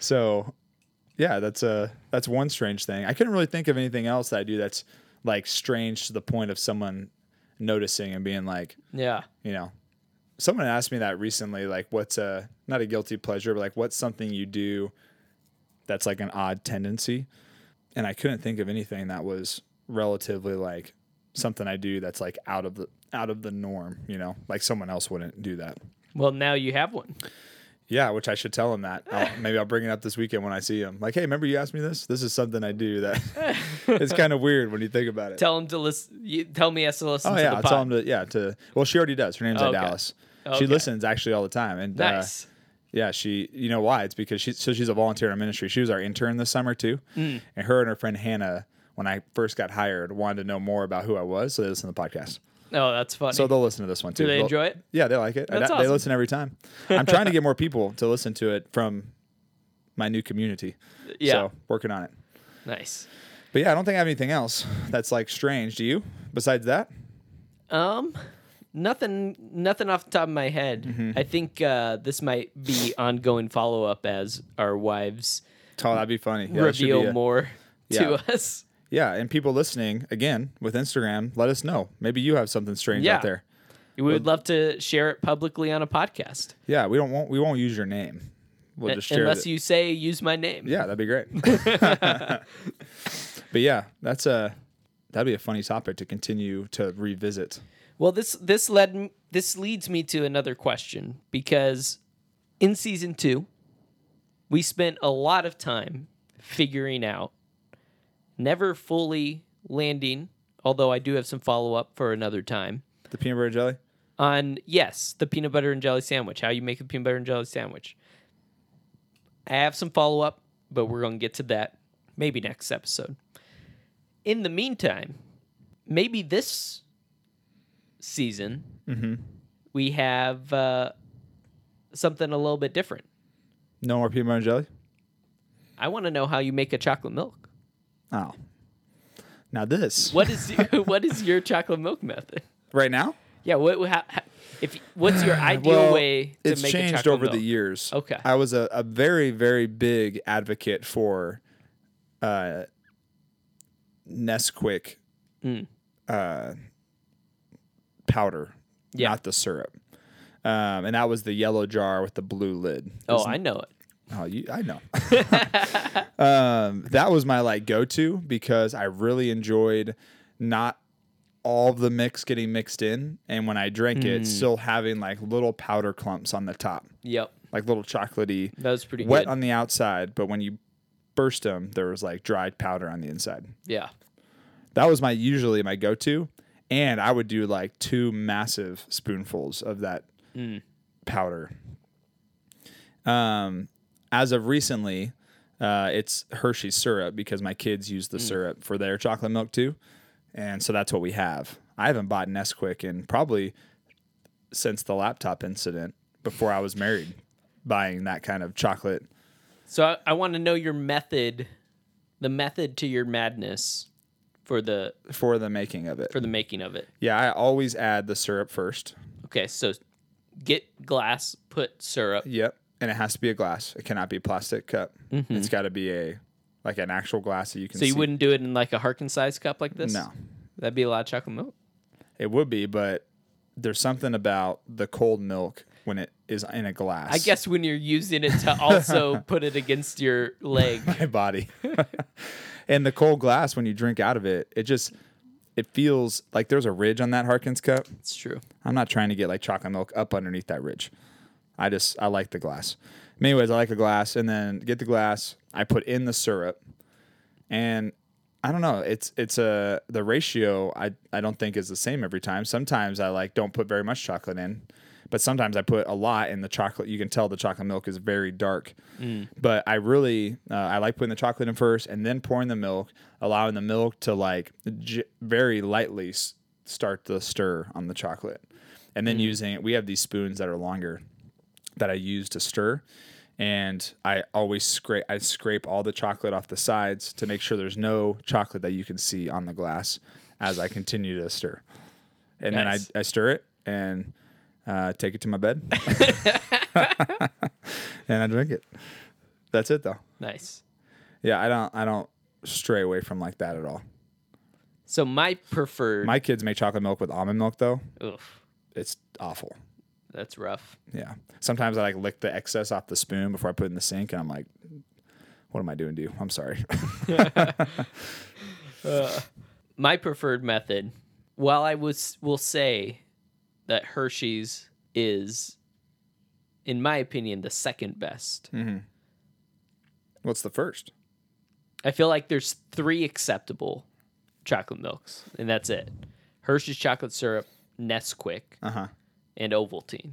Speaker 1: so, yeah, that's a that's one strange thing. I couldn't really think of anything else that I do that's like strange to the point of someone noticing and being like,
Speaker 2: yeah.
Speaker 1: you know, someone asked me that recently like what's a not a guilty pleasure but like what's something you do that's like an odd tendency and i couldn't think of anything that was relatively like something i do that's like out of the out of the norm you know like someone else wouldn't do that
Speaker 2: Well, now you have one.
Speaker 1: yeah which i should tell him that I'll, maybe i'll bring it up this weekend when i see him like hey remember you asked me this this is something i do that it's kind of weird when you think about it
Speaker 2: Tell him to listen. You, tell me has to listen
Speaker 1: Oh
Speaker 2: to
Speaker 1: yeah,
Speaker 2: the
Speaker 1: I'll
Speaker 2: pod.
Speaker 1: tell him to yeah to. Well, she already does. Her name's
Speaker 2: Okay.
Speaker 1: Dallas.
Speaker 2: Okay.
Speaker 1: She listens actually all the time, and uh,
Speaker 2: nice.
Speaker 1: yeah, she you know why? It's because she's so she's a volunteer in our ministry. She was our intern this summer too,
Speaker 2: Mm.
Speaker 1: and her and her friend Hannah, when I first got hired, wanted to know more about who I was, so they listen to the podcast.
Speaker 2: oh, that's funny.
Speaker 1: So they'll listen to this one too.
Speaker 2: they
Speaker 1: They'll-
Speaker 2: enjoy it?
Speaker 1: Yeah, they like it. And
Speaker 2: That's
Speaker 1: I- They
Speaker 2: awesome.
Speaker 1: listen every time. I'm trying to get more people to listen to it from my new community.
Speaker 2: Yeah.
Speaker 1: so, working on it.
Speaker 2: nice.
Speaker 1: But yeah, I don't think I have anything else that's like strange. Do you? Besides that,
Speaker 2: Um, nothing, nothing off the top of my head.
Speaker 1: Mm-hmm.
Speaker 2: I think uh, this might be ongoing follow up as our wives
Speaker 1: oh, that'd be funny. Yeah, that should be
Speaker 2: reveal
Speaker 1: a-
Speaker 2: more
Speaker 1: yeah.
Speaker 2: to us.
Speaker 1: Yeah, and people listening again with Instagram, let us know. Maybe you have something strange
Speaker 2: Yeah.
Speaker 1: out there.
Speaker 2: We would love to share it publicly on a podcast,
Speaker 1: Yeah, we don't won't, we won't use your name. We'll
Speaker 2: Uh,
Speaker 1: just share
Speaker 2: unless
Speaker 1: that-
Speaker 2: you say use my name.
Speaker 1: Yeah, that'd be great. but yeah, that's a that'd be a funny topic to continue to revisit.
Speaker 2: Well, this this led m- this leads me to another question because in season 2 we spent a lot of time figuring out never fully landing, although I do have some follow up for another time
Speaker 1: The peanut butter jelly.
Speaker 2: on yes, the peanut butter and jelly sandwich, how you make a peanut butter and jelly sandwich. I have some follow up, but we're going to get to that maybe next episode. In the meantime, maybe this season
Speaker 1: Mm-hmm.
Speaker 2: we have uh, something a little bit different.
Speaker 1: No more peanut butter and jelly.
Speaker 2: I want to know how you make a chocolate milk.
Speaker 1: Oh, now this
Speaker 2: What is what is your chocolate milk method?
Speaker 1: right now.
Speaker 2: Yeah, what how, how- if what's your ideal way to
Speaker 1: it's
Speaker 2: make a
Speaker 1: changed
Speaker 2: chocolate
Speaker 1: over
Speaker 2: milk?
Speaker 1: the years.
Speaker 2: Okay.
Speaker 1: I was a, a very, very big advocate for uh, Nesquik
Speaker 2: Mm.
Speaker 1: uh, powder,
Speaker 2: Yeah.
Speaker 1: not the syrup. Um, and that was the yellow jar with the blue lid.
Speaker 2: Oh, I know it.
Speaker 1: Oh, you, I know. um, that was my like go to because I really enjoyed not all the mix getting mixed in, and when I drank
Speaker 2: Mm.
Speaker 1: it, still having like little powder clumps on the top,
Speaker 2: Yep.
Speaker 1: like little chocolatey,
Speaker 2: That was pretty
Speaker 1: wet
Speaker 2: good.
Speaker 1: on the outside, but when you burst them, there was like dried powder on the inside.
Speaker 2: yeah.
Speaker 1: That was my usually my go to, and I would do like two massive spoonfuls of that powder. Um, as of recently, uh, it's Hershey syrup because my kids use the syrup for their chocolate milk too, and so that's what we have. I haven't bought Nesquik in probably since the laptop incident before I was married, buying that kind of chocolate.
Speaker 2: So I, I want to know your method, the method to your madness for the
Speaker 1: for the making of it.
Speaker 2: for the making of it.
Speaker 1: yeah, I always add the syrup first.
Speaker 2: Okay, so get glass, put syrup.
Speaker 1: Yep, and it has to be a glass. It cannot be a plastic cup. It's got to be a like an actual glass that you can.
Speaker 2: Mm-hmm. So you
Speaker 1: see.
Speaker 2: wouldn't do it in like a Harkin size cup like this?
Speaker 1: No.
Speaker 2: That'd be a lot of chocolate milk.
Speaker 1: It would be, but there's something about the cold milk when it is in a glass.
Speaker 2: I guess when you're using it to also put it against your leg.
Speaker 1: my body. and the cold glass when you drink out of it, it just it feels like there's a ridge on that Harkins cup.
Speaker 2: It's true.
Speaker 1: I'm not trying to get like chocolate milk up underneath that ridge. I just I like the glass. Anyways, I like a glass, and then get the glass. I put in the syrup, and I don't know. It's it's a the ratio. I I don't think is the same every time. Sometimes I like don't put very much chocolate in, but sometimes I put a lot in the chocolate. You can tell the chocolate milk is very dark. But I really uh, I like putting the chocolate in first, and then pouring the milk, allowing the milk to like j- very lightly s- start the stir on the chocolate, and then using it. We have these spoons that are longer that I use to stir. And I always scrape I scrape all the chocolate off the sides to make sure there's no chocolate that you can see on the glass as I continue to stir. And
Speaker 2: Nice.
Speaker 1: then I, I stir it and uh, take it to my bed. and I drink it. That's it though.
Speaker 2: Nice.
Speaker 1: Yeah, I don't I don't stray away from like that at all.
Speaker 2: So my preferred
Speaker 1: My kids make chocolate milk with almond milk though.
Speaker 2: Ugh.
Speaker 1: It's awful.
Speaker 2: That's rough.
Speaker 1: Yeah. Sometimes I like lick the excess off the spoon before I put it in the sink, and I'm like, what am I doing to you? I'm sorry.
Speaker 2: My preferred method, while I was will say that Hershey's is, in my opinion, the second best.
Speaker 1: Hmm. What's the first?
Speaker 2: I feel like there's three acceptable chocolate milks, and that's it. Hershey's chocolate syrup, Nesquik,
Speaker 1: Uh huh.
Speaker 2: and Ovaltine.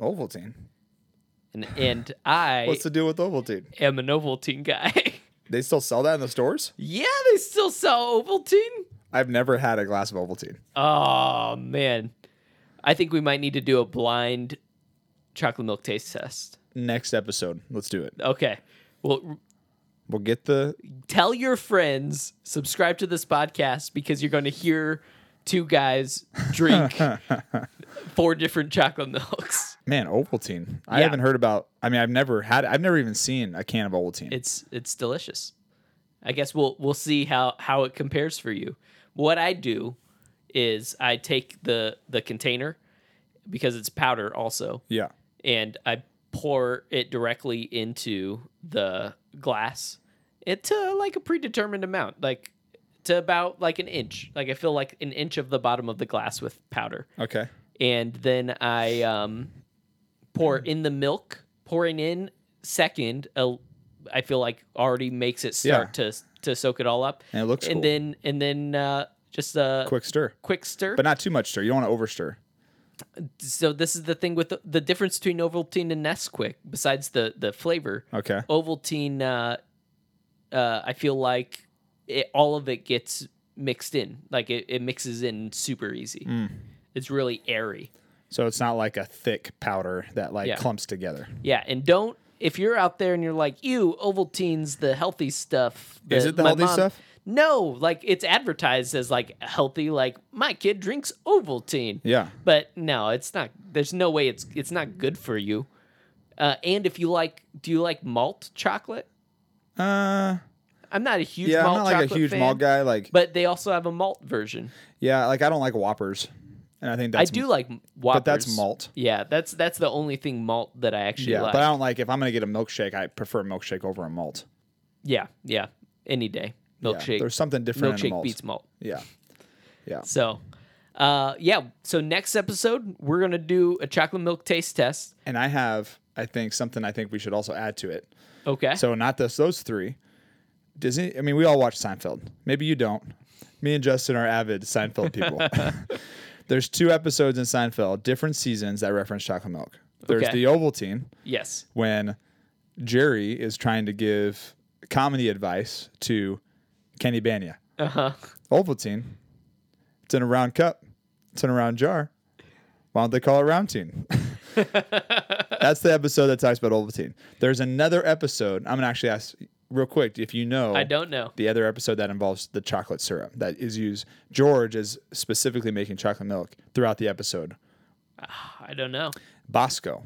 Speaker 1: Ovaltine.
Speaker 2: And and I
Speaker 1: What's the deal with Ovaltine?
Speaker 2: am an Ovaltine guy.
Speaker 1: They still sell that in the stores?
Speaker 2: yeah, they still sell Ovaltine.
Speaker 1: I've never had a glass of Ovaltine.
Speaker 2: Oh man, I think we might need to do a blind chocolate milk taste test.
Speaker 1: Next episode, let's do it.
Speaker 2: Okay. Well, r-
Speaker 1: We'll get the
Speaker 2: tell your friends, subscribe to this podcast because you're going to hear two guys drink four different chocolate milks.
Speaker 1: man Ovaltine. I
Speaker 2: Yeah.
Speaker 1: haven't heard about. I mean, I've never had. I've never even seen a can of Ovaltine.
Speaker 2: It's it's delicious. I guess we'll we'll see how how it compares for you. What I do is I take the the container because it's powder also.
Speaker 1: yeah.
Speaker 2: and I pour it directly into the glass. It to like a predetermined amount, like to about like an inch. Like I fill like an inch of the bottom of the glass with powder,
Speaker 1: Okay.
Speaker 2: and then I um, pour
Speaker 1: Mm.
Speaker 2: in the milk. Pouring in second, uh, I feel like already makes it start to to soak it all up.
Speaker 1: And it looks
Speaker 2: and
Speaker 1: cool.
Speaker 2: then and then uh, just a quick,
Speaker 1: Quick stir,
Speaker 2: stir.
Speaker 1: but not too much stir. You don't want to overstir.
Speaker 2: so this is the thing with the, the difference between Ovaltine and Nesquik. Besides the the flavor,
Speaker 1: Okay.
Speaker 2: Ovaltine, uh, uh, I feel like it, all of it gets mixed in. Like it, it mixes in super easy.
Speaker 1: Mm.
Speaker 2: It's really airy.
Speaker 1: So it's not like a thick powder that like
Speaker 2: Yeah.
Speaker 1: clumps together.
Speaker 2: Yeah, and don't if you're out there and you're like, "Ew, Ovaltine's the healthy stuff."
Speaker 1: Is
Speaker 2: that
Speaker 1: it the
Speaker 2: my
Speaker 1: healthy stuff?
Speaker 2: No, like it's advertised as like healthy. Like my kid drinks Ovaltine.
Speaker 1: Yeah.
Speaker 2: But no, it's not. There's no way it's it's not good for you. Uh, and if you like, do you like malt chocolate?
Speaker 1: Uh.
Speaker 2: I'm not a huge
Speaker 1: Yeah. I'm
Speaker 2: malt
Speaker 1: not like a
Speaker 2: chocolate
Speaker 1: huge
Speaker 2: fan,
Speaker 1: malt guy. Like.
Speaker 2: But they also have a malt version.
Speaker 1: yeah. Like I don't like Whoppers, and I think
Speaker 2: I
Speaker 1: that's
Speaker 2: do like Whoppers.
Speaker 1: But that's malt.
Speaker 2: Yeah, that's that's the only thing malt that I actually
Speaker 1: Yeah,
Speaker 2: like.
Speaker 1: but I don't like if I'm gonna get a milkshake. I prefer a milkshake over a malt.
Speaker 2: yeah, yeah, any day
Speaker 1: Yeah,
Speaker 2: milkshake.
Speaker 1: there's something different in a
Speaker 2: milkshake
Speaker 1: malt.
Speaker 2: beats malt.
Speaker 1: Yeah,
Speaker 2: So, uh, yeah. So next episode we're gonna do a chocolate milk taste test.
Speaker 1: and I have I think something I think we should also add to it.
Speaker 2: Okay.
Speaker 1: So not this those three. Disney. I mean, we all watch Seinfeld. Maybe you don't. Me and Justin are avid Seinfeld people. there's two episodes in Seinfeld, different seasons that reference chocolate milk. There's
Speaker 2: Okay.
Speaker 1: the Ovaltine
Speaker 2: yes.
Speaker 1: when Jerry is trying to give comedy advice to Kenny Banya.
Speaker 2: Uh huh.
Speaker 1: Ovaltine. It's in a round cup. It's in a round jar. Why don't they call it Roundtine? That's the episode that talks about Ovaltine. There's another episode. I'm gonna actually ask real quick if you know.
Speaker 2: I don't know.
Speaker 1: The other episode that involves the chocolate syrup that is used. George is specifically making chocolate milk throughout the episode.
Speaker 2: I don't know.
Speaker 1: Bosco,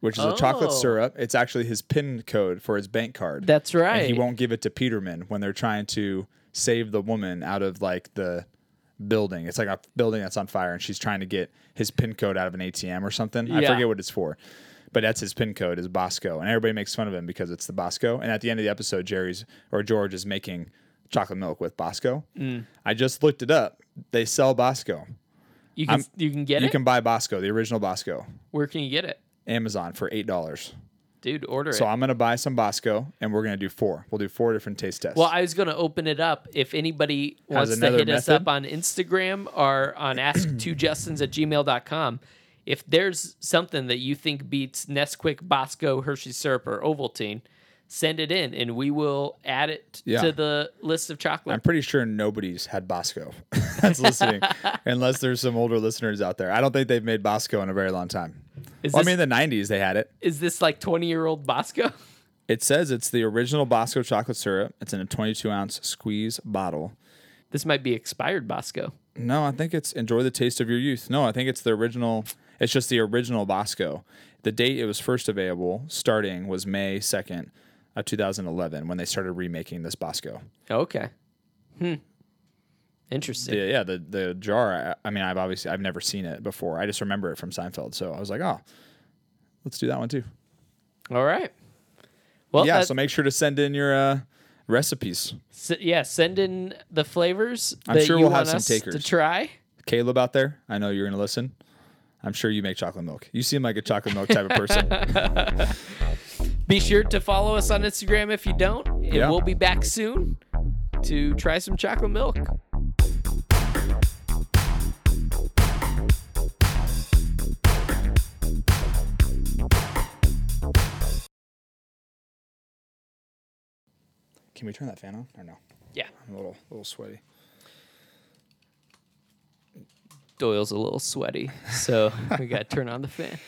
Speaker 1: which is a chocolate
Speaker 2: Oh.
Speaker 1: syrup. It's actually his PIN code for his bank card.
Speaker 2: That's right.
Speaker 1: And he won't give it to Peterman when they're trying to save the woman out of like the building. It's like a building that's on fire and she's trying to get his pin code out of an ATM or something. I
Speaker 2: Yeah.
Speaker 1: forget what it's for. But that's his pin code is Bosco. And everybody makes fun of him because it's the Bosco. And at the end of the episode, Jerry's or George is making chocolate milk with Bosco.
Speaker 2: Mm.
Speaker 1: I just looked it up. They sell Bosco.
Speaker 2: You can you can get
Speaker 1: You
Speaker 2: it.
Speaker 1: can buy Bosco, the original Bosco,
Speaker 2: Where can you get it,
Speaker 1: Amazon for eight dollars.
Speaker 2: dude? Order
Speaker 1: So
Speaker 2: it.
Speaker 1: I'm gonna buy some Bosco and we're gonna do four. We'll do four different taste tests.
Speaker 2: Well, I was gonna open it up if anybody wants to
Speaker 1: another
Speaker 2: hit us
Speaker 1: method?
Speaker 2: up on Instagram or on ask2justins at gmail.com. If there's something that you think beats Nesquik, Bosco, Hershey syrup, or Ovaltine, send it in and we will add it
Speaker 1: Yeah.
Speaker 2: to the list of chocolate.
Speaker 1: I'm pretty sure nobody's had Bosco that's listening, unless there's some older listeners out there. I don't think they've made Bosco in a very long time.
Speaker 2: Is
Speaker 1: Well, I
Speaker 2: this-
Speaker 1: mean, in the 90s they had it.
Speaker 2: Is this like 20 year old Bosco?
Speaker 1: It says it's the original Bosco chocolate syrup. It's in a 22 ounce squeeze bottle.
Speaker 2: This might be expired Bosco.
Speaker 1: No, I think it's enjoy the taste of your youth. No, I think it's the original. It's just the original Bosco. The date it was first available, starting, was May 2nd of 2011 when they started remaking this Bosco.
Speaker 2: Okay. Hmm. Interesting.
Speaker 1: Yeah, yeah. The the jar. I, I mean, I've obviously I've never seen it before. I just remember it from Seinfeld. So I was like, oh, let's do that one too.
Speaker 2: All right. Well,
Speaker 1: yeah.
Speaker 2: that-
Speaker 1: So make sure to send in your uh, recipes.
Speaker 2: S- yeah, send in the flavors.
Speaker 1: I'm
Speaker 2: that
Speaker 1: sure
Speaker 2: you
Speaker 1: we'll have
Speaker 2: want
Speaker 1: some
Speaker 2: us to
Speaker 1: takers.
Speaker 2: try.
Speaker 1: Caleb out there, I know you're gonna listen. I'm sure you make chocolate milk. You seem like a chocolate milk type of person.
Speaker 2: Be sure to follow us on Instagram if you don't, and
Speaker 1: Yeah.
Speaker 2: we'll be back soon to try some chocolate milk.
Speaker 1: Can we turn that fan on or no?
Speaker 2: Yeah,
Speaker 1: I'm a little little sweaty.
Speaker 2: Doyle's a little sweaty, so we got to turn on the fan.